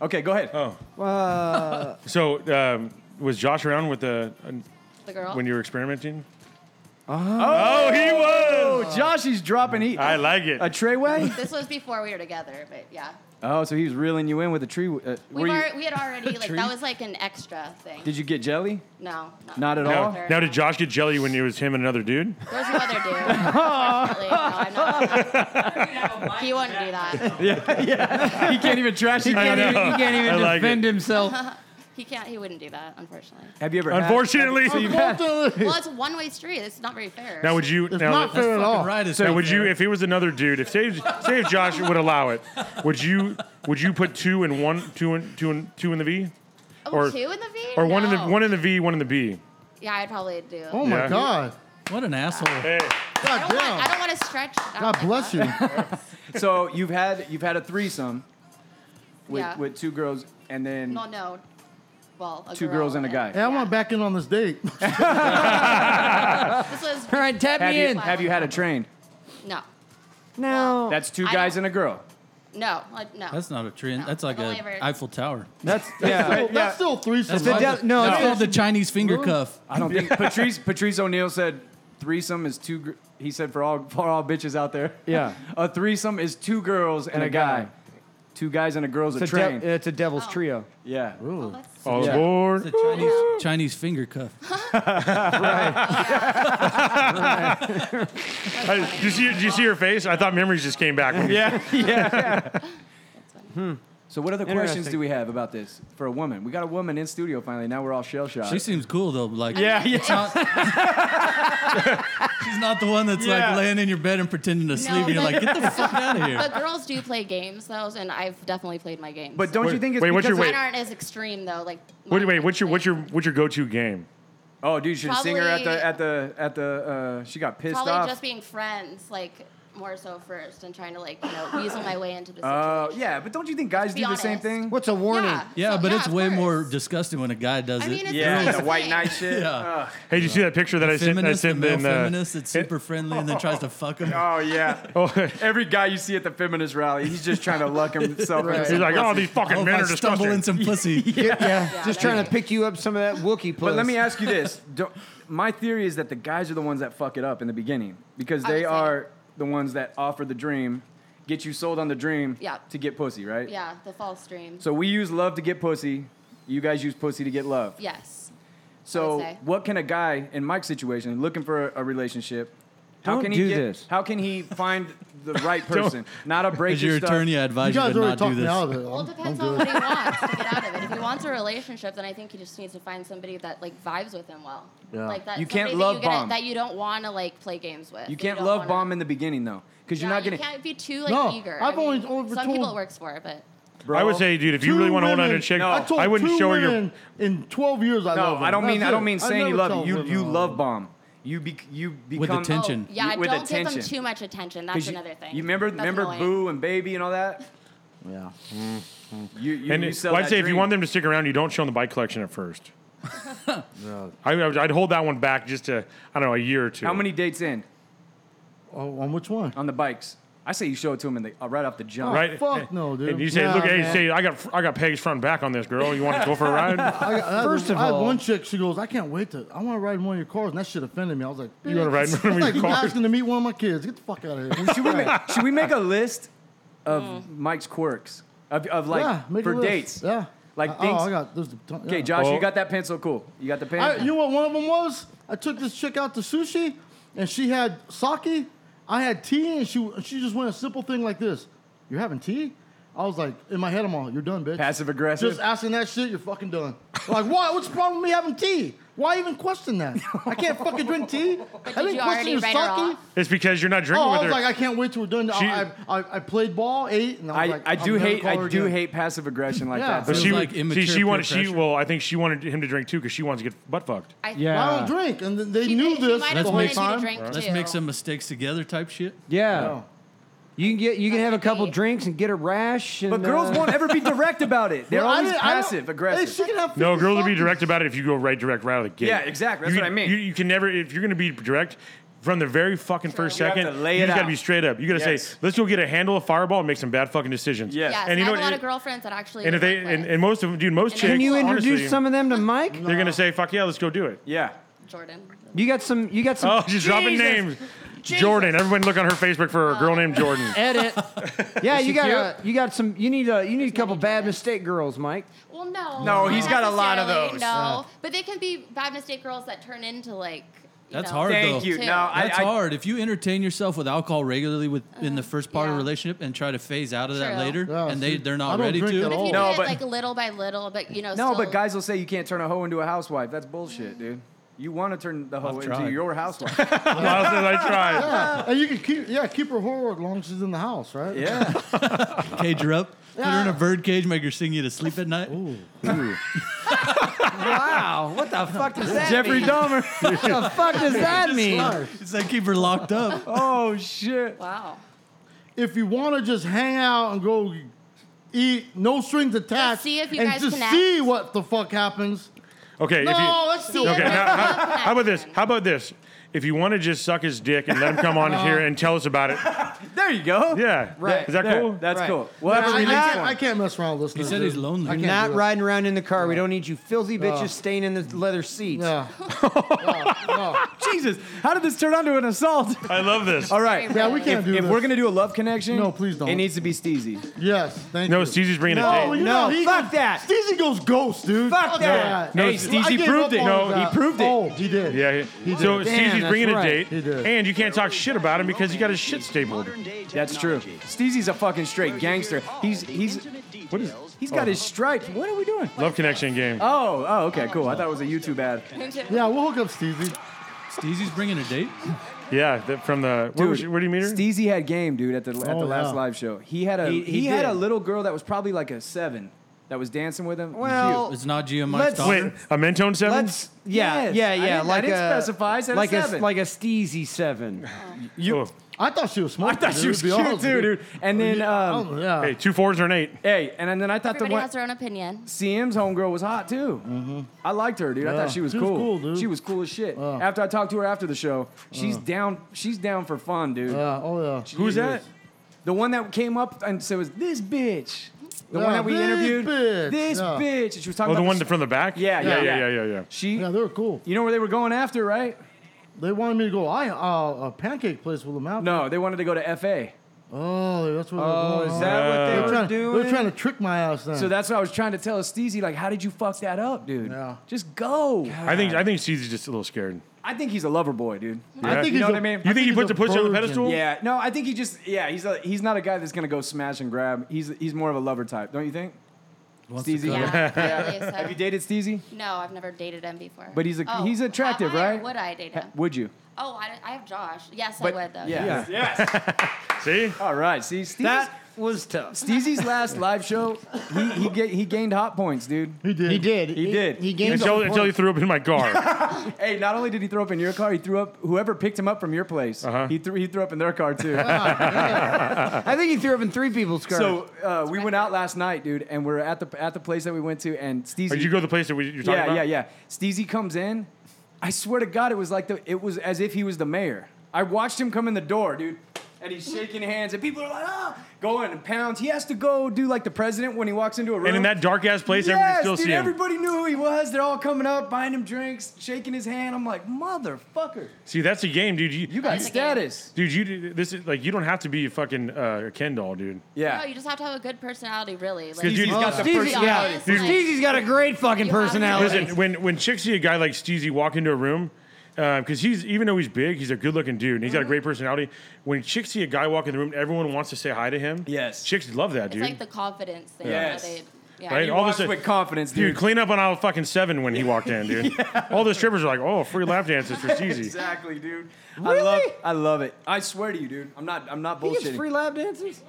B: Okay, go ahead.
E: Oh,
G: Uh,
E: so um, was Josh around with the
H: The girl.
E: when you were experimenting? Oh, he was.
B: Oh, Josh, he's dropping heat.
E: I like it.
B: a treyway?
H: This was before we were together, but yeah.
B: oh, so he was reeling you in with a tree. Uh,
H: We,
B: were you,
H: were, we had already, like, that was like an extra thing.
B: did you get jelly?
H: no, no.
B: Not at all?
E: Now,
H: Very
E: now, did
H: much.
E: Josh get jelly when it was him and another dude?
H: There's no other dude. Unfortunately, no, I'm not. he wouldn't do that.
B: he can't even trash he
E: can't even- he can't even I like defend it.
B: himself.
H: He can't. He wouldn't do that. Unfortunately.
B: Have you ever had-
E: Unfortunately.
C: Unfortunately,
H: Well, it's a one-way street. It's not very fair.
E: Now, would you?
C: it's
E: now,
C: not fair at all.
F: Right. it's
E: now,
F: not
E: would you?
F: fair.
E: If he was another dude, if say, say if Josh would allow it, would you? Would you put two and one, two and two and two in the V,
H: oh,
E: or-
H: two in the V?
E: or one in the
H: No.
E: one in the V, one in the B?
H: Yeah, I'd probably do.
C: Oh my
E: Yeah.
C: God.
F: What an asshole.
E: Hey,
H: I
C: God
H: don't want. I
C: damn.
H: don't want to stretch. it out
C: God
H: like
C: bless
H: that.
C: you.
B: So you've had you've had a threesome with
H: Yeah.
B: with two girls and then
H: No, no. Well, a
B: two
H: girl
B: girls and a guy.
C: Hey, I want back in on this date.
H: This was
G: All right, tap
B: Have
G: me
B: you,
G: in.
B: have you had a train?
H: no,
G: No.
B: That's two
H: I
B: guys
H: don't-
B: and a girl.
H: no, like, no.
F: That's not a tree.
H: No,
F: That's like
H: I've
F: a
H: only ever-
F: Eiffel Tower.
G: That's
B: Yeah.
C: Well, that's still threesome.
F: That's
G: the
F: called
G: del- no,
F: that's
G: it's-
F: called the Chinese finger cuff.
B: I don't think Patrice Patrice O'Neill said threesome is two. gr- He said for all for all bitches out there.
G: Yeah.
B: a threesome is two girls and,
G: And
B: a
G: a
B: guy.
G: guy.
B: Two guys and a girl's a
G: It's a,
B: train.
G: de- it's a devil's trio.
B: yeah.
H: Oh, that's-
E: all
B: Yeah.
E: aboard!
F: The Chinese Chinese finger cuff.
E: Hey, Did you, see, did you see her face? I thought memories just came back. when-
B: Yeah. Hmm. So what other questions
G: Interesting.
B: do we have about this for a woman? We got a woman in studio finally. Now we're all shell shocked.
F: She seems cool though. Like
B: Yeah, yeah.
F: it's not- she's not the one that's
B: Yeah.
F: like laying in your bed and pretending to sleep. and You're
H: but-
F: like, get the fuck out of here.
H: But girls do play games though, and I've definitely played my games.
B: But don't you
E: Wait,
B: think it's
E: wait,
B: because
E: what's your
H: mine
E: wait.
H: aren't as extreme though. Like
E: Wait,
H: mine
E: wait.
H: are
E: What's your what's your
H: like-
E: what's your go-to game?
B: Oh, dude, you should sing her at the
H: Probably-
B: at the at the. Uh, she got pissed
H: probably
B: off.
H: just being friends, like more so first, and trying to like you know weasel my way into the situation.
B: uh, yeah, but don't you think guys do
H: Be
B: the same
H: honest.
B: thing?
G: What's a warning?
H: Yeah,
F: Yeah,
H: so-
F: but it's
H: of
F: way more
H: course.
F: disgusting when a guy does
H: I
F: it.
H: mean, it's
B: Yeah,
H: the
B: the
H: same
B: white
H: thing.
B: knight shit. Ugh.
E: Hey, did you see that picture that I sent? I
F: feminist, the
E: sent
F: male
E: in. Uh,
F: feminist that's super friendly and then tries to fuck him.
B: Oh yeah.
E: oh,
B: Every guy you see at the feminist rally, he's just trying to luck himself. into
E: he's
B: some
E: like,
B: pussy.
E: oh, these fucking
F: Hope
E: men
F: I
E: are
F: stumble in
E: disgusting.
F: some pussy.
G: Yeah. Just trying
H: that'd
G: to pick you up some of that Wookiee puss.
B: But let me ask you this: Don't, my theory is that the guys are the ones that fuck it up in the beginning because
H: I would
B: they
H: say-
B: are the ones that offer the dream, get you sold on the dream,
H: Yeah.
B: to get pussy, right?
H: Yeah, the false dream.
B: So we use love to get pussy. You guys use pussy to get love.
H: yes.
B: So
H: say.
B: what can a guy in Mike's situation looking for a, a relationship? How
G: Don't
B: can he
G: do
B: get,
G: this.
B: How can he find the right person? Not a break
F: As your
B: his stuff.
F: attorney, I
C: You
F: advise you,
C: guys
F: to
C: already
F: not do
C: talked me
F: this.
C: out of it.
H: Well,
C: I'm-
H: it depends
C: I'm
H: on
C: good.
H: what he wants to get out of it. If he wants a relationship, then I think he just needs to find somebody that like vibes with him well.
C: Yeah.
H: Like that.
B: You can't
H: somebody
B: love
H: that you gonna-
B: bomb.
H: that you don't want to like play games with.
B: You
H: that
B: can't
H: don't
B: love
H: wanna-
B: bomb in the beginning though, because
H: Yeah,
B: you're not
H: you
B: gonna.
H: can't be too like
C: No,
H: eager.
C: I've
H: I mean,
C: only over
H: some
C: told-
H: people it works for, but
B: Bro.
E: I would say, dude, if you
C: Two
E: really want to hold on to a
C: women-
E: chick,
B: No.
C: I, told
E: I wouldn't
C: two
E: show her your
C: women in 12 years I
B: No,
C: love
B: I don't
C: them.
B: mean
C: That's
B: I don't
C: it.
B: mean
C: I
B: saying
C: never
B: you love
C: tell
B: it. you
C: women
B: you
C: I
B: love
C: them.
B: bomb. You be you become
F: attention.
H: Oh, yeah,
B: with
H: don't give
B: attention.
H: them too much attention. That's
B: 'Cause you-
H: another thing.
B: You remember
H: That's
B: remember
H: annoying.
B: Boo and Baby and all that.
C: Yeah.
E: Hmm.
B: You you,
E: and
B: you
E: it-
B: sell
E: well, I'd
B: that
E: say if you
B: dream.
E: want them to stick around, you don't show them the bike collection at first. I, would- I'd hold that one back just to I don't know a year or two.
B: How many dates in
C: Oh, on which one?
B: on the bikes? I say you show it to them and they, uh, right off the jump.
E: Right?
C: Oh, fuck no, dude.
E: And you say,
G: Nah,
E: look, hey,
G: man.
E: say I got I got pegs front and back on this girl. You want to go for a
B: Oh,
E: ride?
C: I got,
G: First
C: I,
G: of
C: I had
G: all-
C: one chick. She goes, "I can't wait to. I want to ride in one of your cars." And that shit offended me. I was like,
E: You wanna ride in one of
C: That's
E: your
C: like
E: cars?
C: asking to meet one of my kids. Get the fuck out of here.
B: Should we make, should we make a list of Mike's quirks of, of like
C: yeah, make a
B: for
C: list.
B: dates?
C: Yeah.
B: Like
C: I-
B: things-
C: Oh, I got. There's a ton, yeah.
B: Okay, Josh,
E: Oh.
B: you got that pencil. Cool. You got the pen.
C: I, you know what one of them was? I took this chick out to sushi, and she had sake. I had tea, and she she just went a simple thing like this. You're having tea? I was like, in my head, I'm all, you're done, bitch.
B: Passive aggressive.
C: Just asking that shit, you're fucking done. Like, why? What's the problem with me having tea? Why even question that? I can't fucking drink tea. I
H: did
C: didn't
H: you
C: question
H: already
C: your
H: write
C: sake.
H: her off?
E: it's because you're not drinking
C: Oh, I
E: with
C: was
E: her.
C: like, I can't wait till we're done.
E: She-
C: I, I, I- I played ball, ate, and I
B: I,
C: was like,
B: I
C: I'm
B: do
C: never
B: hate
C: call
B: I
C: her
B: do
C: again.
B: hate passive aggression like
C: Yeah.
B: that.
C: But
E: But
B: though.
E: she,
F: like
E: see,
F: immature
E: she
F: peer
E: wanted she
F: pressure.
E: well, I think she wanted him to drink too because she wants to get butt fucked.
H: I,
G: Yeah.
C: I don't drink, and th- they
H: She
C: knew
H: might- she
C: this
H: might
C: the
H: have
C: whole
H: wanted you to
C: time.
H: drink
F: Let's
H: too.
F: make some mistakes together type shit.
G: Yeah.
C: No.
G: You can get you can
H: That's
G: have a
H: a
G: couple
H: date.
G: drinks and get a rash. And,
B: but girls
G: uh,
B: won't ever be direct about it. They're
C: Well, I
B: always
C: didn't- I don't-
B: passive
C: Hey,
B: aggressive.
C: she can have
E: No,
C: fifty
E: girls will be
C: fucking-
E: direct about it if you go right direct right out of the gate.
B: Yeah, exactly. That's
E: You
B: what I
E: can-
B: mean.
E: You, you can never if you're going to be direct from the very fucking first
B: You have
E: second.
B: to lay
E: you
B: it
E: just
B: out.
E: to be straight up. You got to
B: Yes.
E: say, let's go get a handle of Fireball and make some bad fucking decisions.
B: Yes.
H: Yes,
B: And
H: and
E: you
H: I have a
E: know what,
H: lot
E: it-
H: of girlfriends that actually.
E: And if they
H: work
E: and,
H: with.
E: and most of them, dude, most
H: And
E: chicks.
G: Can you
H: Well,
G: introduce
E: honestly,
G: some of them to Mike?
E: They're going to say, fuck yeah, let's go do it.
B: Yeah.
H: Jordan.
G: You got some. You got some.
E: Oh, she's dropping
G: Jesus.
E: names. Jordan. Everyone look on her Facebook for a girl named Jordan.
G: Edit. yeah, you
B: she
G: got
B: cute?
G: a, you got some. You need a you need a couple bad mistake girls, Mike.
H: Well, no.
B: No,
H: not
B: he's got a lot of
H: necessarily,
B: those.
H: No,
B: Uh.
H: but they can be bad mistake girls that turn into like. you
F: That's
H: know,
F: hard,
B: Thank
F: though.
B: you.
H: Too.
B: No, I,
F: That's
B: I-
F: hard. If you entertain yourself with alcohol regularly within the first part
H: Uh,
F: of
H: yeah.
F: a relationship and try to phase out of that
H: True.
F: later,
C: Yeah,
F: and they
C: see,
F: they're
C: I
F: not
C: don't
F: ready
C: drink
F: to,
C: at
H: But if
C: all.
H: you
B: No,
H: do it
B: but-
H: like little by little, but you know.
B: No,
H: still,
B: but guys will say you can't turn a hoe into a housewife. That's bullshit, dude. You want to turn the hoe into
F: tried.
B: your housewife.
E: Miles says, I tried.
C: Yeah, and you can keep yeah keep her whore as long as she's in the house, right?
B: yeah.
F: cage her up, put her in a bird cage, make her sing you to sleep at night.
G: Wow, what the fuck does that
B: Jeffrey
G: mean?
B: Dahmer.
G: What the fuck does that mean?
F: It's like keep her locked up.
B: oh shit.
H: Wow.
C: If you want to just hang out and go eat, no strings attached,
H: see if you
C: and
H: guys
C: just
H: connect.
C: see what the fuck happens.
E: Okay.
C: No,
E: if you,
C: let's do
E: Okay,
H: Yeah.
E: how, how- how about this?
H: Action.
E: How about this? If you want to just suck his dick and let him come on here and tell us about it,
B: Uh-huh. There you go.
E: yeah.
G: Right.
E: Is that
B: There,
E: cool?
B: That's
G: Right.
B: cool. We'll
C: I,
B: have a
C: I
B: release
C: can't,
B: form.
C: I can't mess around with this.
F: He said he's lonely.
C: I
F: You're
C: can't
G: You're not
C: do it.
G: riding around in the car. We don't need you filthy bitches staying in the leather seats.
C: Yeah.
B: Jesus, how did this turn onto an assault?
E: I love this.
B: All right.
C: Yeah, we can't
B: If,
C: do
B: if
C: this.
B: we're gonna do a love connection,
C: No, please don't.
B: It needs to be Steezy.
C: Yes, thank
E: No,
C: you.
E: Steezy's bringing
G: No,
E: a
C: well,
E: date.
C: you
G: no,
C: he
G: fuck
C: goes-
G: that.
C: Steezy goes ghost, dude.
G: Fuck that.
B: No,
C: No,
B: Hey, Steezy proved it.
E: No,
B: he proved it.
C: Oh, he did.
E: Yeah. He, so
G: did. Damn,
E: Steezy's
G: that's
E: bringing
G: right.
E: a date,
C: He did.
E: and you can't talk shit about him because you got his shit stapled.
B: That's true. Steezy's a fucking straight gangster. He's he's
E: What is? Oh,
B: he's got his stripes. What are we doing?
E: Love connection game.
B: Oh, oh, okay, cool. I thought it was a YouTube ad.
C: Yeah, we'll hook up Steezy.
F: Steezy's bringing a date.
E: Yeah, that from the where, was,
B: Dude,
E: she- where do you meet her?
B: Steezy had game, dude, at the at
C: Oh,
B: the last
C: yeah.
B: live show. He had a he,
G: He- he
B: had
G: did.
B: a little girl that was probably like a seven that was dancing with him.
G: Well,
F: It's not Gia Mike's
G: Let's-
F: daughter.
E: Wait, a Mentone 7
G: Let's. Yeah,
B: Yes.
G: yeah,
B: I
G: yeah.
B: didn't- I
G: like
B: didn't
G: a
B: specify. I said a
G: like
B: seven.
G: like a steezy seven.
E: you.
C: I thought she was smart.
B: I thought she was
C: dude,
B: cute
C: to be honest,
B: too, dude. And then um,
C: Oh, yeah.
E: Hey, two fours or an eight.
B: hey, and then I thought
H: Everybody
B: the one
H: has their own opinion.
B: CM's homegirl was hot too. I liked her, dude. I
C: Mm-hmm. Yeah.
B: thought she was
C: She was
B: cool.
C: cool, dude.
B: She was cool as shit. After I talked to her after the show, she's down. She's down for fun, dude.
C: Yeah, oh yeah.
E: Who's that?
B: The one that came up and said was this bitch. The
C: Yeah,
B: one that we
C: this
B: interviewed.
C: bitch,
B: This
C: yeah.
B: bitch. And she was talking
E: Oh,
B: about
E: the one
B: the
E: from the back.
B: Yeah, yeah,
E: yeah,
B: yeah.
E: yeah, yeah. yeah.
B: she.
C: Yeah, they were cool.
B: You know where they were going after, right?
C: They wanted me to go. I uh, a pancake place with them out.
B: No, they wanted to go to FA.
C: Oh, that's what.
G: Oh,
C: they're
G: is
C: going
G: that
C: on.
G: what they
E: Uh,
G: were
C: They're trying,
G: doing?
C: they're trying to trick my ass then.
B: So that's what I was trying to tell Steezy. Like, how did you fuck that up, dude?
C: Yeah.
B: Just go.
E: I think I think Steezy's just a little scared.
B: I think he's a lover boy, dude.
E: Yeah.
B: You know what I mean?
E: You think he
C: he's
E: puts
C: a
E: a pussy on the
C: virgin.
E: pedestal?
B: Yeah, no, I think he just yeah he's a, he's not a guy that's gonna go smash and grab. He's he's more of a lover type, don't you think?
F: Wants to
B: Steezy.
F: cut
B: Yeah.
F: it.
H: Yeah, I believe so.
B: Have you dated Steezy?
H: No, I've never dated him before.
B: But he's a-
H: Oh,
B: he's attractive,
H: have I or
B: right?
H: Would I date him?
B: Would you?
H: Oh, I, I have Josh. Yes,
B: But-
H: I would though.
B: Yeah.
E: See,
B: All right. See, Steezy's,
G: That was tough.
B: Steezy's last live show, he he, ga- he gained hot points, dude.
C: He did.
G: He did.
B: He did.
G: He gained
E: until
G: some
E: until he threw up in my car.
B: Hey, not only did he throw up in your car, he threw up whoever picked him up from your place.
E: Uh-huh.
B: He threw he threw up in their car too.
G: I think he threw up in three people's cars.
B: so uh, we went out last night, dude, and we're at the at the place that we went to, and Steezy.
E: Or Oh, Did you go to the place that we, you're talking
B: yeah,
E: about?
B: yeah, yeah. Steezy comes in. I swear to God, it was like the it was as if he was the mayor. I watched him come in the door, dude, and he's shaking hands, and people are like, ah, going and pounds. He has to go do like the president when he walks into a room.
E: And in that dark ass place,
B: yes,
E: everyone can still
B: dude,
E: see him.
B: everybody knew who he was. They're all coming up, buying him drinks, shaking his hand. I'm like, motherfucker,
E: see, that's a game, dude. You,
B: you got
H: That's a game.
B: status.
E: duuld you do- this is like you don't have to be a fucking uh, a Ken doll, dude.
B: Yeah.
H: No, you just have to have a good personality, really. Like,
E: Because you-
B: Steezy's
E: Oh,
B: got the
G: Steezy-
B: personality.
G: yeah.
H: Yes,
E: Dude.
H: like-
G: Steezy's got a great fucking
H: You have to-
G: personality.
E: Listen, when when chicks see a guy like Steezy walk into a room, because he's even though he's big, he's a good looking dude and he's got a
H: Mm-hmm.
E: great personality. When chicks see a guy walk in the room, everyone wants to say hi to him.
B: Yes.
E: chicks love that,
H: It's
E: dude.
H: like the confidence thing.
B: Yes.
H: How they, yeah.
E: Right?
B: He
E: all of a
B: walks
E: sudden-
B: with confidence,
E: Dude,
B: dude.
E: clean up on aisle fucking seven when he walked in, dude. All the strippers are like, "Oh, free lap dances for Steezy."
B: Exactly, dude. I
G: Really?
B: love, I love it. I swear to you, dude. I'm not, I'm not
G: he gets
B: bullshitting.
G: free lap dances.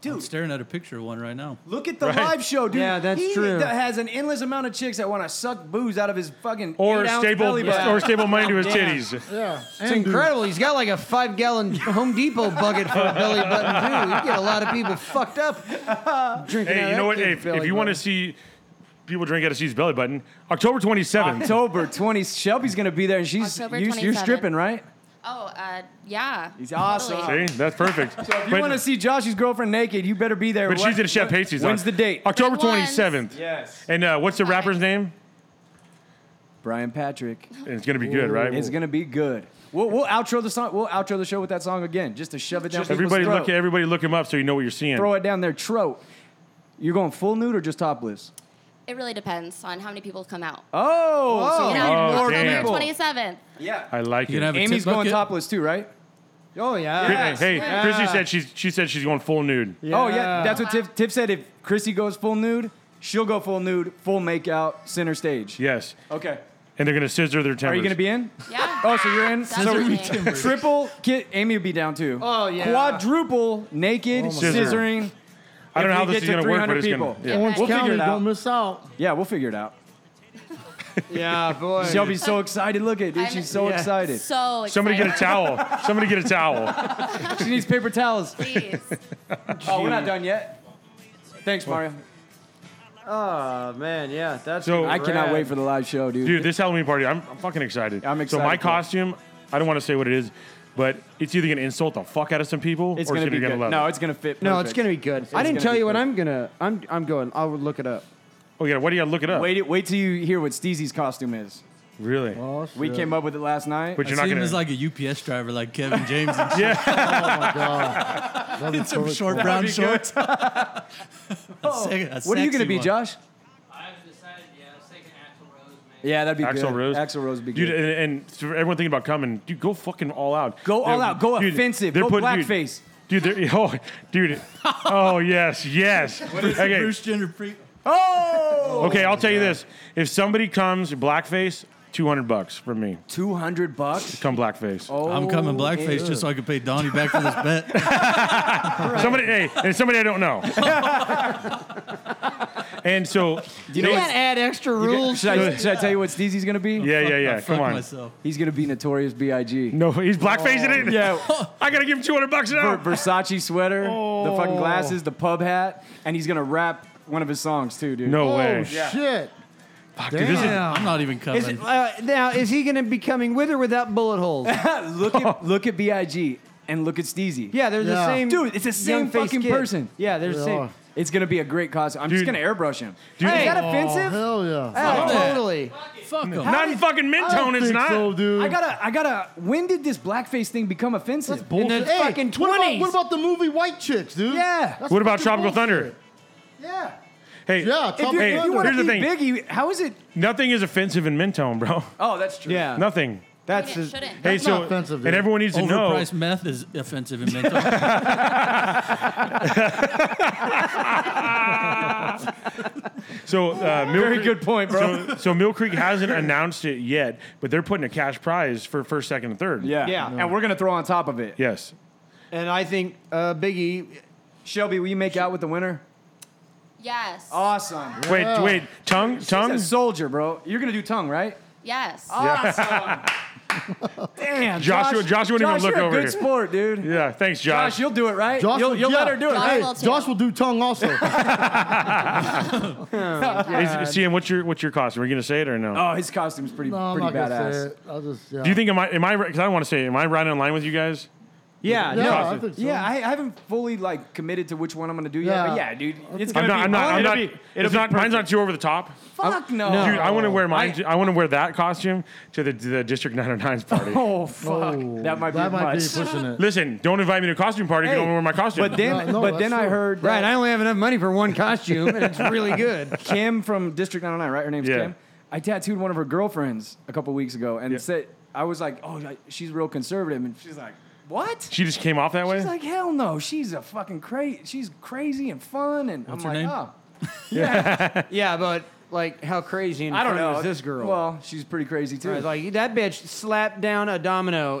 B: dude,
F: Staring at a picture of one right now.
B: look at the
E: Right.
B: live show, dude.
G: Yeah, that's
B: he
G: true.
B: th- has an endless amount of chicks that want to suck booze out of his fucking
E: Or
B: eight-ounce
E: staple,
B: belly button.
E: or staple money to his titties.
C: Yeah.
G: It's incredible. He's got like a five gallon Home Depot bucket for a belly button too. You get a lot of people fucked up drinking. out
E: Hey,
G: of
E: you
G: that
E: know what?
G: kid's
E: If,
G: belly
E: if you want to
G: button.
E: see people drink out of Steve's belly button, October 27th.
B: October 20. Shelby's gonna be there, and she's
H: October
B: you, you're
H: 27th.
B: stripping, right?
H: Oh, uh, yeah.
B: He's awesome.
E: See, that's perfect.
B: If you
E: but
B: want to see Josh's girlfriend naked, you better be there.
E: but
B: What-
E: she's at Chef
B: what-
E: Pastries.
B: When's
E: on
B: the date?
E: October
H: That one's-
E: 27th.
B: Yes.
E: And uh, what's the rapper's name?
B: Brian Patrick.
E: And it's gonna be good, right?
B: It's gonna be good. We'll, we'll outro the song. We'll outro the show with that song again, just to shove it down. people's
E: everybody
B: throat.
E: look everybody look him up so you know what you're seeing.
B: Throw it down their throat. You're going full nude or just topless?
H: It really depends on how many people come out.
B: Oh, so
H: You
B: we
H: know,
B: need
E: Oh,
B: more
E: damn.
H: October
B: people.
H: 27th.
B: Yeah.
E: I like it.
F: You can have a
B: Amy's
F: tip
B: going
F: bucket.
B: topless too, right?
G: Oh yeah.
E: Hey,
B: Yes.
E: hey,
B: Yeah.
E: Chrissy said she's she said she's going full nude.
B: Oh yeah, that's what Tiff, Tiff said. If Chrissy goes full nude, she'll go full nude, full makeout, center stage.
E: Yes,
B: Okay.
E: and they're gonna scissor their
B: Are
E: tempers.
B: you gonna be in?
H: Yeah.
B: Oh, so you're in. So
H: Scissoring.
B: we- triple. Ki- Amy would be down too.
G: Oh, yeah.
B: Quadruple naked
E: Scissor.
B: scissoring.
E: I don't know
B: If
E: how
B: we
E: this
B: get
E: is
B: to
E: gonna work, but
B: 300
E: it's gonna.
B: people.
E: Yeah.
C: Orange
B: We'll figure
C: County,
B: it out.
C: don't miss out.
B: Yeah, we'll figure it out.
G: Yeah, boy.
B: She'll be so excited. Look at dude,
H: I'm-
B: she's so
G: Yeah.
B: excited.
H: So excited.
E: Somebody get a towel. Somebody get a towel.
B: She needs paper towels.
H: Please.
B: Oh, we're not done yet. Thanks, Mario.
G: Oh man, yeah. That's
E: So-
B: I cannot wait for the live show, dude.
E: Dude, this Halloween party, I'm, I'm fucking excited.
B: I'm
E: So my
B: excited, too.
E: costume, I don't want to say what it is, but it's either gonna insult the fuck out of some people,
B: it's
E: or
B: gonna be
E: gonna
B: good.
E: love
B: no,
E: it.
B: it's gonna fit.
G: no,
B: perfect.
G: it's gonna be good. I didn't
B: gonna
G: tell
B: be
G: you what
B: good.
G: I'm gonna. I'm I'm going. I'll look it up.
E: Oh yeah, what do you gotta look it up?
B: Wait, wait till you hear what Steezy's costume is.
E: really?
C: Oh,
B: We
C: shit.
B: came up with it last night.
E: But
F: I
E: you're
F: see
E: not
F: him
E: gonna.
F: as like a UPS driver, like Kevin James, and shit. oh
C: That'd be
F: in some
C: perfect.
F: short brown shorts.
B: Oh, what are you gonna be, Josh?
I: I've decided, yeah, I was thinking Axl Rose, man.
B: Yeah, that'd be
E: Axel
B: good.
E: Rose.
B: Axel Rose would be
E: Dude,
B: good.
E: and, and for everyone thinking about coming, dude, go fucking all out.
B: Go all
E: They're-
B: out. Go
E: dude,
B: offensive.
E: they're
B: Go
E: putting-
B: blackface.
E: Dude, dude, they're- oh, dude. Oh, yes, yes. okay.
F: Bruce Jenner pre-
B: Oh,
E: okay, I'll tell you this. If somebody comes blackface, 200 bucks from me.
B: two hundred bucks. Oh,
E: Come blackface.
F: I'm coming blackface just so I can pay Donnie back for this bet.
E: Somebody, hey, and somebody I don't know. and so,
B: You know
G: You
B: what-
G: can't add extra rules.
B: should, I, should I tell you what Steezy's gonna be?
E: yeah, yeah, yeah.
F: I
E: Come
F: fuck
E: on.
F: myself.
B: He's gonna be Notorious B.I.G.
E: No, he's blackfacing it.
B: Oh, Yeah,
E: I gotta give him 200 bucks an
B: Ver-
E: hour.
B: Versace sweater, the fucking glasses, the pub hat, and he's gonna rap one of his songs too, dude.
E: No
C: Oh,
E: way.
C: shit.
E: Fuck, dude, this is-
F: I'm not even coming.
G: Is it, uh, now is he gonna be coming with or without bullet holes?
B: look at look at Big and look at Steezy.
G: Yeah, they're the
C: Yeah.
G: same.
B: Dude, it's the same
G: young-faced
B: fucking
G: kid.
B: person.
G: Yeah, they're the
C: They
G: same.
C: are.
B: It's gonna be a great costume. I'm just
E: Dude.
B: gonna airbrush him.
E: Dude,
G: Hey,
B: Is that
C: Oh,
B: offensive?
C: hell yeah.
G: Yeah,
F: Fuck that.
G: totally.
F: Fuck him.
E: not in fucking
C: I
E: Midtown,
C: don't
E: it's
C: think
E: not.
C: so, dude.
B: I gotta, I gotta. When did this blackface thing become offensive?
C: That's bullshit.
G: the fucking
C: what about-
G: 20s.
C: What about, the movie White Chicks, dude?
B: Yeah.
C: That's
E: What about
C: fucking
E: Tropical
C: bullshit.
E: Thunder?
C: Yeah.
E: Hey, hey,
C: Yeah, Tropical
B: If you
C: Thunder.
B: want
E: here's
B: to
E: the
B: be
E: thing.
B: big, you, how is it?
E: Nothing is offensive in Midtown, bro.
B: Oh, that's true.
G: Yeah.
E: Nothing.
G: That's
H: Shouldn't-
G: his-
H: shouldn't.
E: Hey,
C: That's
E: so
C: not offensive,
E: and
C: dude.
E: everyone needs to know.
F: Overpriced meth is offensive and mental.
E: So uh, Mill
B: Very
E: Creek,
B: good point, bro.
E: So, so Mill Creek hasn't announced it yet, but they're putting a cash prize for first, second, and third.
B: yeah,
G: Yeah.
B: And we're gonna throw on top of it.
E: Yes.
G: and I think uh, Biggie.
B: Shelby, will you make out with the winner?
H: Yes.
B: Awesome.
E: Wait, wait. Tongue, tongue.
B: He's a soldier, bro. You're gonna do tongue, right?
H: Yes.
B: Damn,
E: Joshua-
B: Josh,
E: Joshua didn't even
B: Josh,
E: look
B: you're
E: over
B: a
E: here.
B: good sport, dude.
E: yeah. Thanks, Josh.
B: Josh, you'll do it, right?
C: Josh
B: you'll
C: will-
B: you'll let
C: yeah.
B: her do it,
H: Josh
B: right?
H: will
C: Hey,
H: too.
C: Josh will do tongue also.
E: Is, CM, what's your what's your costume? Are you gonna say it or no?
B: Oh, his costume's pretty
C: no, I'm
B: pretty
C: not gonna say
B: badass.
C: it. I'll just, yeah.
E: Do you think am I am I because I don't want to say it, am I right in line with you guys?
B: Yeah,
C: Yeah,
B: no,
C: I think so.
B: yeah. I, I haven't fully like committed to which one I'm gonna do yet, but
C: Yeah.
B: yeah, dude, it's
E: I'm
B: gonna
E: not.
B: be.
E: I'm not. I'm
B: it'll
E: not.
B: be- it'll
E: it's
B: be
E: not. Mine's not
B: perfect.
E: too over the top.
B: Fuck no,
E: Dude, I want to wear mine.
B: I-
E: to- I, want to wear that costume to the, to the District 909's party.
B: Oh fuck,
C: Oh,
B: that might be
C: that might be
B: much.
C: pushing it.
E: Listen, don't invite me to a costume party if
B: Hey,
E: you don't wear my costume.
B: But then,
C: No, no,
B: but then
C: that's
B: I
C: true.
B: heard
G: Right,
B: that
G: I only have enough money for one costume, and it's really good.
B: Kim from District 909, right? Her name's
E: Yeah.
B: Kim. I tattooed one of her girlfriends a couple weeks ago, and
E: Yeah.
B: said I was like, "Oh, like, she's real conservative," and she's like, "What?"
E: she just came off that way.
B: She's like, "Hell no, she's a fucking crazy. She's crazy and fun." And
F: What's her
B: I'm like,
F: name?
B: "Oh,
G: Yeah, but like, how crazy and
B: I don't
G: fun
B: know."
G: is this girl?
B: Well, she's pretty crazy too.
G: Right, like that bitch slapped down a domino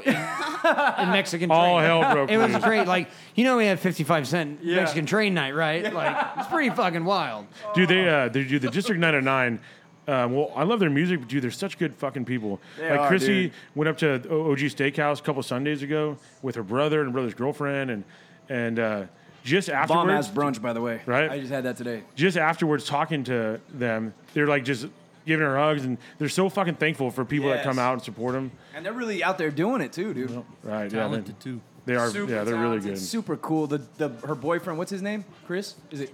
G: in, in Mexican train.
E: All hell broke
G: It was
E: loose.
G: great. Like you know, we had fifty-five cent
B: Yeah.
G: Mexican train night, right? Like it's pretty fucking wild.
E: Dude, they uh, they do the District 909. Uh, well, I love their music, but dude, they're such good fucking people.
B: They
E: like
B: are,
E: Chrissy
B: dude.
E: went up to O- OG Steakhouse a couple Sundays ago with her brother and her brother's girlfriend, and and uh, just
B: Bomb ass
E: afterwards,
B: brunch, by the way.
E: Right?
B: I just had that today.
E: just afterwards talking to them, they're like just giving her hugs, and they're so fucking thankful for people that
B: Yes.
E: come out and support them.
B: And they're really out there doing it too, dude.
E: Right?
F: Talented too.
E: Yeah, they, they are.
B: Super
E: yeah, they're really
B: talented,
E: good.
B: Super cool. The, the her boyfriend, what's his name? Chris? Is it?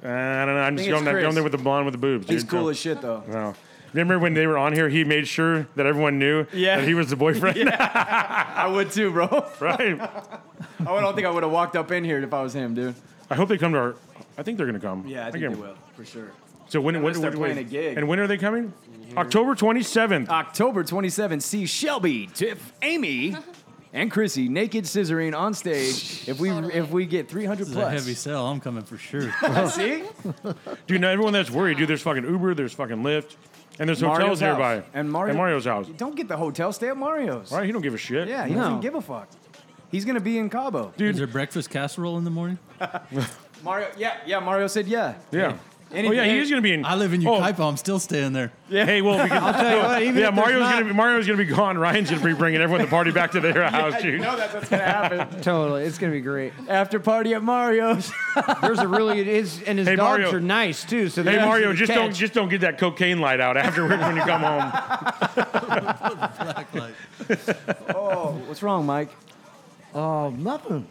E: Uh, I don't know. I'm just
B: think it's
E: going, there-
B: Chris.
E: going there with the blonde with the boobs.
B: He's
E: dude,
B: cool
E: so-
B: as shit though.
E: Wow. Remember when they were on here, he made sure that everyone knew
B: Yeah.
E: that he was the boyfriend,
B: I would too, bro.
E: right?
B: I don't think I would have walked up in here if I was him, dude.
E: I hope they come to our. I think they're gonna come. get them.
B: for sure.
E: So when when
B: Unless they're
E: when-
B: playing a gig. Mm-hmm.
E: and when are they coming? October twenty seventh.
B: October 27, see Shelby, Tiff, Amy, and Chrissy naked scissoring on stage. If we if we get 300
F: This is a
B: plus,
F: heavy sell. I'm coming for sure.
B: see
E: Dude, now everyone that's worried, dude, there's fucking Uber, there's fucking Lyft, and there's hotels
B: Mario's house.
E: nearby.
B: and Mario
E: Mario's house.
B: Don't get the hotel, stay at Mario's.
E: Right? He don't give a shit.
B: Yeah, he
G: No.
B: doesn't give a fuck. He's gonna be in Cabo.
F: Dude. Is there breakfast casserole in the morning?
B: Mario, yeah, yeah. Mario said yeah.
E: Yeah.
B: Any-
E: oh yeah, he is gonna be in.
F: I live in
E: oh,
F: Ukaipa. I'm still staying there.
E: Yeah. Hey, well, because, I'll tell you
G: what, even
E: yeah,
G: if there's
E: Mario's
G: not-
E: gonna be Mario's gonna be gone. Ryan's gonna be bringing everyone the party back to their house, dude.
B: No, that's what's gonna happen.
G: Totally, it's gonna be great.
B: After party at Mario's.
G: There's a really his and his
E: Hey,
G: dogs
E: Mario.
G: are nice too. So
E: Hey
G: they're
E: Mario,
G: easy to
E: just don't
G: catch.
E: just don't get that cocaine light out afterwards when you come home.
F: Like,
B: oh, what's wrong, Mike?
C: Oh, nothing.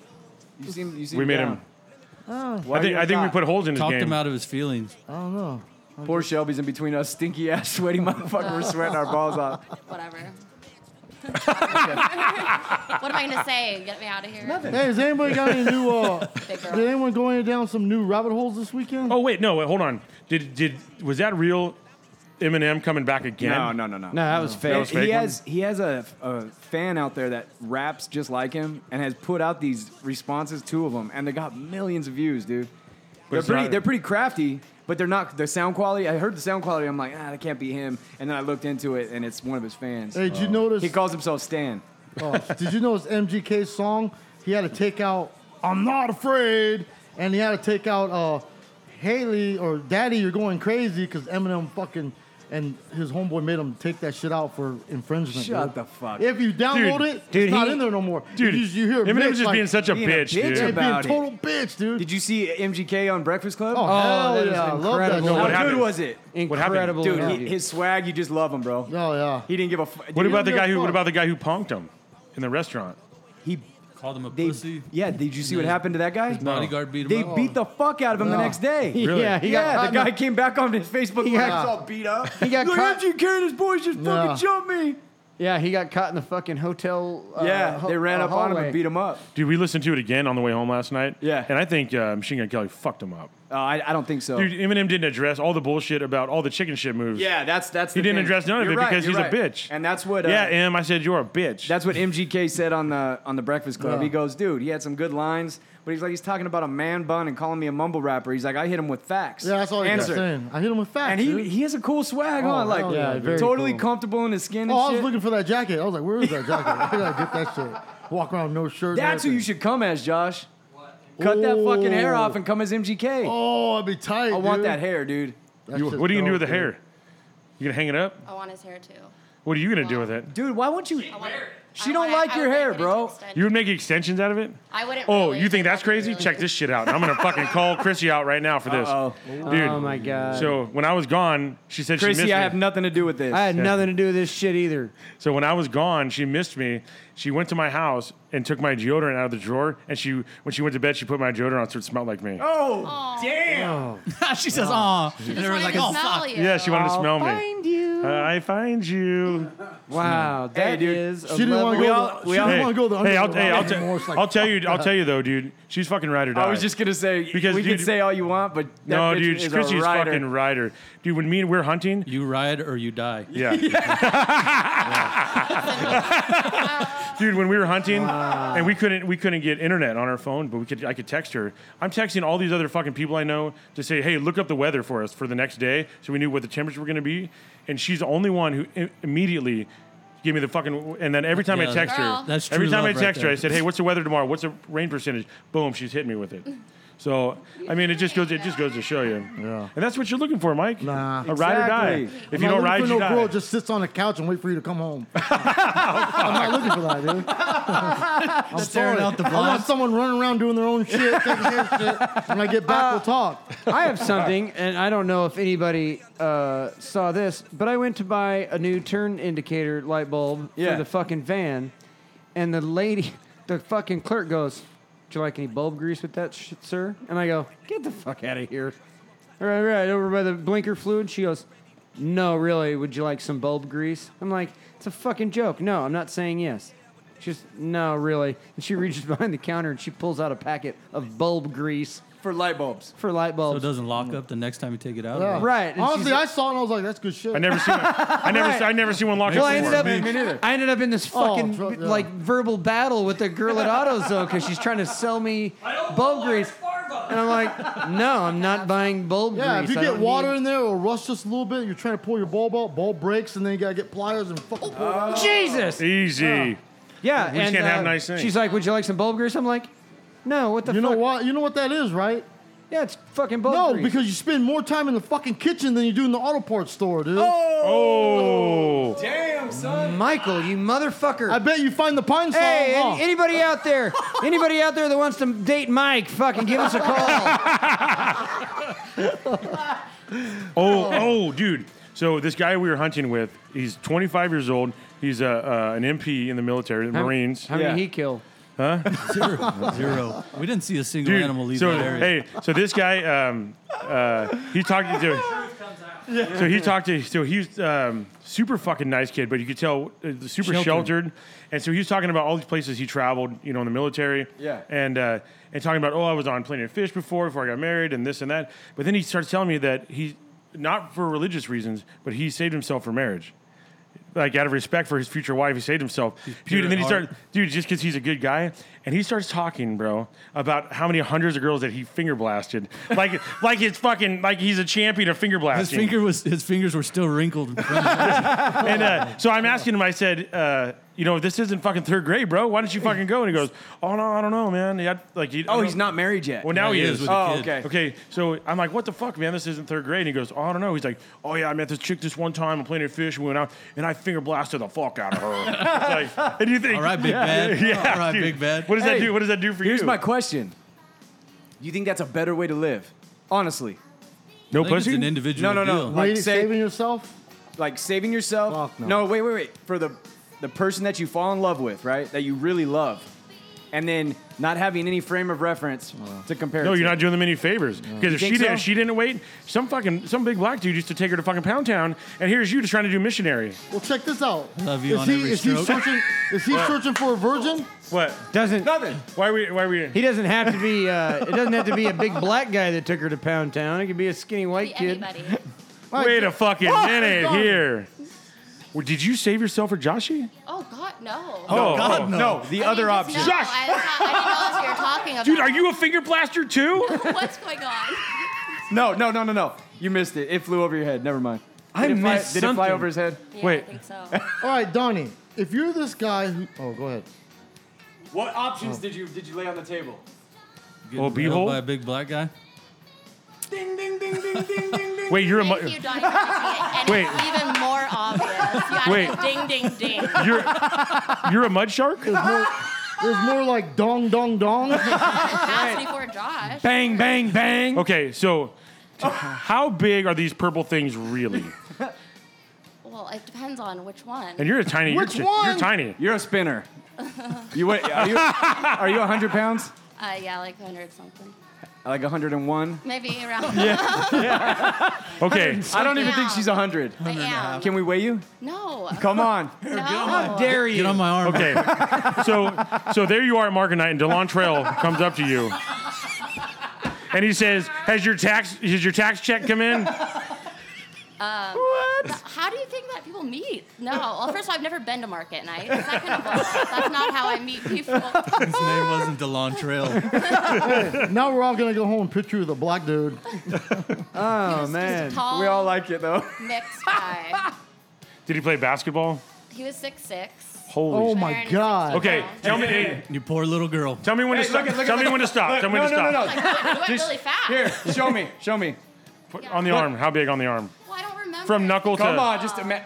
B: You seem you seem
E: We made
B: down.
E: him. I think I think we put holes in his
F: talked
E: game.
F: him out of his feelings.
C: Oh. I don't know.
B: Poor Shelby's in between us, stinky ass, sweaty motherfucker. We're sweating our balls off.
H: Whatever. what am I gonna say? Get me out of here.
C: Hey, has anybody got any new? Uh,
H: Big girl.
C: did anyone go any down some new rabbit holes this weekend?
E: Oh wait, no, wait, hold on. Did did was that real Eminem coming back again?
B: no, no, no.
G: No, that was fake.
E: That was
B: He
E: fake
B: has he has a, a fan out there that raps just like him and has put out these responses, two of them, and they got millions of views, dude. They're
E: it's
B: pretty
E: not-
B: they're pretty crafty, but they're not the sound quality. I heard the sound quality. I'm like, ah, that can't be him. And then I looked into it, and it's one of his fans.
C: Hey, did you notice?
B: He calls himself Stan.
C: oh, did you notice MGK's song? He had to take out "I'm Not Afraid," and he had to take out uh, "Haley" or "Daddy, You're Going Crazy" because Eminem fucking and his homeboy made him take that shit out for infringement.
B: Shut
C: dude.
B: the fuck.
C: If you download
E: Dude,
C: it, it's
G: dude,
C: not
G: he-
C: in there no more.
E: Dude,
C: you, you hear
E: Eminem's
C: Mitch,
E: just
C: like,
E: being such a
B: being a
E: bitch,
B: bitch
E: dude.
C: yeah, being
B: about it.
C: total bitch, dude.
B: Did you see MGK on Breakfast Club?
C: oh, hell
G: that is
C: yeah, I love that. shit.
G: incredible.
E: No,
B: How
E: what
B: good
E: happened?
B: was it,
E: What happened?
G: Incredible,
B: dude?
G: interview.
B: He, his swag, you just love him, bro.
C: Oh yeah.
B: He didn't give a. F-
E: What about the
C: give
E: guy
C: a
E: who? What
C: fuck.
E: about the guy who punked him in the restaurant?
B: He,
F: Called him a
B: they,
F: pussy.
B: yeah. Did you see what happened to that guy?
F: Bodyguard beat him
B: They
F: up.
B: beat the fuck out of him the
C: No.
B: next day.
E: Really?
G: Yeah, he
B: yeah,
G: got
B: the guy came back on his Facebook
G: He
B: he
G: got-
B: all beat up. He
G: got
B: like,
G: caught-
B: MGK and his boys just
C: Yeah.
B: fucking jumped me.
G: Yeah, he got caught in the fucking hotel. Uh,
B: yeah, they ran up on him and beat him up.
E: Dude, we listened to it again on the way home last night.
B: Yeah.
E: And I think uh, Machine Gun Kelly fucked him up.
B: Uh, I, I don't think so.
E: Dude, Eminem didn't address all the bullshit about all the chicken shit moves.
B: yeah, that's that's.
E: He
B: the
E: didn't
B: thing.
E: address none of
B: You're
E: it
B: right,
E: because
B: you're
E: he's a
B: right.
E: bitch.
B: and that's what. Uh,
E: yeah, Em, I said you're a bitch.
B: That's what MGK said on the on the Breakfast Club. He goes, dude, he had some good lines, but he's like, he's talking about a man bun and calling me a mumble rapper. He's like, I hit him with facts.
C: Yeah, that's all he kept
B: Answer.
C: saying. I hit him with facts.
B: And
C: dude.
B: he he has a cool swag
C: Oh,
B: huh?
C: hell
B: like
C: yeah, very
B: totally
C: cool.
B: comfortable in his skin. And
C: Oh, I
B: shit.
C: was looking for that jacket. I was like, where is that jacket? I gotta get that shit. Walk around with no shirt. and
B: That's who you
C: everything.
B: should come as, Josh. Cut that fucking hair off and come as MGK.
C: Oh, that'd be tight.
B: I want that hair, dude.
E: You-
C: just
E: what are you gonna do with
C: dope,
E: the
C: dude.
E: hair? You gonna hang it up?
H: I want his hair Oh, too.
E: What are you gonna do with it?
B: Dude, why won't you?
H: I want it.
B: She
H: I want
B: don't
H: it-
B: like
H: I
B: your
H: would make
B: hair,
H: it into
B: bro.
H: extensions.
E: You would make extensions out of it?
H: I wouldn't.
E: Oh,
H: really,
E: you think
H: but I
E: that's
H: would
E: crazy?
H: really.
E: Check this shit out. I'm gonna fucking call Chrissy out right now for this,
B: Uh-oh.
E: dude.
G: Oh my god.
E: So when I was gone, she said she
B: Chrissy,
E: missed
B: I
E: me.
B: have nothing to do with this.
G: I had nothing to do with this shit either.
E: So when I was gone, she missed me. She went to my house and took my deodorant out of the drawer. And she, when she went to bed, she put my deodorant on so it smelled like me.
B: oh,
H: Aw.
B: damn.
F: she says, "Aw," and
H: Just wanted
F: everyone's like,
H: to
F: "Oh
H: smell
F: fuck."
H: you.
E: Yeah, she wanted to smell me. Uh,
G: Find you.
E: I find you.
G: wow, that
B: dude.
G: is a
C: She didn't want
G: level-
C: to go.
B: all-
C: the,
B: we
C: she
B: all-
C: didn't want to go the
E: hey, I'll,
C: underground
E: hey, I'll,
C: route anymore. It's
E: i
C: like,
E: I'll tell you. I'll
C: fuck
E: tell you though, dude. She's fucking ride or die.
B: I was just gonna say
E: Because,
B: we
E: dude-
B: can say all you want, but that
E: no,
B: bitch
E: dude.
B: is
E: Chrissy's
B: a rider.
E: fucking rider, dude. When me and we're hunting,
F: You ride or you die.
E: yeah. Dude, when we were hunting, and we couldn't we couldn't get internet on our phone, but we could I could text her. I'm texting all these other fucking people I know to say, hey, look up the weather for us for the next day, so we knew what the temperatures were going to be. And she's the only one who i- immediately gave me the fucking. And then every time I
F: Yeah,
E: text
H: Girl.
E: her,
F: That's
E: every
F: true
E: time I
F: love right
E: text her,
F: there.
E: I said, hey, what's the weather tomorrow? What's the rain percentage? Boom, she's hitting me with it. So I mean, it just goes it just goes to show you. Yeah. And that's what you're looking for, Mike.
C: Nah.
E: A ride or die.
B: Exactly.
E: If
C: I'm
E: you don't
C: not looking
E: ride,
C: for
E: you
C: no
E: die.
C: girl who just sits on the couch and wait for you to come home. I'm not looking for that, dude. I'm sorry.
F: out the
C: I want someone running around doing their own shit, taking their shit. When I get back, we'll talk.
G: I have something, and I don't know if anybody uh, saw this, but I went to buy a new turn indicator light bulb
B: Yeah.
G: for the fucking van, and the lady, the fucking clerk goes, "Would you like any bulb grease with that, shit, sir?" And I go, "Get the fuck out of here!" All right, all right, over by the blinker fluid. She goes, no, really, would you like some bulb grease? I'm like, it's a fucking joke. No, I'm not saying yes. She's, no, really. And she reaches behind the counter and she pulls out a packet of bulb grease
B: for light bulbs.
G: for light
F: So it
G: bulbs.
F: doesn't lock up the next time you take it out.
C: Yeah.
G: Right, and
C: Honestly,
G: she's-
C: I saw it and I was like, that's good shit.
E: I never seen. One, I never.
G: Right.
E: I never seen one locked
G: well,
E: up
G: I ended
E: before.
G: up, I ended up in this
C: Oh,
G: fucking
C: tru- yeah.
G: like verbal battle with the girl at AutoZone because she's trying to sell me bulb grease, and I'm like, no, I'm not buying bulb
C: yeah,
G: grease.
C: if you
G: I
C: get
G: don't
C: water
G: need-
C: in there or rust just a little bit, you're trying to pull your bulb out, bulb breaks, and then you gotta get pliers and fucking pull it out.
G: Jesus,
E: Easy.
G: yeah,
E: We just
G: and, uh,
E: can't have nice things.
G: She's like, would you like some bulb grease? I'm like, no, what the
C: You
G: fuck?
C: know what? You know what that is, right?
G: Yeah, it's fucking bulb
C: No,
G: grease.
C: because you spend more time in the fucking kitchen than you do in the auto parts store, dude.
E: Oh.
B: Damn, son.
G: Michael, you motherfucker.
C: I bet you find the pine saw.
G: Hey,
C: huh?
G: any, anybody out there? Anybody out there that wants to date Mike? Fucking give us a call.
E: Oh, oh, dude. So this guy we were hunting with, he's 25 years old. He's a, uh, an MP in the military, the Marines.
G: How many
B: Yeah.
G: he kill?
F: Zero. Zero. We didn't see a single
E: Dude,
F: animal leave
E: so
F: that area.
E: hey, so this guy, um, uh, he talked to, so he talked to, so he's um, super fucking nice kid, but you could tell uh, super sheltered.
F: Sheltered.
E: and so he was talking about all these places he traveled, you know, in the military,
B: Yeah.
E: and uh, and talking about oh, I was on Planet Fish before, before I got married, and this and that, but then he starts telling me that he, not for religious reasons, but he saved himself for marriage. Like out of respect for his future wife, he saved himself, dude.
F: pure
E: And then he
F: at
E: started,
F: heart.
E: dude, just because he's a good guy, and he starts talking, bro, about how many hundreds of girls that he finger blasted, like, like it's fucking, like he's a champion of finger
F: His
E: blasting.
F: finger was his fingers were still wrinkled.
E: and uh, so I'm asking him, I said, uh, you know, this isn't fucking third grade, bro. Why don't you fucking go? And he goes, oh no, I don't know, man. He had, like, he, I
B: Oh,
E: don't-
B: he's not married yet.
E: Well, now
F: Yeah,
E: he,
F: he
E: is.
F: is with a
B: oh,
F: kid.
B: okay.
E: Okay, so I'm like, what the fuck, man? This isn't third grade. And he goes, oh, I don't know. He's like, oh yeah, I met this chick this one time. I'm playing at fish. We went out, and I finger blasted the fuck out of her. It's like, and you think,
F: All right, big bad.
E: yeah,
F: All right,
E: dude.
F: big bad.
E: What does that
B: Hey,
E: do? What does that do for
B: Here's
E: you?
B: my question. You think that's a better way to live? Honestly.
E: no
F: I think it's an individual.
B: No, no, no.
F: deal.
B: Like,
C: Wait,
B: say-
C: saving yourself?
B: Like saving yourself?
C: Fuck no.
B: wait, wait, wait. For the the person that you fall in love with, right? That you really love. And then not having any frame of reference to compare.
E: No,
B: it to.
E: you're not doing them any favors. Because if she
B: think
E: didn't,
B: so?
E: if she didn't wait, some fucking some big black dude used to take her to fucking Pound Town, and here's you just trying to do missionary.
C: Well, check this out.
F: Love you
C: is
F: on
C: he,
F: every
C: is he
F: stroke.
C: searching? Is he searching for a virgin?
E: What?
G: Doesn't
B: Nothing.
E: Why are we? Why are we?
G: he doesn't have to be? Uh, it doesn't have to be a big black guy that took her to Pound Town. It could be a skinny white
H: Be
G: kid.
H: anybody.
E: Wait a fucking minute
C: God.
E: here. Well, did you save yourself for Joshy?
H: Oh God, no.
E: Oh,
F: God,
E: oh.
F: no.
B: No, the
H: I mean,
B: other
H: just
B: option.
H: No,
E: Josh!
H: I, I didn't know what you were talking about.
E: Dude, are you a finger blaster too?
H: What's going on?
B: No, no, no, no, no. You missed it. It flew over your head. Never mind.
G: I
B: did it fly-
G: missed
B: Did it fly
G: something.
B: over his head?
H: Yeah,
E: Wait.
H: I think so.
C: All right, Donnie. If you're this guy who, oh, go ahead.
B: What options did you did you lay on the table?
F: Getting
E: Oh,
F: railed
E: beehole?
F: by a big black guy.
E: Wait, you're a
H: Thank
E: mu-
H: you, Donnie. for making it any
E: Uh, Wait.
H: even more obvious. You
E: Wait.
H: added Ding, ding, ding.
E: you're you're a mud shark.
C: There's more, there's more like dong, dong, dong.
H: Asked before Josh.
B: Bang, bang, bang.
E: Okay, so t- how big are these purple things really?
H: Well, it depends on which one.
E: And you're a tiny.
C: Which
E: you're,
C: one?
E: You're tiny.
B: You're a spinner. You wait. Are you are you 100 pounds?
H: Uh, yeah, like 100 something.
B: Like 101.
H: Maybe around.
E: Okay.
B: I don't even
H: Yeah.
B: think she's 100.
H: I am.
B: Can we weigh you?
H: No.
B: Come on.
H: no.
G: Dare you?
F: Get on my arm.
E: Okay. So so there you are, Mark and Knight, and Delon Trail comes up to you. And he says, Has your tax has your tax check come in?
H: Um, How do you think that people meet? No. Well, first of all, I've never been to market night. Second of all, that's not how I meet people.
F: His name wasn't Delon Trail.
C: now we're all gonna go home and picture the black dude.
H: Oh,
G: man.
H: tall,
B: We all like it though.
H: mixed guy.
E: Did he play basketball?
H: He was six six.
C: Oh
E: Holy shit.
C: my God.
E: Okay, tell me hey,
F: You poor little girl.
E: tell me when to stop. tell me when to stop. tell me
B: no,
E: when to
B: no,
E: stop.
B: no,
H: Like,
B: no.
H: God, he went
B: Just-
H: really fast.
B: Here, show me. Show me.
E: Put- On the arm. How big on the arm?
H: Well, I don't remember.
E: From knuckle to
B: Come on, just ima-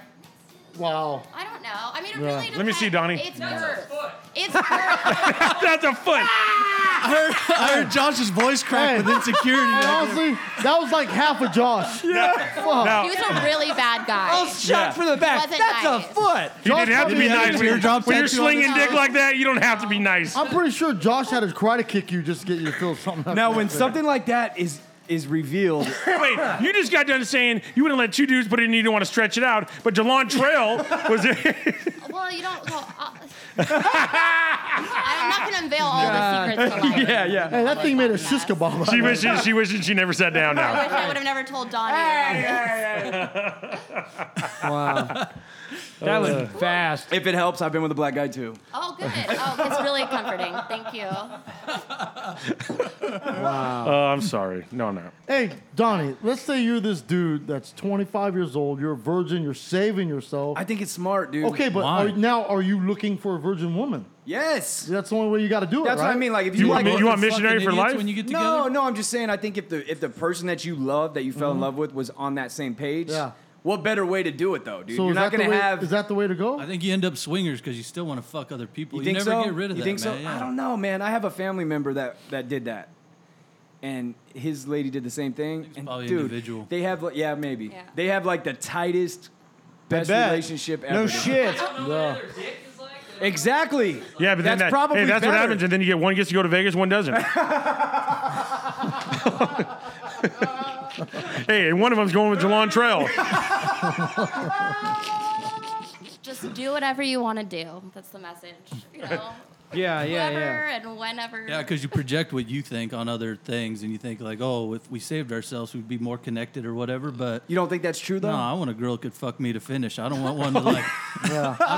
C: Wow.
H: I don't know. I mean, it
C: Yeah.
H: really depends.
E: Let me see, Donnie.
H: It's girth. It's girth.
E: That's a foot.
F: I heard, I heard Josh's voice crack
C: Ah! Hey.
F: with insecurity.
C: And honestly, that was like half of Josh.
H: he was a really bad guy.
G: Oh, shot for the back.
H: Wasn't
G: That's a
H: nice.
G: foot.
E: You didn't have to be
C: Josh
E: nice. When you're,
F: teardrop
E: when you're
F: tattoo on his
E: slinging dick
H: arm.
E: like that, you don't have to be nice.
C: I'm pretty sure Josh had his karate kick you just to get you to feel something.
B: Now, when something like that is is revealed.
E: Wait, you just got done saying you wouldn't let two dudes put it in, you didn't want to stretch it out, but Jalon Trail was
H: Well, you don't. Well, uh, I'm not gonna unveil all the secrets. to life.
B: yeah, yeah.
C: Hey, that thing made a shish kebab.
E: she wishes she wishes she never sat down
H: I
E: now.
H: wish I would have never told Donnie.
G: Wow. That was fast.
B: Uh, If it helps, I've been with a black guy too.
H: Oh, good. Oh, it's really comforting. Thank you.
E: Uh, I'm sorry. No, I'm not.
C: Hey, Donnie, let's say you're this dude that's 25 years old, you're a virgin, you're saving yourself.
B: I think it's smart, dude.
C: okay, but
F: Why?
C: are, now are you looking for a virgin woman?
B: Yes.
C: That's the only way you got to do it.
B: That's what I
C: right?
B: mean. Like, if
E: You
B: you,
E: want
B: like,
E: me- you want
F: Fucking
E: missionary for
F: idiots
E: life?
F: When you get together?
B: no, no. I'm just saying. I think if the if the person that you love that you fell in love with was on that same page,
C: Yeah.
B: what better way to do it though, dude?
C: So
B: You're
C: is that,
B: not
C: the
B: gonna
C: way,
B: have.
C: is that the way to go?
F: I think you end up swingers because you still want to fuck other people. You,
B: you think
F: never
B: so?
F: get rid of
B: you
F: that,
B: think so?
F: man. Yeah.
B: I don't know, man. I have a family member that that did that, and his lady did the same thing. and
F: probably
B: dude,
F: individual.
B: they have like, yeah, maybe
H: Yeah.
B: they have like the tightest, best
G: bet.
B: relationship ever.
G: No
B: dude.
I: Their
G: shit.
I: dick is like that.
B: Exactly.
E: Yeah, but then
B: That's
E: that,
B: probably
E: hey, that's
B: better.
E: what happens, and then you get one gets to go to Vegas, one doesn't. hey, and one of them's going with Jalon Trail.
H: Just do whatever you want to do. That's the message. You know,
G: Yeah, yeah, yeah.
H: whoever and whenever.
F: Yeah, because you project what you think on other things, and you think like, oh, if we saved ourselves, we'd be more connected or whatever. But
B: You don't think that's true though? Oh,
F: no, I want a girl that could fuck me to finish. I don't want one to like. I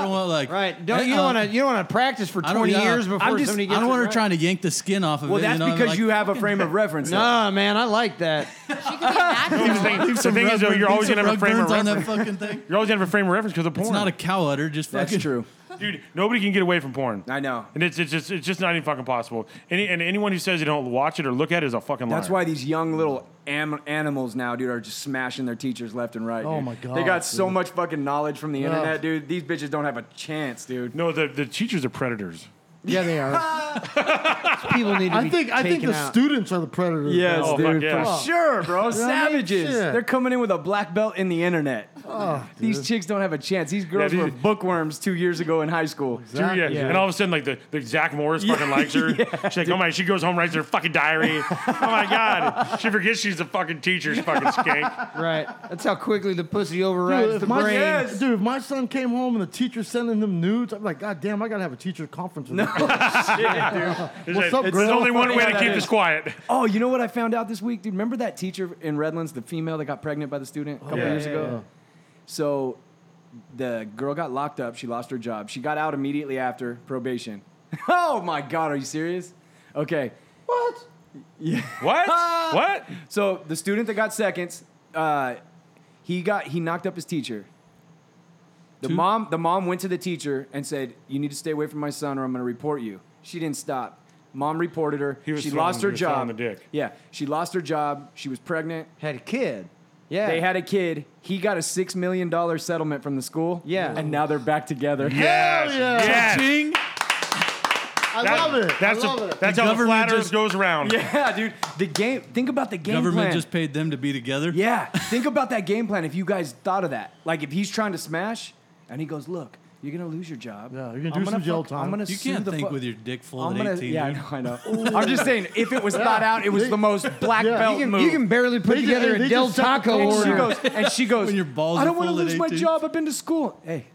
F: don't want like.
G: Right. Don't
F: Hey,
G: you
F: uh,
G: want to you want to practice for
F: I don't-
G: 20
F: yeah,
G: years before
B: I'm just-
G: somebody gets
F: I don't
G: it
F: want her
G: right?
F: trying to yank the skin off of
B: well,
F: it.
B: that's
F: you know, I'm
B: because
F: like,
B: you have a frame of reference. though.
G: Nah, man, I like that.
H: She could be natural.
E: the thing is, though, you're always
F: some
E: gonna have a
F: rug
E: frame of
F: burns on
E: reference.
F: that fucking thing.
E: You're always gonna have a frame of reference because of porn.
F: It's not a cow udder. Just fucking.
B: That's true.
E: Dude, nobody can get away from porn.
B: I know.
E: And it's, it's just it's just not even fucking possible. Any and anyone who says they don't watch it or look at it is a fucking liar.
B: That's why these young little am- animals now, dude, are just smashing their teachers left and right.
C: Oh
B: dude.
C: my God,
B: They got so
C: dude.
B: much fucking knowledge from the
C: Yeah.
B: internet, dude. These bitches don't have a chance, dude.
E: No, the, the teachers are predators.
G: Yeah, they are. People need to
C: I
G: be
C: think I think
G: taken
C: the
G: out.
C: students are the predators.
B: Yes,
E: Oh, fuck
B: dude,
E: yeah.
B: for sure, bro. Savages.
C: shit.
B: They're coming in with a black belt in the internet.
G: Oh,
B: these chicks don't have a chance. These girls
E: Yeah,
B: were
E: these-
B: bookworms two years ago in high school.
E: Dude, yeah. And all of a sudden, like the, the Zach Morris fucking likes her. She's like, oh my, she goes home, writes her fucking diary. oh my god, she forgets she's a fucking teacher's fucking skank.
G: Right. That's how quickly the pussy
C: Dude,
G: overrides
C: if
G: the
C: my,
G: brain.
B: Yes.
C: dude, if my son came home and the teacher sending them nudes, I'm like, God damn, I gotta have a teacher conference. With no.
E: It's
C: What's
E: like,
C: up,
E: It's
C: girl?
E: only one way
B: Yeah,
E: to
B: that
E: keep
B: is.
E: this quiet.
B: Oh, you know what I found out this week, dude? Remember that teacher in Redlands, the female that got pregnant by the student a couple
E: yeah,
B: years
E: yeah,
B: ago? So the girl got locked up. She lost her job. She got out immediately after probation. oh my God, are you serious? Okay.
C: What?
E: What? what?
B: Ah! So the student that got seconds, uh, he got he knocked up his teacher. The mom the mom went to the teacher and said, "You need to stay away from my son, or I'm going to report you." She didn't stop. Mom reported her.
E: He was
B: she
E: throwing-
B: lost her
E: he was throwing
B: job.
E: the dick.
B: Yeah, she lost her job. She was pregnant.
G: Had a kid. Yeah.
B: They had a kid. He got a six million dollar settlement from the school.
G: Yeah.
B: and now they're back together.
E: Yes.
C: yeah.
E: yes.
F: Ching.
C: I
E: That-
C: love it.
E: That's,
C: I
E: a-
C: love it.
E: that's
F: The
E: how the
F: government
E: flat earth
F: just-
E: goes around.
B: Yeah, dude. The game. Think about the game
F: Government
B: plan.
F: just paid them to be together.
B: yeah, think about that game plan. If you guys thought of that, like if he's trying to smash, and he goes, "Look, you're gonna lose your job.
C: Yeah, you're gonna
B: I'm
C: do some jail
B: fuck-
C: time."
B: I'm gonna
F: You
B: sue
F: can't
B: the
F: think
B: fu-
F: with your dick full
B: I'm
F: at
B: gonna,
F: 18.
B: yeah, I
F: dude.
B: know, I know. I'm just saying, if it was thought out, it was the most black
C: Yeah.
B: belt
G: You can,
B: move.
G: you can barely put
C: They just-
G: together
C: they
G: a Del
C: just set the
G: Taco
B: and she
G: order.
B: goes, and she goes,
F: When your balls
B: I
F: are
B: don't want to
F: full at
B: lose my
F: 18.
B: job. I've been to school. Hey,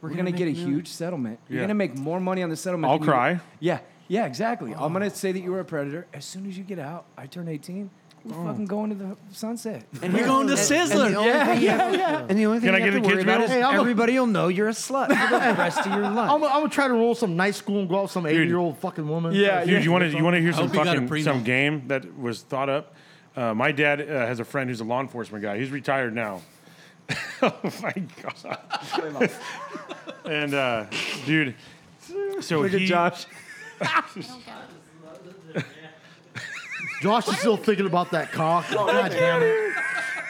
B: we're, gonna, get a huge settlement. You're
E: Yeah.
B: gonna make more money on the settlement.
E: I'll
B: than you-
E: cry.
B: Yeah, yeah, exactly. I'm gonna say that you were a predator. As soon as you get out, I turn 18. We're fucking going to the sunset.
F: We're going to Sizzler.
G: yeah, yeah, And the only thing
E: Can I
G: you
E: get
G: have
E: the
G: to worry
E: kids'
G: about
E: meals?
G: is
C: Hey, I'm a-
G: everybody will know you're a slut for the rest of your life.
C: I'm, I'm gonna try to roll some nice school and go out with some 80 year old fucking woman.
B: Yeah,
E: Dude, you want to you want to hear some
F: hope you got a
E: fucking
F: prenup.
E: some game that was thought up? Uh, my dad uh, has a friend who's a law enforcement guy. He's retired now. oh my god! and uh, dude, so
B: Look
E: he,
B: at Josh.
C: Josh is still thinking about that cock. God damn it.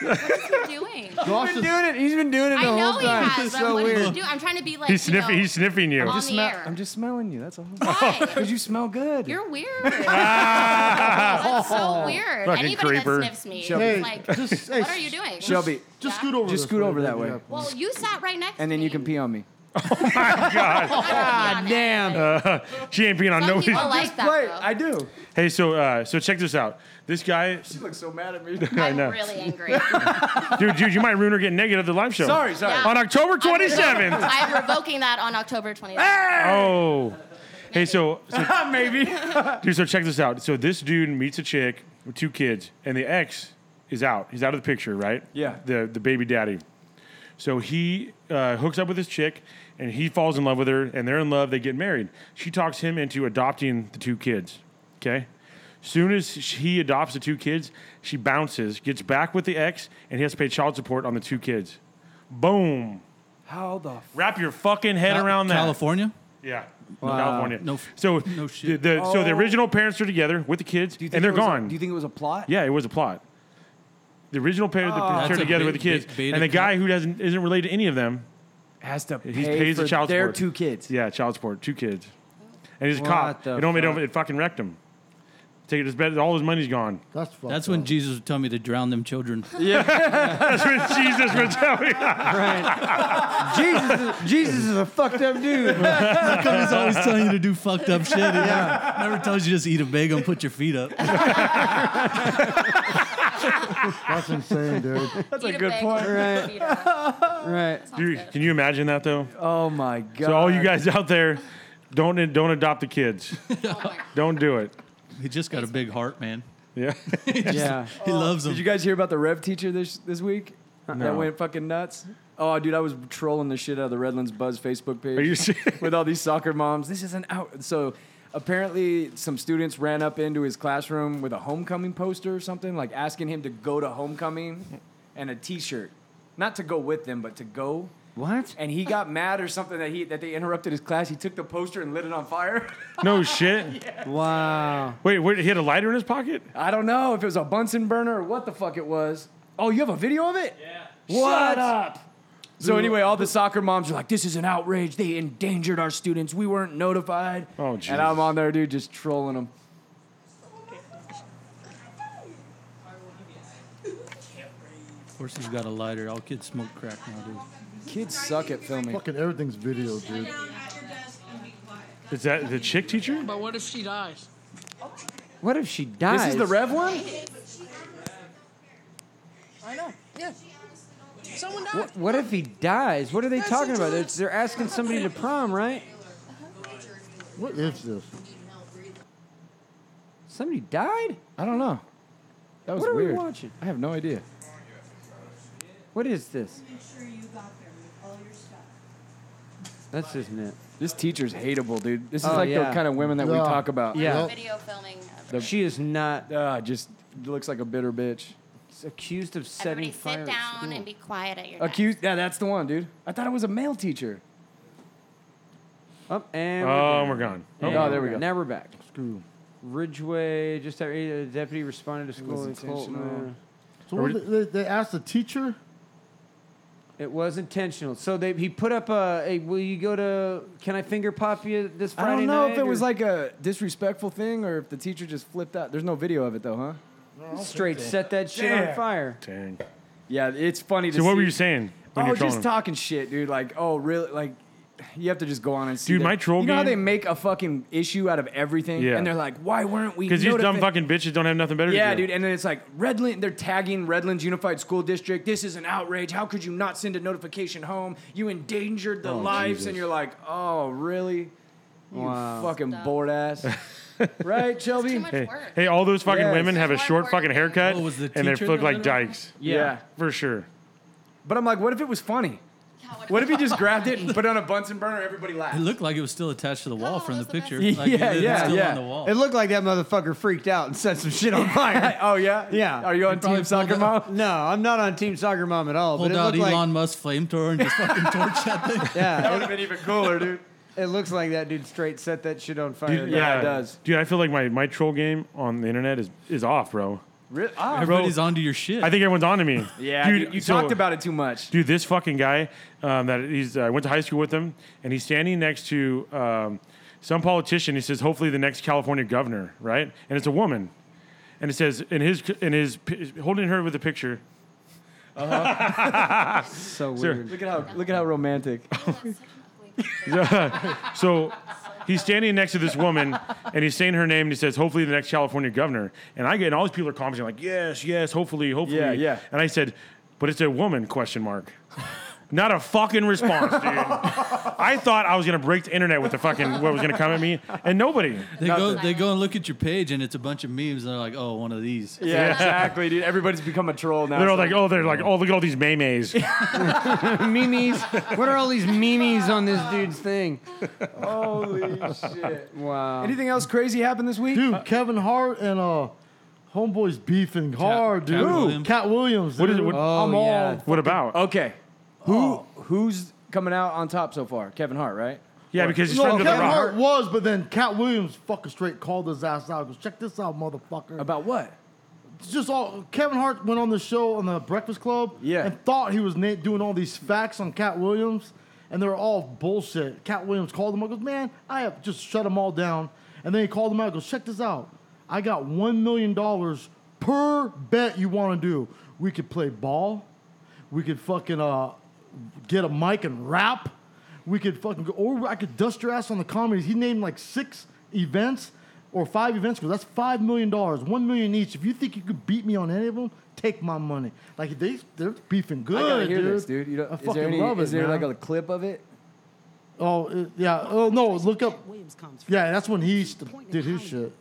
H: What's he doing?
C: Josh is,
G: doing it. He's been doing it
H: I know he has.
G: It's
H: but I'm, what do you do? I'm trying to be like.
E: he's
H: you know,
E: sniffing he's sniffing you.
H: on
B: Just
H: the
B: smell-
H: air.
B: I'm just smelling you. That's all.
H: Why?
B: Because you smell good.
H: You're weird. That's so weird.
E: Fucking
H: Anybody
E: creeper.
H: that sniffs me,
B: Shelby.
H: is
C: hey,
H: like,
C: just, hey,
H: what are you doing?
B: Shelby,
C: Just scoot over. this
B: Just scoot
C: way,
B: over that
C: baby.
B: way.
C: Yeah.
H: Well, you sat right next.
B: and
H: to
B: then
H: me.
B: you can pee on me.
E: Oh
G: God damn.
E: Uh, She ain't being on
H: Some
E: no.
H: people like that,
B: Wait,
H: though.
B: I do.
E: Hey, so uh, so check this out. This guy,
B: She looks so mad at me.
H: I'm
E: know.
H: really angry.
E: dude, dude, you might ruin her getting naked at the live show.
B: sorry, sorry.
H: Yeah.
E: On October 27th.
H: I'm revoking that on October 20th.
E: Oh. Hey, so, so
B: Maybe.
E: dude, so check this out. So this dude meets a chick with two kids, and the ex is out. He's out of the picture, right?
B: Yeah.
E: The the baby daddy. So he uh, hooks up with this chick, and he falls in love with her, and they're in love. They get married. She talks him into adopting the two kids. Okay. Soon as he adopts the two kids, she bounces, gets back with the ex, and he has to pay child support on the two kids. Boom.
B: How the f-
E: Wrap your fucking head around that.
F: California.
E: Yeah, California.
F: No f-
E: so
F: no shit.
E: The, the- So the
B: Oh.
E: original parents are together with the kids,
B: Do you think
E: and they're
B: it was a-
E: gone.
B: do you think it was a plot? Ah.
E: yeah, it was a plot. The original parents
F: That's
E: are
F: a
E: together
F: big-
E: with the kids,
F: big beta
E: and the guy
F: cut.
E: who doesn't isn't related to any of them.
B: Has to pay
E: He pays
B: for
E: the child
B: their
E: support.
B: two kids.
E: Yeah, child support, two kids, and he's a
G: What
E: cop.
G: the
E: It only
G: fuck?
E: it fucking wrecked him. Take his bed. All his money's gone.
C: That's fucked
F: That's when
C: up.
F: Jesus would tell me to drown them children.
E: That's what Jesus would tell me.
G: Jesus, is- Jesus is a fucked up dude.
F: He's always telling you to do fucked up shit. He never, never tells you just eat a bagel and put your feet up.
C: That's insane, dude.
H: That's
B: a good point.
G: Right.
E: Dude, can you imagine that though?
B: Oh my god.
E: So all you guys out there, don't don't adopt the kids.
H: Oh
E: Don't do it.
F: He just got a big heart, man.
E: Yeah.
G: Yeah.
F: He loves them.
B: Did you guys hear about the Rev teacher this this week? That went fucking nuts. Oh, dude, I was trolling the shit out of the Redlands Buzz Facebook page.
E: Are you serious?
B: with all these soccer moms. This is an out. So apparently, some students ran up into his classroom with a homecoming poster or something, like asking him to go to homecoming and a T-shirt, not to go with them, but to go.
G: What?
B: And he got mad or something that he that they interrupted his class. He took the poster and lit it on fire.
E: No shit.
G: Wow.
E: Wait, wait, he had a lighter in his pocket?
B: I don't know if it was a Bunsen burner or what the fuck it was. Oh, you have a video of it? Yeah.
G: What?
B: Shut up. So anyway, all the soccer moms are like, "This is an outrage. They endangered our students. We weren't notified."
E: Oh,
B: And
E: Jesus.
B: I'm on there, dude, just trolling them.
F: Of course, he's got a lighter. All kids smoke crack now, dude.
B: Kids suck at filming.
C: Fucking everything's video, dude.
E: Is that the chick teacher?
I: But what if she dies?
G: What if she dies?
B: This is the Rev one.
I: I know. Yeah. Someone died.
G: What, what if he dies? What are they
I: That's
G: talking about?
I: a-
G: They're, they're asking somebody to prom, right?
C: What is this?
G: Somebody died?
B: I don't know. That was
G: What are we
B: weird.
G: watching?
B: I have no idea.
G: What is this? That's isn't it.
B: This teacher's hateable, dude. This is
G: Oh,
B: like
G: yeah.
B: the kind of women that we
C: Yeah.
B: talk about.
G: Yeah.
H: Video filming. of-
G: She is not
B: Ah, just looks like a bitter bitch.
G: accused of setting
H: Everybody
G: fire.
H: sit down and be quiet at your
B: Accused. Yeah, that's the one, dude. I thought it was a male teacher.
G: Up and
B: Um,
G: we're
E: Oh,
G: down.
E: we're gone.
G: And
B: Oh,
G: we're
B: there we
G: back.
B: go.
G: Now we're back. Screw. Ridgeway, just that a deputy responded to school
B: was
G: in Colton.
B: intentional.
C: So what, they, they asked the teacher.
G: It was intentional. So they he put up a, a will you go to can I finger pop you this Friday
B: I don't know
G: night,
B: if it was
G: or-
B: like a disrespectful thing or if the teacher just flipped out. There's no video of it though, huh?
G: straight set that shit on
B: Damn.
G: fire.
E: Dang.
B: Yeah, it's funny to
E: So what were
B: see-
E: you saying when
B: Oh,
E: you're trolling
B: just
E: him?
B: talking shit, dude. Like, oh, really? Like, you have to just go on and see.
E: Dude,
B: that-
E: my troll
B: You know how
E: game-
B: they make a fucking issue out of everything,
E: Yeah.
B: and they're like, "Why weren't we?"
E: Because these dumb
B: notified?"
E: fucking bitches don't have nothing better
B: Yeah,
E: to do.
B: dude. And then it's like Redland. They're tagging Redlands Unified School District. This is an outrage. How could you not send a notification home? You endangered
E: Oh,
B: the lives, and you're like, "Oh, really? You fucking
H: Dumb.
B: bored ass." right, Shelby?
H: Too much
E: Hey,
H: work.
E: hey, all those fucking
B: Yes.
E: women have a
H: Smart
E: short
H: work.
E: fucking haircut
F: Oh, was the
E: and they
F: teacher
E: look
F: the
E: like
F: little one?
E: dykes.
B: yeah.
E: For sure.
B: But I'm like, what if it was funny?
H: Yeah,
B: What if he just grabbed it and put it on a Bunsen burner? Everybody laughed.
F: It looked like it was still attached to the wall
H: Oh,
F: from the
H: that's the
F: picture.
B: best.
F: Like it
B: Yeah,
F: was
B: yeah,
F: still
B: yeah.
F: on the wall.
G: It looked like that motherfucker freaked out and set some shit on fire.
B: oh yeah,
G: Yeah.
B: Are you on
F: probably
B: Team Soccer
F: pulled up-
B: Mom?
G: No, I'm not on Team Soccer Mom at all.
F: Pulled
G: but it
F: out
G: looked
F: Elon
G: like,
F: Musk flamethrower and just fucking torch that thing.
B: That
G: Yeah,
B: would have been even cooler, dude.
G: it, it looks like that dude straight set that shit on fire.
E: Dude,
B: yeah, it does.
E: Dude, I feel like my, my troll game on the internet is, is off, bro.
B: Really? Ah,
F: Everybody's onto your shit.
E: I think everyone's onto me.
B: yeah, dude, you
E: so-
B: talked about it too much.
E: Dude, this fucking guy um, that he's uh, I went to high school with him, and he's standing next to um, some politician. He says, "Hopefully, the next California governor, right?" And it's a woman, and it says in his in his pi- holding her with a picture.
G: So
E: Sir.
G: weird.
B: Ah, Look at how look at how romantic.
H: that's such an ugly
E: so he's standing next to this woman and he's saying her name and he says, hopefully the next California governor. And I get, and all these people are commenting like, yes, yes, hopefully, hopefully.
B: Yeah, yeah.
E: And I said, but it's a woman question mark. Not a fucking response, dude. I thought I was gonna break the internet with the fucking what was gonna come at me, and nobody.
F: They go, they go and look at your page, and it's a bunch of memes, and they're like, "Oh, one of these."
B: Yeah, exactly, dude. Everybody's become a troll now.
E: They're all
B: so-
E: like, oh, they're like, oh, look at all these maymays.
G: memes. What are all these memes on this dude's thing?
B: holy shit.
E: Um,
G: Wow.
B: Anything else crazy happened this week?
C: Dude, Kevin Hart and uh, Homeboy's beefing hard,
F: Cat
C: Oh, dude.
F: Williams.
C: Cat Williams.
E: What is
C: dude.
E: it? What,
G: Oh,
B: I'm
G: yeah.
B: all-
E: what about?
B: Okay. Who who's coming out on top so far? Kevin Hart, right?
E: yeah, because he's
C: No,
E: friends with The
C: Kevin
E: Rock.
C: Hart was, but then Cat Williams fucking straight called his ass out. Goes, check this out, motherfucker.
B: About what?
C: It's just all Kevin Hart went on the show on the Breakfast Club,
B: Yeah.
C: and thought he was na- doing all these facts on Cat Williams, and they were all bullshit. Cat Williams called him up, goes, man, I have just shut them all down, and then he called him out, goes, check this out, I got one million dollars per bet you want to do. We could play ball, we could fucking uh, get a mic and rap, we could fucking go, or I could dust your ass on the comedies. He named like six events or five events because that's five million dollars, one million each. If you think you could beat me on any of them, take my money. Like they, they're beefing good,
B: I gotta hear
C: dude.
B: this, dude. You don't,
C: I
B: is
C: fucking
B: there any,
C: love it.
B: is there
C: man.
B: like a clip of it?
C: oh it- yeah, oh no, look up.
J: Williams comes from.
C: Yeah, that's when he used to-
J: Point
C: did
J: in
C: his shit.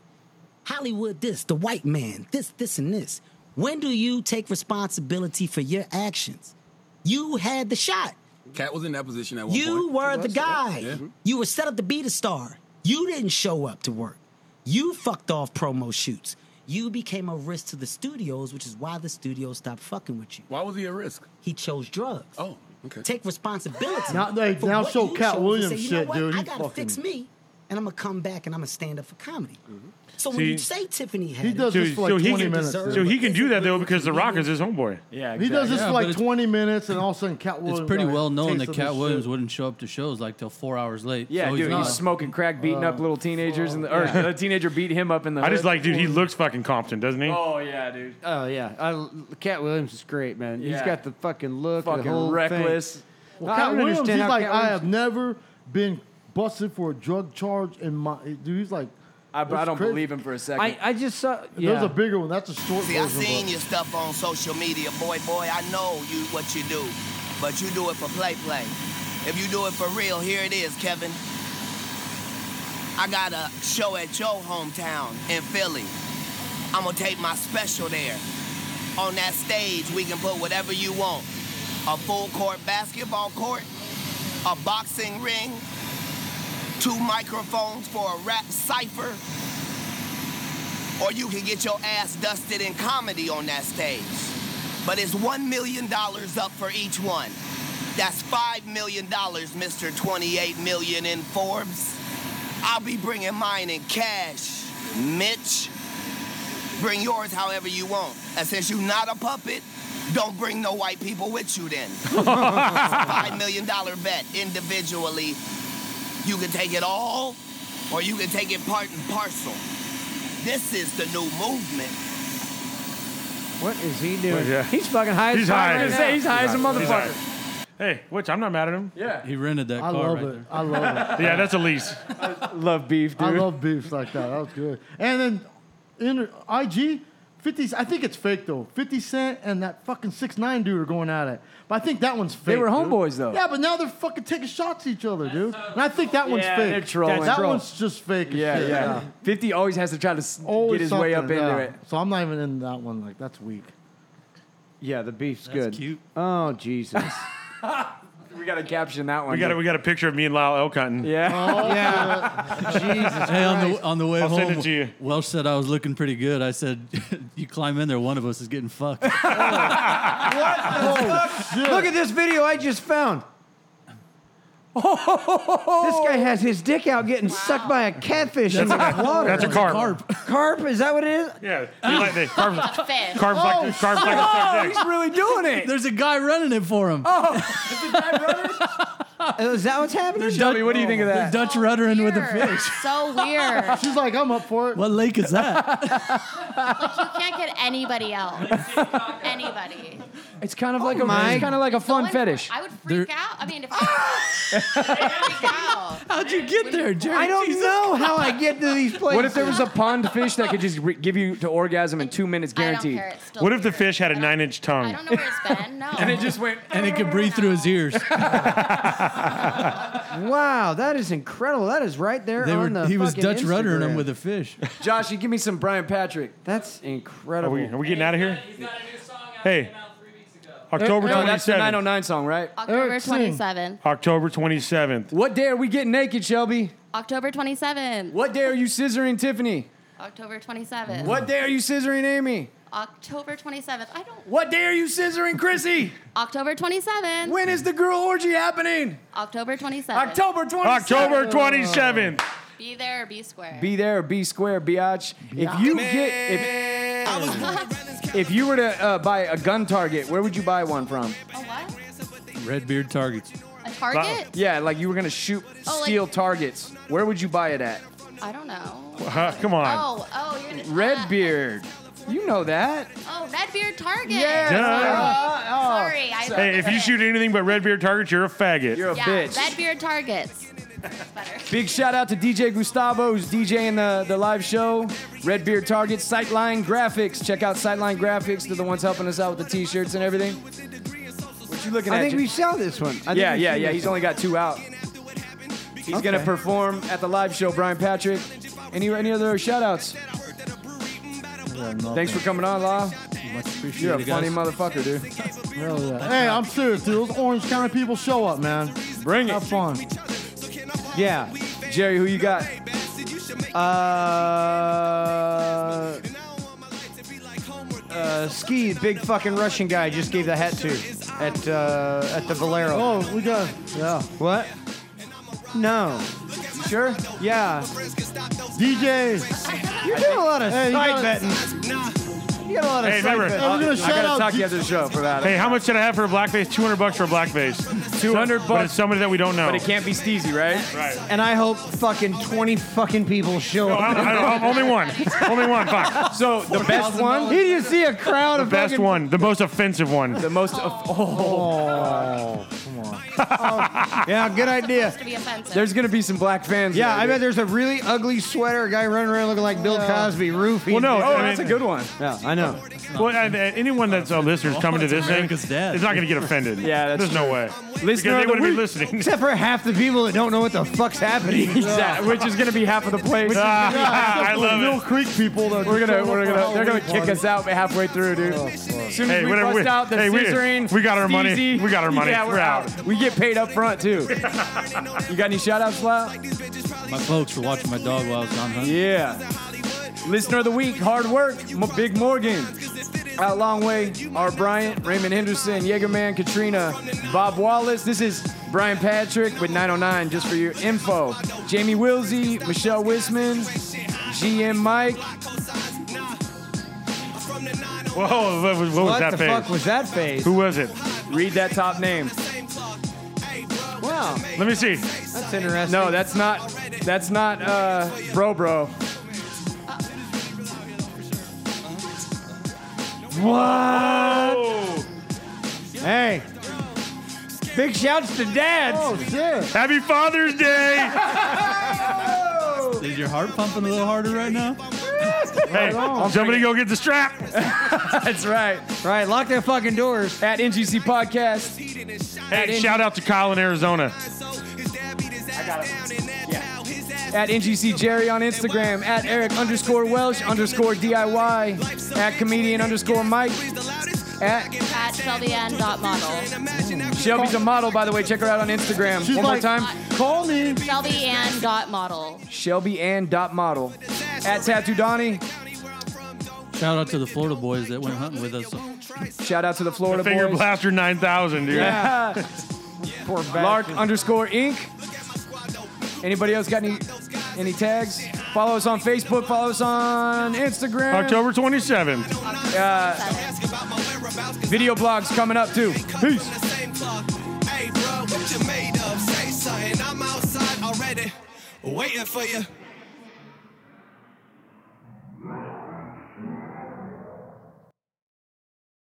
J: Hollywood, this, the white man, this, this, and this. When do you take responsibility for your actions? You had the shot.
K: Cat was in that position at one
J: You
K: point.
J: were the guy.
K: Yeah.
J: You were set up to be the star. You didn't show up to work. You fucked off promo shoots. You became a risk to the studios, which is why the studios stopped fucking with you.
K: Why was he at risk?
J: He chose drugs.
K: Oh, okay.
J: Take responsibility.
C: Now- they-
J: for
C: now
J: what
C: show
J: you
C: Cat
J: chose and
C: Williams
J: say, you
C: shit,
J: know what?
C: dude.
J: I
C: He
J: gotta fix
C: fucking-
J: me, and I'm gonna come back and I'm gonna stand up for comedy.
K: Mm-hmm.
J: So when
E: See-
J: you say Tiffany had
C: He
J: it,
C: does
E: So,
C: this for like
E: so he
C: twenty
E: can,
C: minutes.
J: deserve-
C: dude.
E: so he can do that though because The Rock is his homeboy.
B: Yeah,
C: He does this
F: Yeah,
C: for
F: but
C: like
F: it's-
C: twenty minutes, and all of a sudden, Cat Williams.
F: It's pretty
C: got a
F: well known
C: taste
F: that
C: of
F: Cat
C: this
F: Williams
C: shit.
F: wouldn't show up to shows like till four hours late.
B: Yeah,
F: so
B: dude,
F: not.
B: he's smoking
C: Uh,
B: crack, beating up little teenagers, in the, or the teenager beat him up in the.
E: I just
B: hood.
E: like, dude, he looks fucking competent, doesn't he?
B: Oh yeah, dude.
G: Oh yeah, I, Cat Williams is great, man. He's
B: Yeah.
G: got the fucking look, the
B: Fucking
G: whole
B: reckless.
G: Thing.
C: Well,
G: I
C: Cat
G: don't
C: Williams, he's
G: understand how
C: like,
G: Cat
C: I
G: Williams-
C: have never been busted for a drug charge in my. Dude, he's like,
B: I, I
C: that's
B: don't
C: crazy.
B: believe him for a second.
G: I, I just saw. Yeah.
C: There's a bigger one. That's a short
L: See, I
C: version.
L: seen
C: but-
L: your stuff on social media, boy, boy. I know you what you do, but you do it for play, play. If you do it for real, here it is, Kevin. I got a show at your hometown in Philly. I'm gonna take my special there. On that stage, we can put whatever you want: a full court basketball court, a boxing ring, two microphones for a rap cipher or you can get your ass dusted in comedy on that stage. But it's $1 million up for each one. That's $5 million, Mr. 28 million in Forbes. I'll be bringing mine in cash, Mitch. Bring yours however you want. And since you're not a puppet, don't bring no white people with you then. It's a $5 million bet individually. You can take it all, or you can take it part and parcel. This is the new movement.
G: What is he doing?
E: Yeah.
G: He's fucking high.
E: He's
G: as fuck
E: high.
G: right
E: He's
G: now.
B: say he's high as a
E: He's
B: motherfucker.
E: like, hey, which I'm not mad at him.
B: Yeah,
F: He rented that car
C: I love
F: right
C: it.
F: there.
C: I love it.
E: Yeah, that's a lease.
B: love beef, dude.
C: I love beefs like that. That was good. And then in IG, 50, I think it's fake though. 50 Cent and that fucking 6 9 dude are going at it. But I think that one's fake.
B: were
C: dude.
B: homeboys, though.
C: Yeah, but now they're fucking taking shots at each other, dude. And I think that one's
B: Yeah,
C: fake.
B: they're trolling.
C: That
B: Troll.
C: one's just fake. as
B: yeah,
C: shit, Oh.
B: yeah. Fifty always has to try to s
C: Always
B: get his way up
C: something,
B: into
C: yeah.
B: it.
C: So I'm not even in that one. Like that's weak.
G: Yeah, the beef's
F: That's
G: good.
F: cute.
G: Oh Jesus.
B: We gotta caption that one.
E: We got a, we got a picture of me and Lyle elk hunting.
B: yeah.
G: yeah. Jesus.
F: Hey, on the on the way
E: I'll
F: home,
E: send it to you.
F: Oh, Welsh said I was looking pretty good. I said, "You climb in there, one of us is getting fucked."
G: Oh, Look at this video I just found. this guy has his dick out getting sucked by a catfish in the water.
E: That's a carp.
G: carp. Is that what it is?
E: Yeah, they like they carve,
H: A fish.
E: carve like carve like a
B: Oh,
E: suck dick.
B: he's really doing it. Oh.
F: There's a guy running it for him.
G: Is that what's happening?
B: Shelby, what do you think of that?
F: Dutch ruddering with a
H: Weird.
F: fish.
H: So weird.
C: She's like, I'm up for it.
F: What lake is that?
H: You can't get anybody else. anybody.
B: It's kind of like a Oh
G: my
B: it's kind of like a fun
H: Going for-
B: fetish.
H: I would
F: There-
H: freak out. I mean, if I
F: How'd you get there, Jerry?
B: I don't know how I
G: get to these places.
B: What if there was a pond fish that could just re- give you to orgasm in two minutes
H: I don't
B: guaranteed?
H: care, it's still
E: What if the fish had a nine inch
H: I
E: tongue?
H: don't know where it's been. No.
F: And it just went, and it could breathe through his ears.
G: Wow, that is incredible. That is right there
F: They
G: on
F: were-
G: the.
F: he was
G: fucking
F: Dutch ruddering him
G: Instagram.
F: with a fish.
B: Josh, you give me some Brian Patrick.
G: That's
E: Are
G: incredible.
E: we, are we getting out of here? Hey, October
B: no, that's the
E: 27th.
B: 909 song, right?
H: October
C: Eric, sing.
H: 27th.
E: October 27th.
B: What day are we getting naked, Shelby?
H: October 27th.
B: What day are you scissoring Tiffany?
H: October 27th.
B: What day are you scissoring Amy?
H: October 27th. I don't.
B: What day are you scissoring Chrissy?
H: October 27th.
B: When is the girl orgy happening?
H: October 27th.
B: October 27th.
E: October 27th.
H: Be there or be square.
B: Be there, or be square, biatch. If you get if, if you were to uh, buy a gun target, where would you buy one from?
H: a what?
F: Red beard targets.
H: A target?
B: Yeah, like you were gonna shoot
H: Oh, like-
B: steel targets. Where would you buy it at?
H: I don't know.
E: Huh, come on.
H: Oh, oh, you're gonna- uh,
B: Redbeard. You know that.
H: Oh, Redbeard Target.
B: Yeah.
E: Duh.
H: Oh, sorry. I
E: Hey, if you shoot anything but red beard targets, you're a faggot.
B: You're a
H: yeah,
B: bitch.
H: Redbeard Targets. Better.
B: Big shout out to DJ Gustavo, who's DJing the, the live show. Redbeard Target, Sightline Graphics. Check out Sightline Graphics. They're the ones helping us out with the t shirts and everything. What you looking
G: I
B: at?
G: think
B: Jay?
G: we saw this one. I think
B: yeah,
G: we've
B: yeah,
G: seen
B: yeah.
G: this
B: He's
G: one.
B: only got two out. He's
G: Okay.
B: gonna perform at the live show, Brian Patrick. Any any other shout outs? Thanks for coming on, Law.
F: Much
B: You're a
F: appreciated,
B: funny
F: guys.
B: motherfucker, dude.
C: Hey, I'm serious, dude. Those Orange County people show up, man.
E: Bring it.
C: Have fun.
G: Yeah.
B: Jerry, who you got?
G: Uh, uh, Ski, big fucking Russian guy, just gave the hat to at uh, at the Valero.
C: Oh, we got yeah.
G: What? No.
B: Sure.
G: Yeah.
C: DJ.
G: You're doing a lot of
C: Hey, you
G: side
C: gotta-
G: betting. You got a lot of
E: Hey,
G: side
E: remember-
G: betting.
C: Hey, we're gonna
B: I
C: shout
B: gotta
C: out.
B: talk you
C: G-
B: after the show for that.
E: Hey, how much did I have for a blackface? 200 bucks for a blackface.
B: 200
E: But
B: bucks.
E: it's somebody that we don't know.
B: But it can't be Steezy, right?
E: Right.
G: And I hope fucking 20 fucking people show
E: No,
G: up.
E: I, I, I, only one. Only one. Fuck.
B: So the best one,
G: Did you see a crowd
E: The
G: of
E: best
G: fucking-
E: one. The most offensive one.
B: the most. Of, oh,
G: Yeah, good idea.
H: To be offensive.
B: there's gonna be some black fans.
G: Yeah,
B: there,
G: I bet
B: dude.
G: there's a really ugly sweater, a guy running around looking like Bill Cosby, roofie.
E: Well, no,
B: Oh,
E: I
B: that's a
E: mean-
B: good one.
G: Yeah, I know.
E: Well, and, uh, anyone that's a listener is coming to this thing
F: America's
E: is
F: dad.
E: not going to get offended.
B: Yeah, that's
E: There's no way. Because
B: Listener of
E: they
B: the
E: wouldn't be
B: week.
E: listening.
G: Except for half the people that don't know what the fuck's happening.
B: Exactly. Which is gonna be half of the place.
E: Ah, I
C: those
E: love
C: Mill
E: it.
C: Creek people. That
B: We're gonna,
C: showed up
B: we're
C: for
B: gonna, they're gonna
C: Halloween
B: kick us
C: party.
B: out halfway through, dude.
C: Oh,
B: As soon as
E: Hey,
B: we
E: whatever,
B: bust
E: we-
B: out the
E: hey, we-
B: scissoring,
E: we got our money.
B: Steezy,
E: We got our money.
B: Yeah, we're,
E: We're
B: out.
E: out.
B: We get paid up front too. you got any shout outs, Lau?
F: My folks were watching my dog while I was on hunt.
B: Yeah. Listener of the week, hard work, M- Big Morgan. Out Long Way, R. Bryant, Raymond Henderson, Yeagerman, Katrina, Bob Wallace. This is Brian Patrick with 909, just for your info. Jamie Wilsey, Michelle Wisman, GM Mike.
E: Whoa, what was, what was
G: what
E: that
G: the
E: face?
G: fuck was that face?
E: Who was it?
B: Read that top name.
G: Wow,
E: Let me see.
G: that's interesting.
B: No, that's not. That's not. Uh, bro, bro. What?
E: Oh,
G: hey. Big shouts to dads.
C: Oh shit!
E: happy Father's Day.
F: Is your heart pumping a little harder right now?
E: hey, somebody go get the strap.
B: That's right.
G: Right, lock their fucking doors.
B: At NGC Podcast.
E: Hey, shout out to Kyle in Arizona.
B: At NGC Jerry on Instagram. At Eric underscore Welsh underscore DIY. At comedian underscore Mike. At
H: At Shelby Ann dot model.
B: Shelby's a model, by the way. Check her out on Instagram.
C: She's
B: One more
C: like-
B: time.
C: Call me.
H: Shelby Ann dot model.
B: Shelby and dot model. At Tattoo Donnie.
F: Shout out to the Florida boys that went hunting with us.
B: Shout out to the Florida
E: Finger
B: boys.
E: Blaster 9000, dude.
B: Yeah.
G: Poor
B: Lark
G: bastard.
B: underscore Inc. Anybody else got any any tags? Follow us on Facebook. Follow us on Instagram. Uh,
E: October 27th.
B: Video blogs coming up too. Peace.
D: Hey, bro, what you made of? Say something. I'm outside already, waiting for you.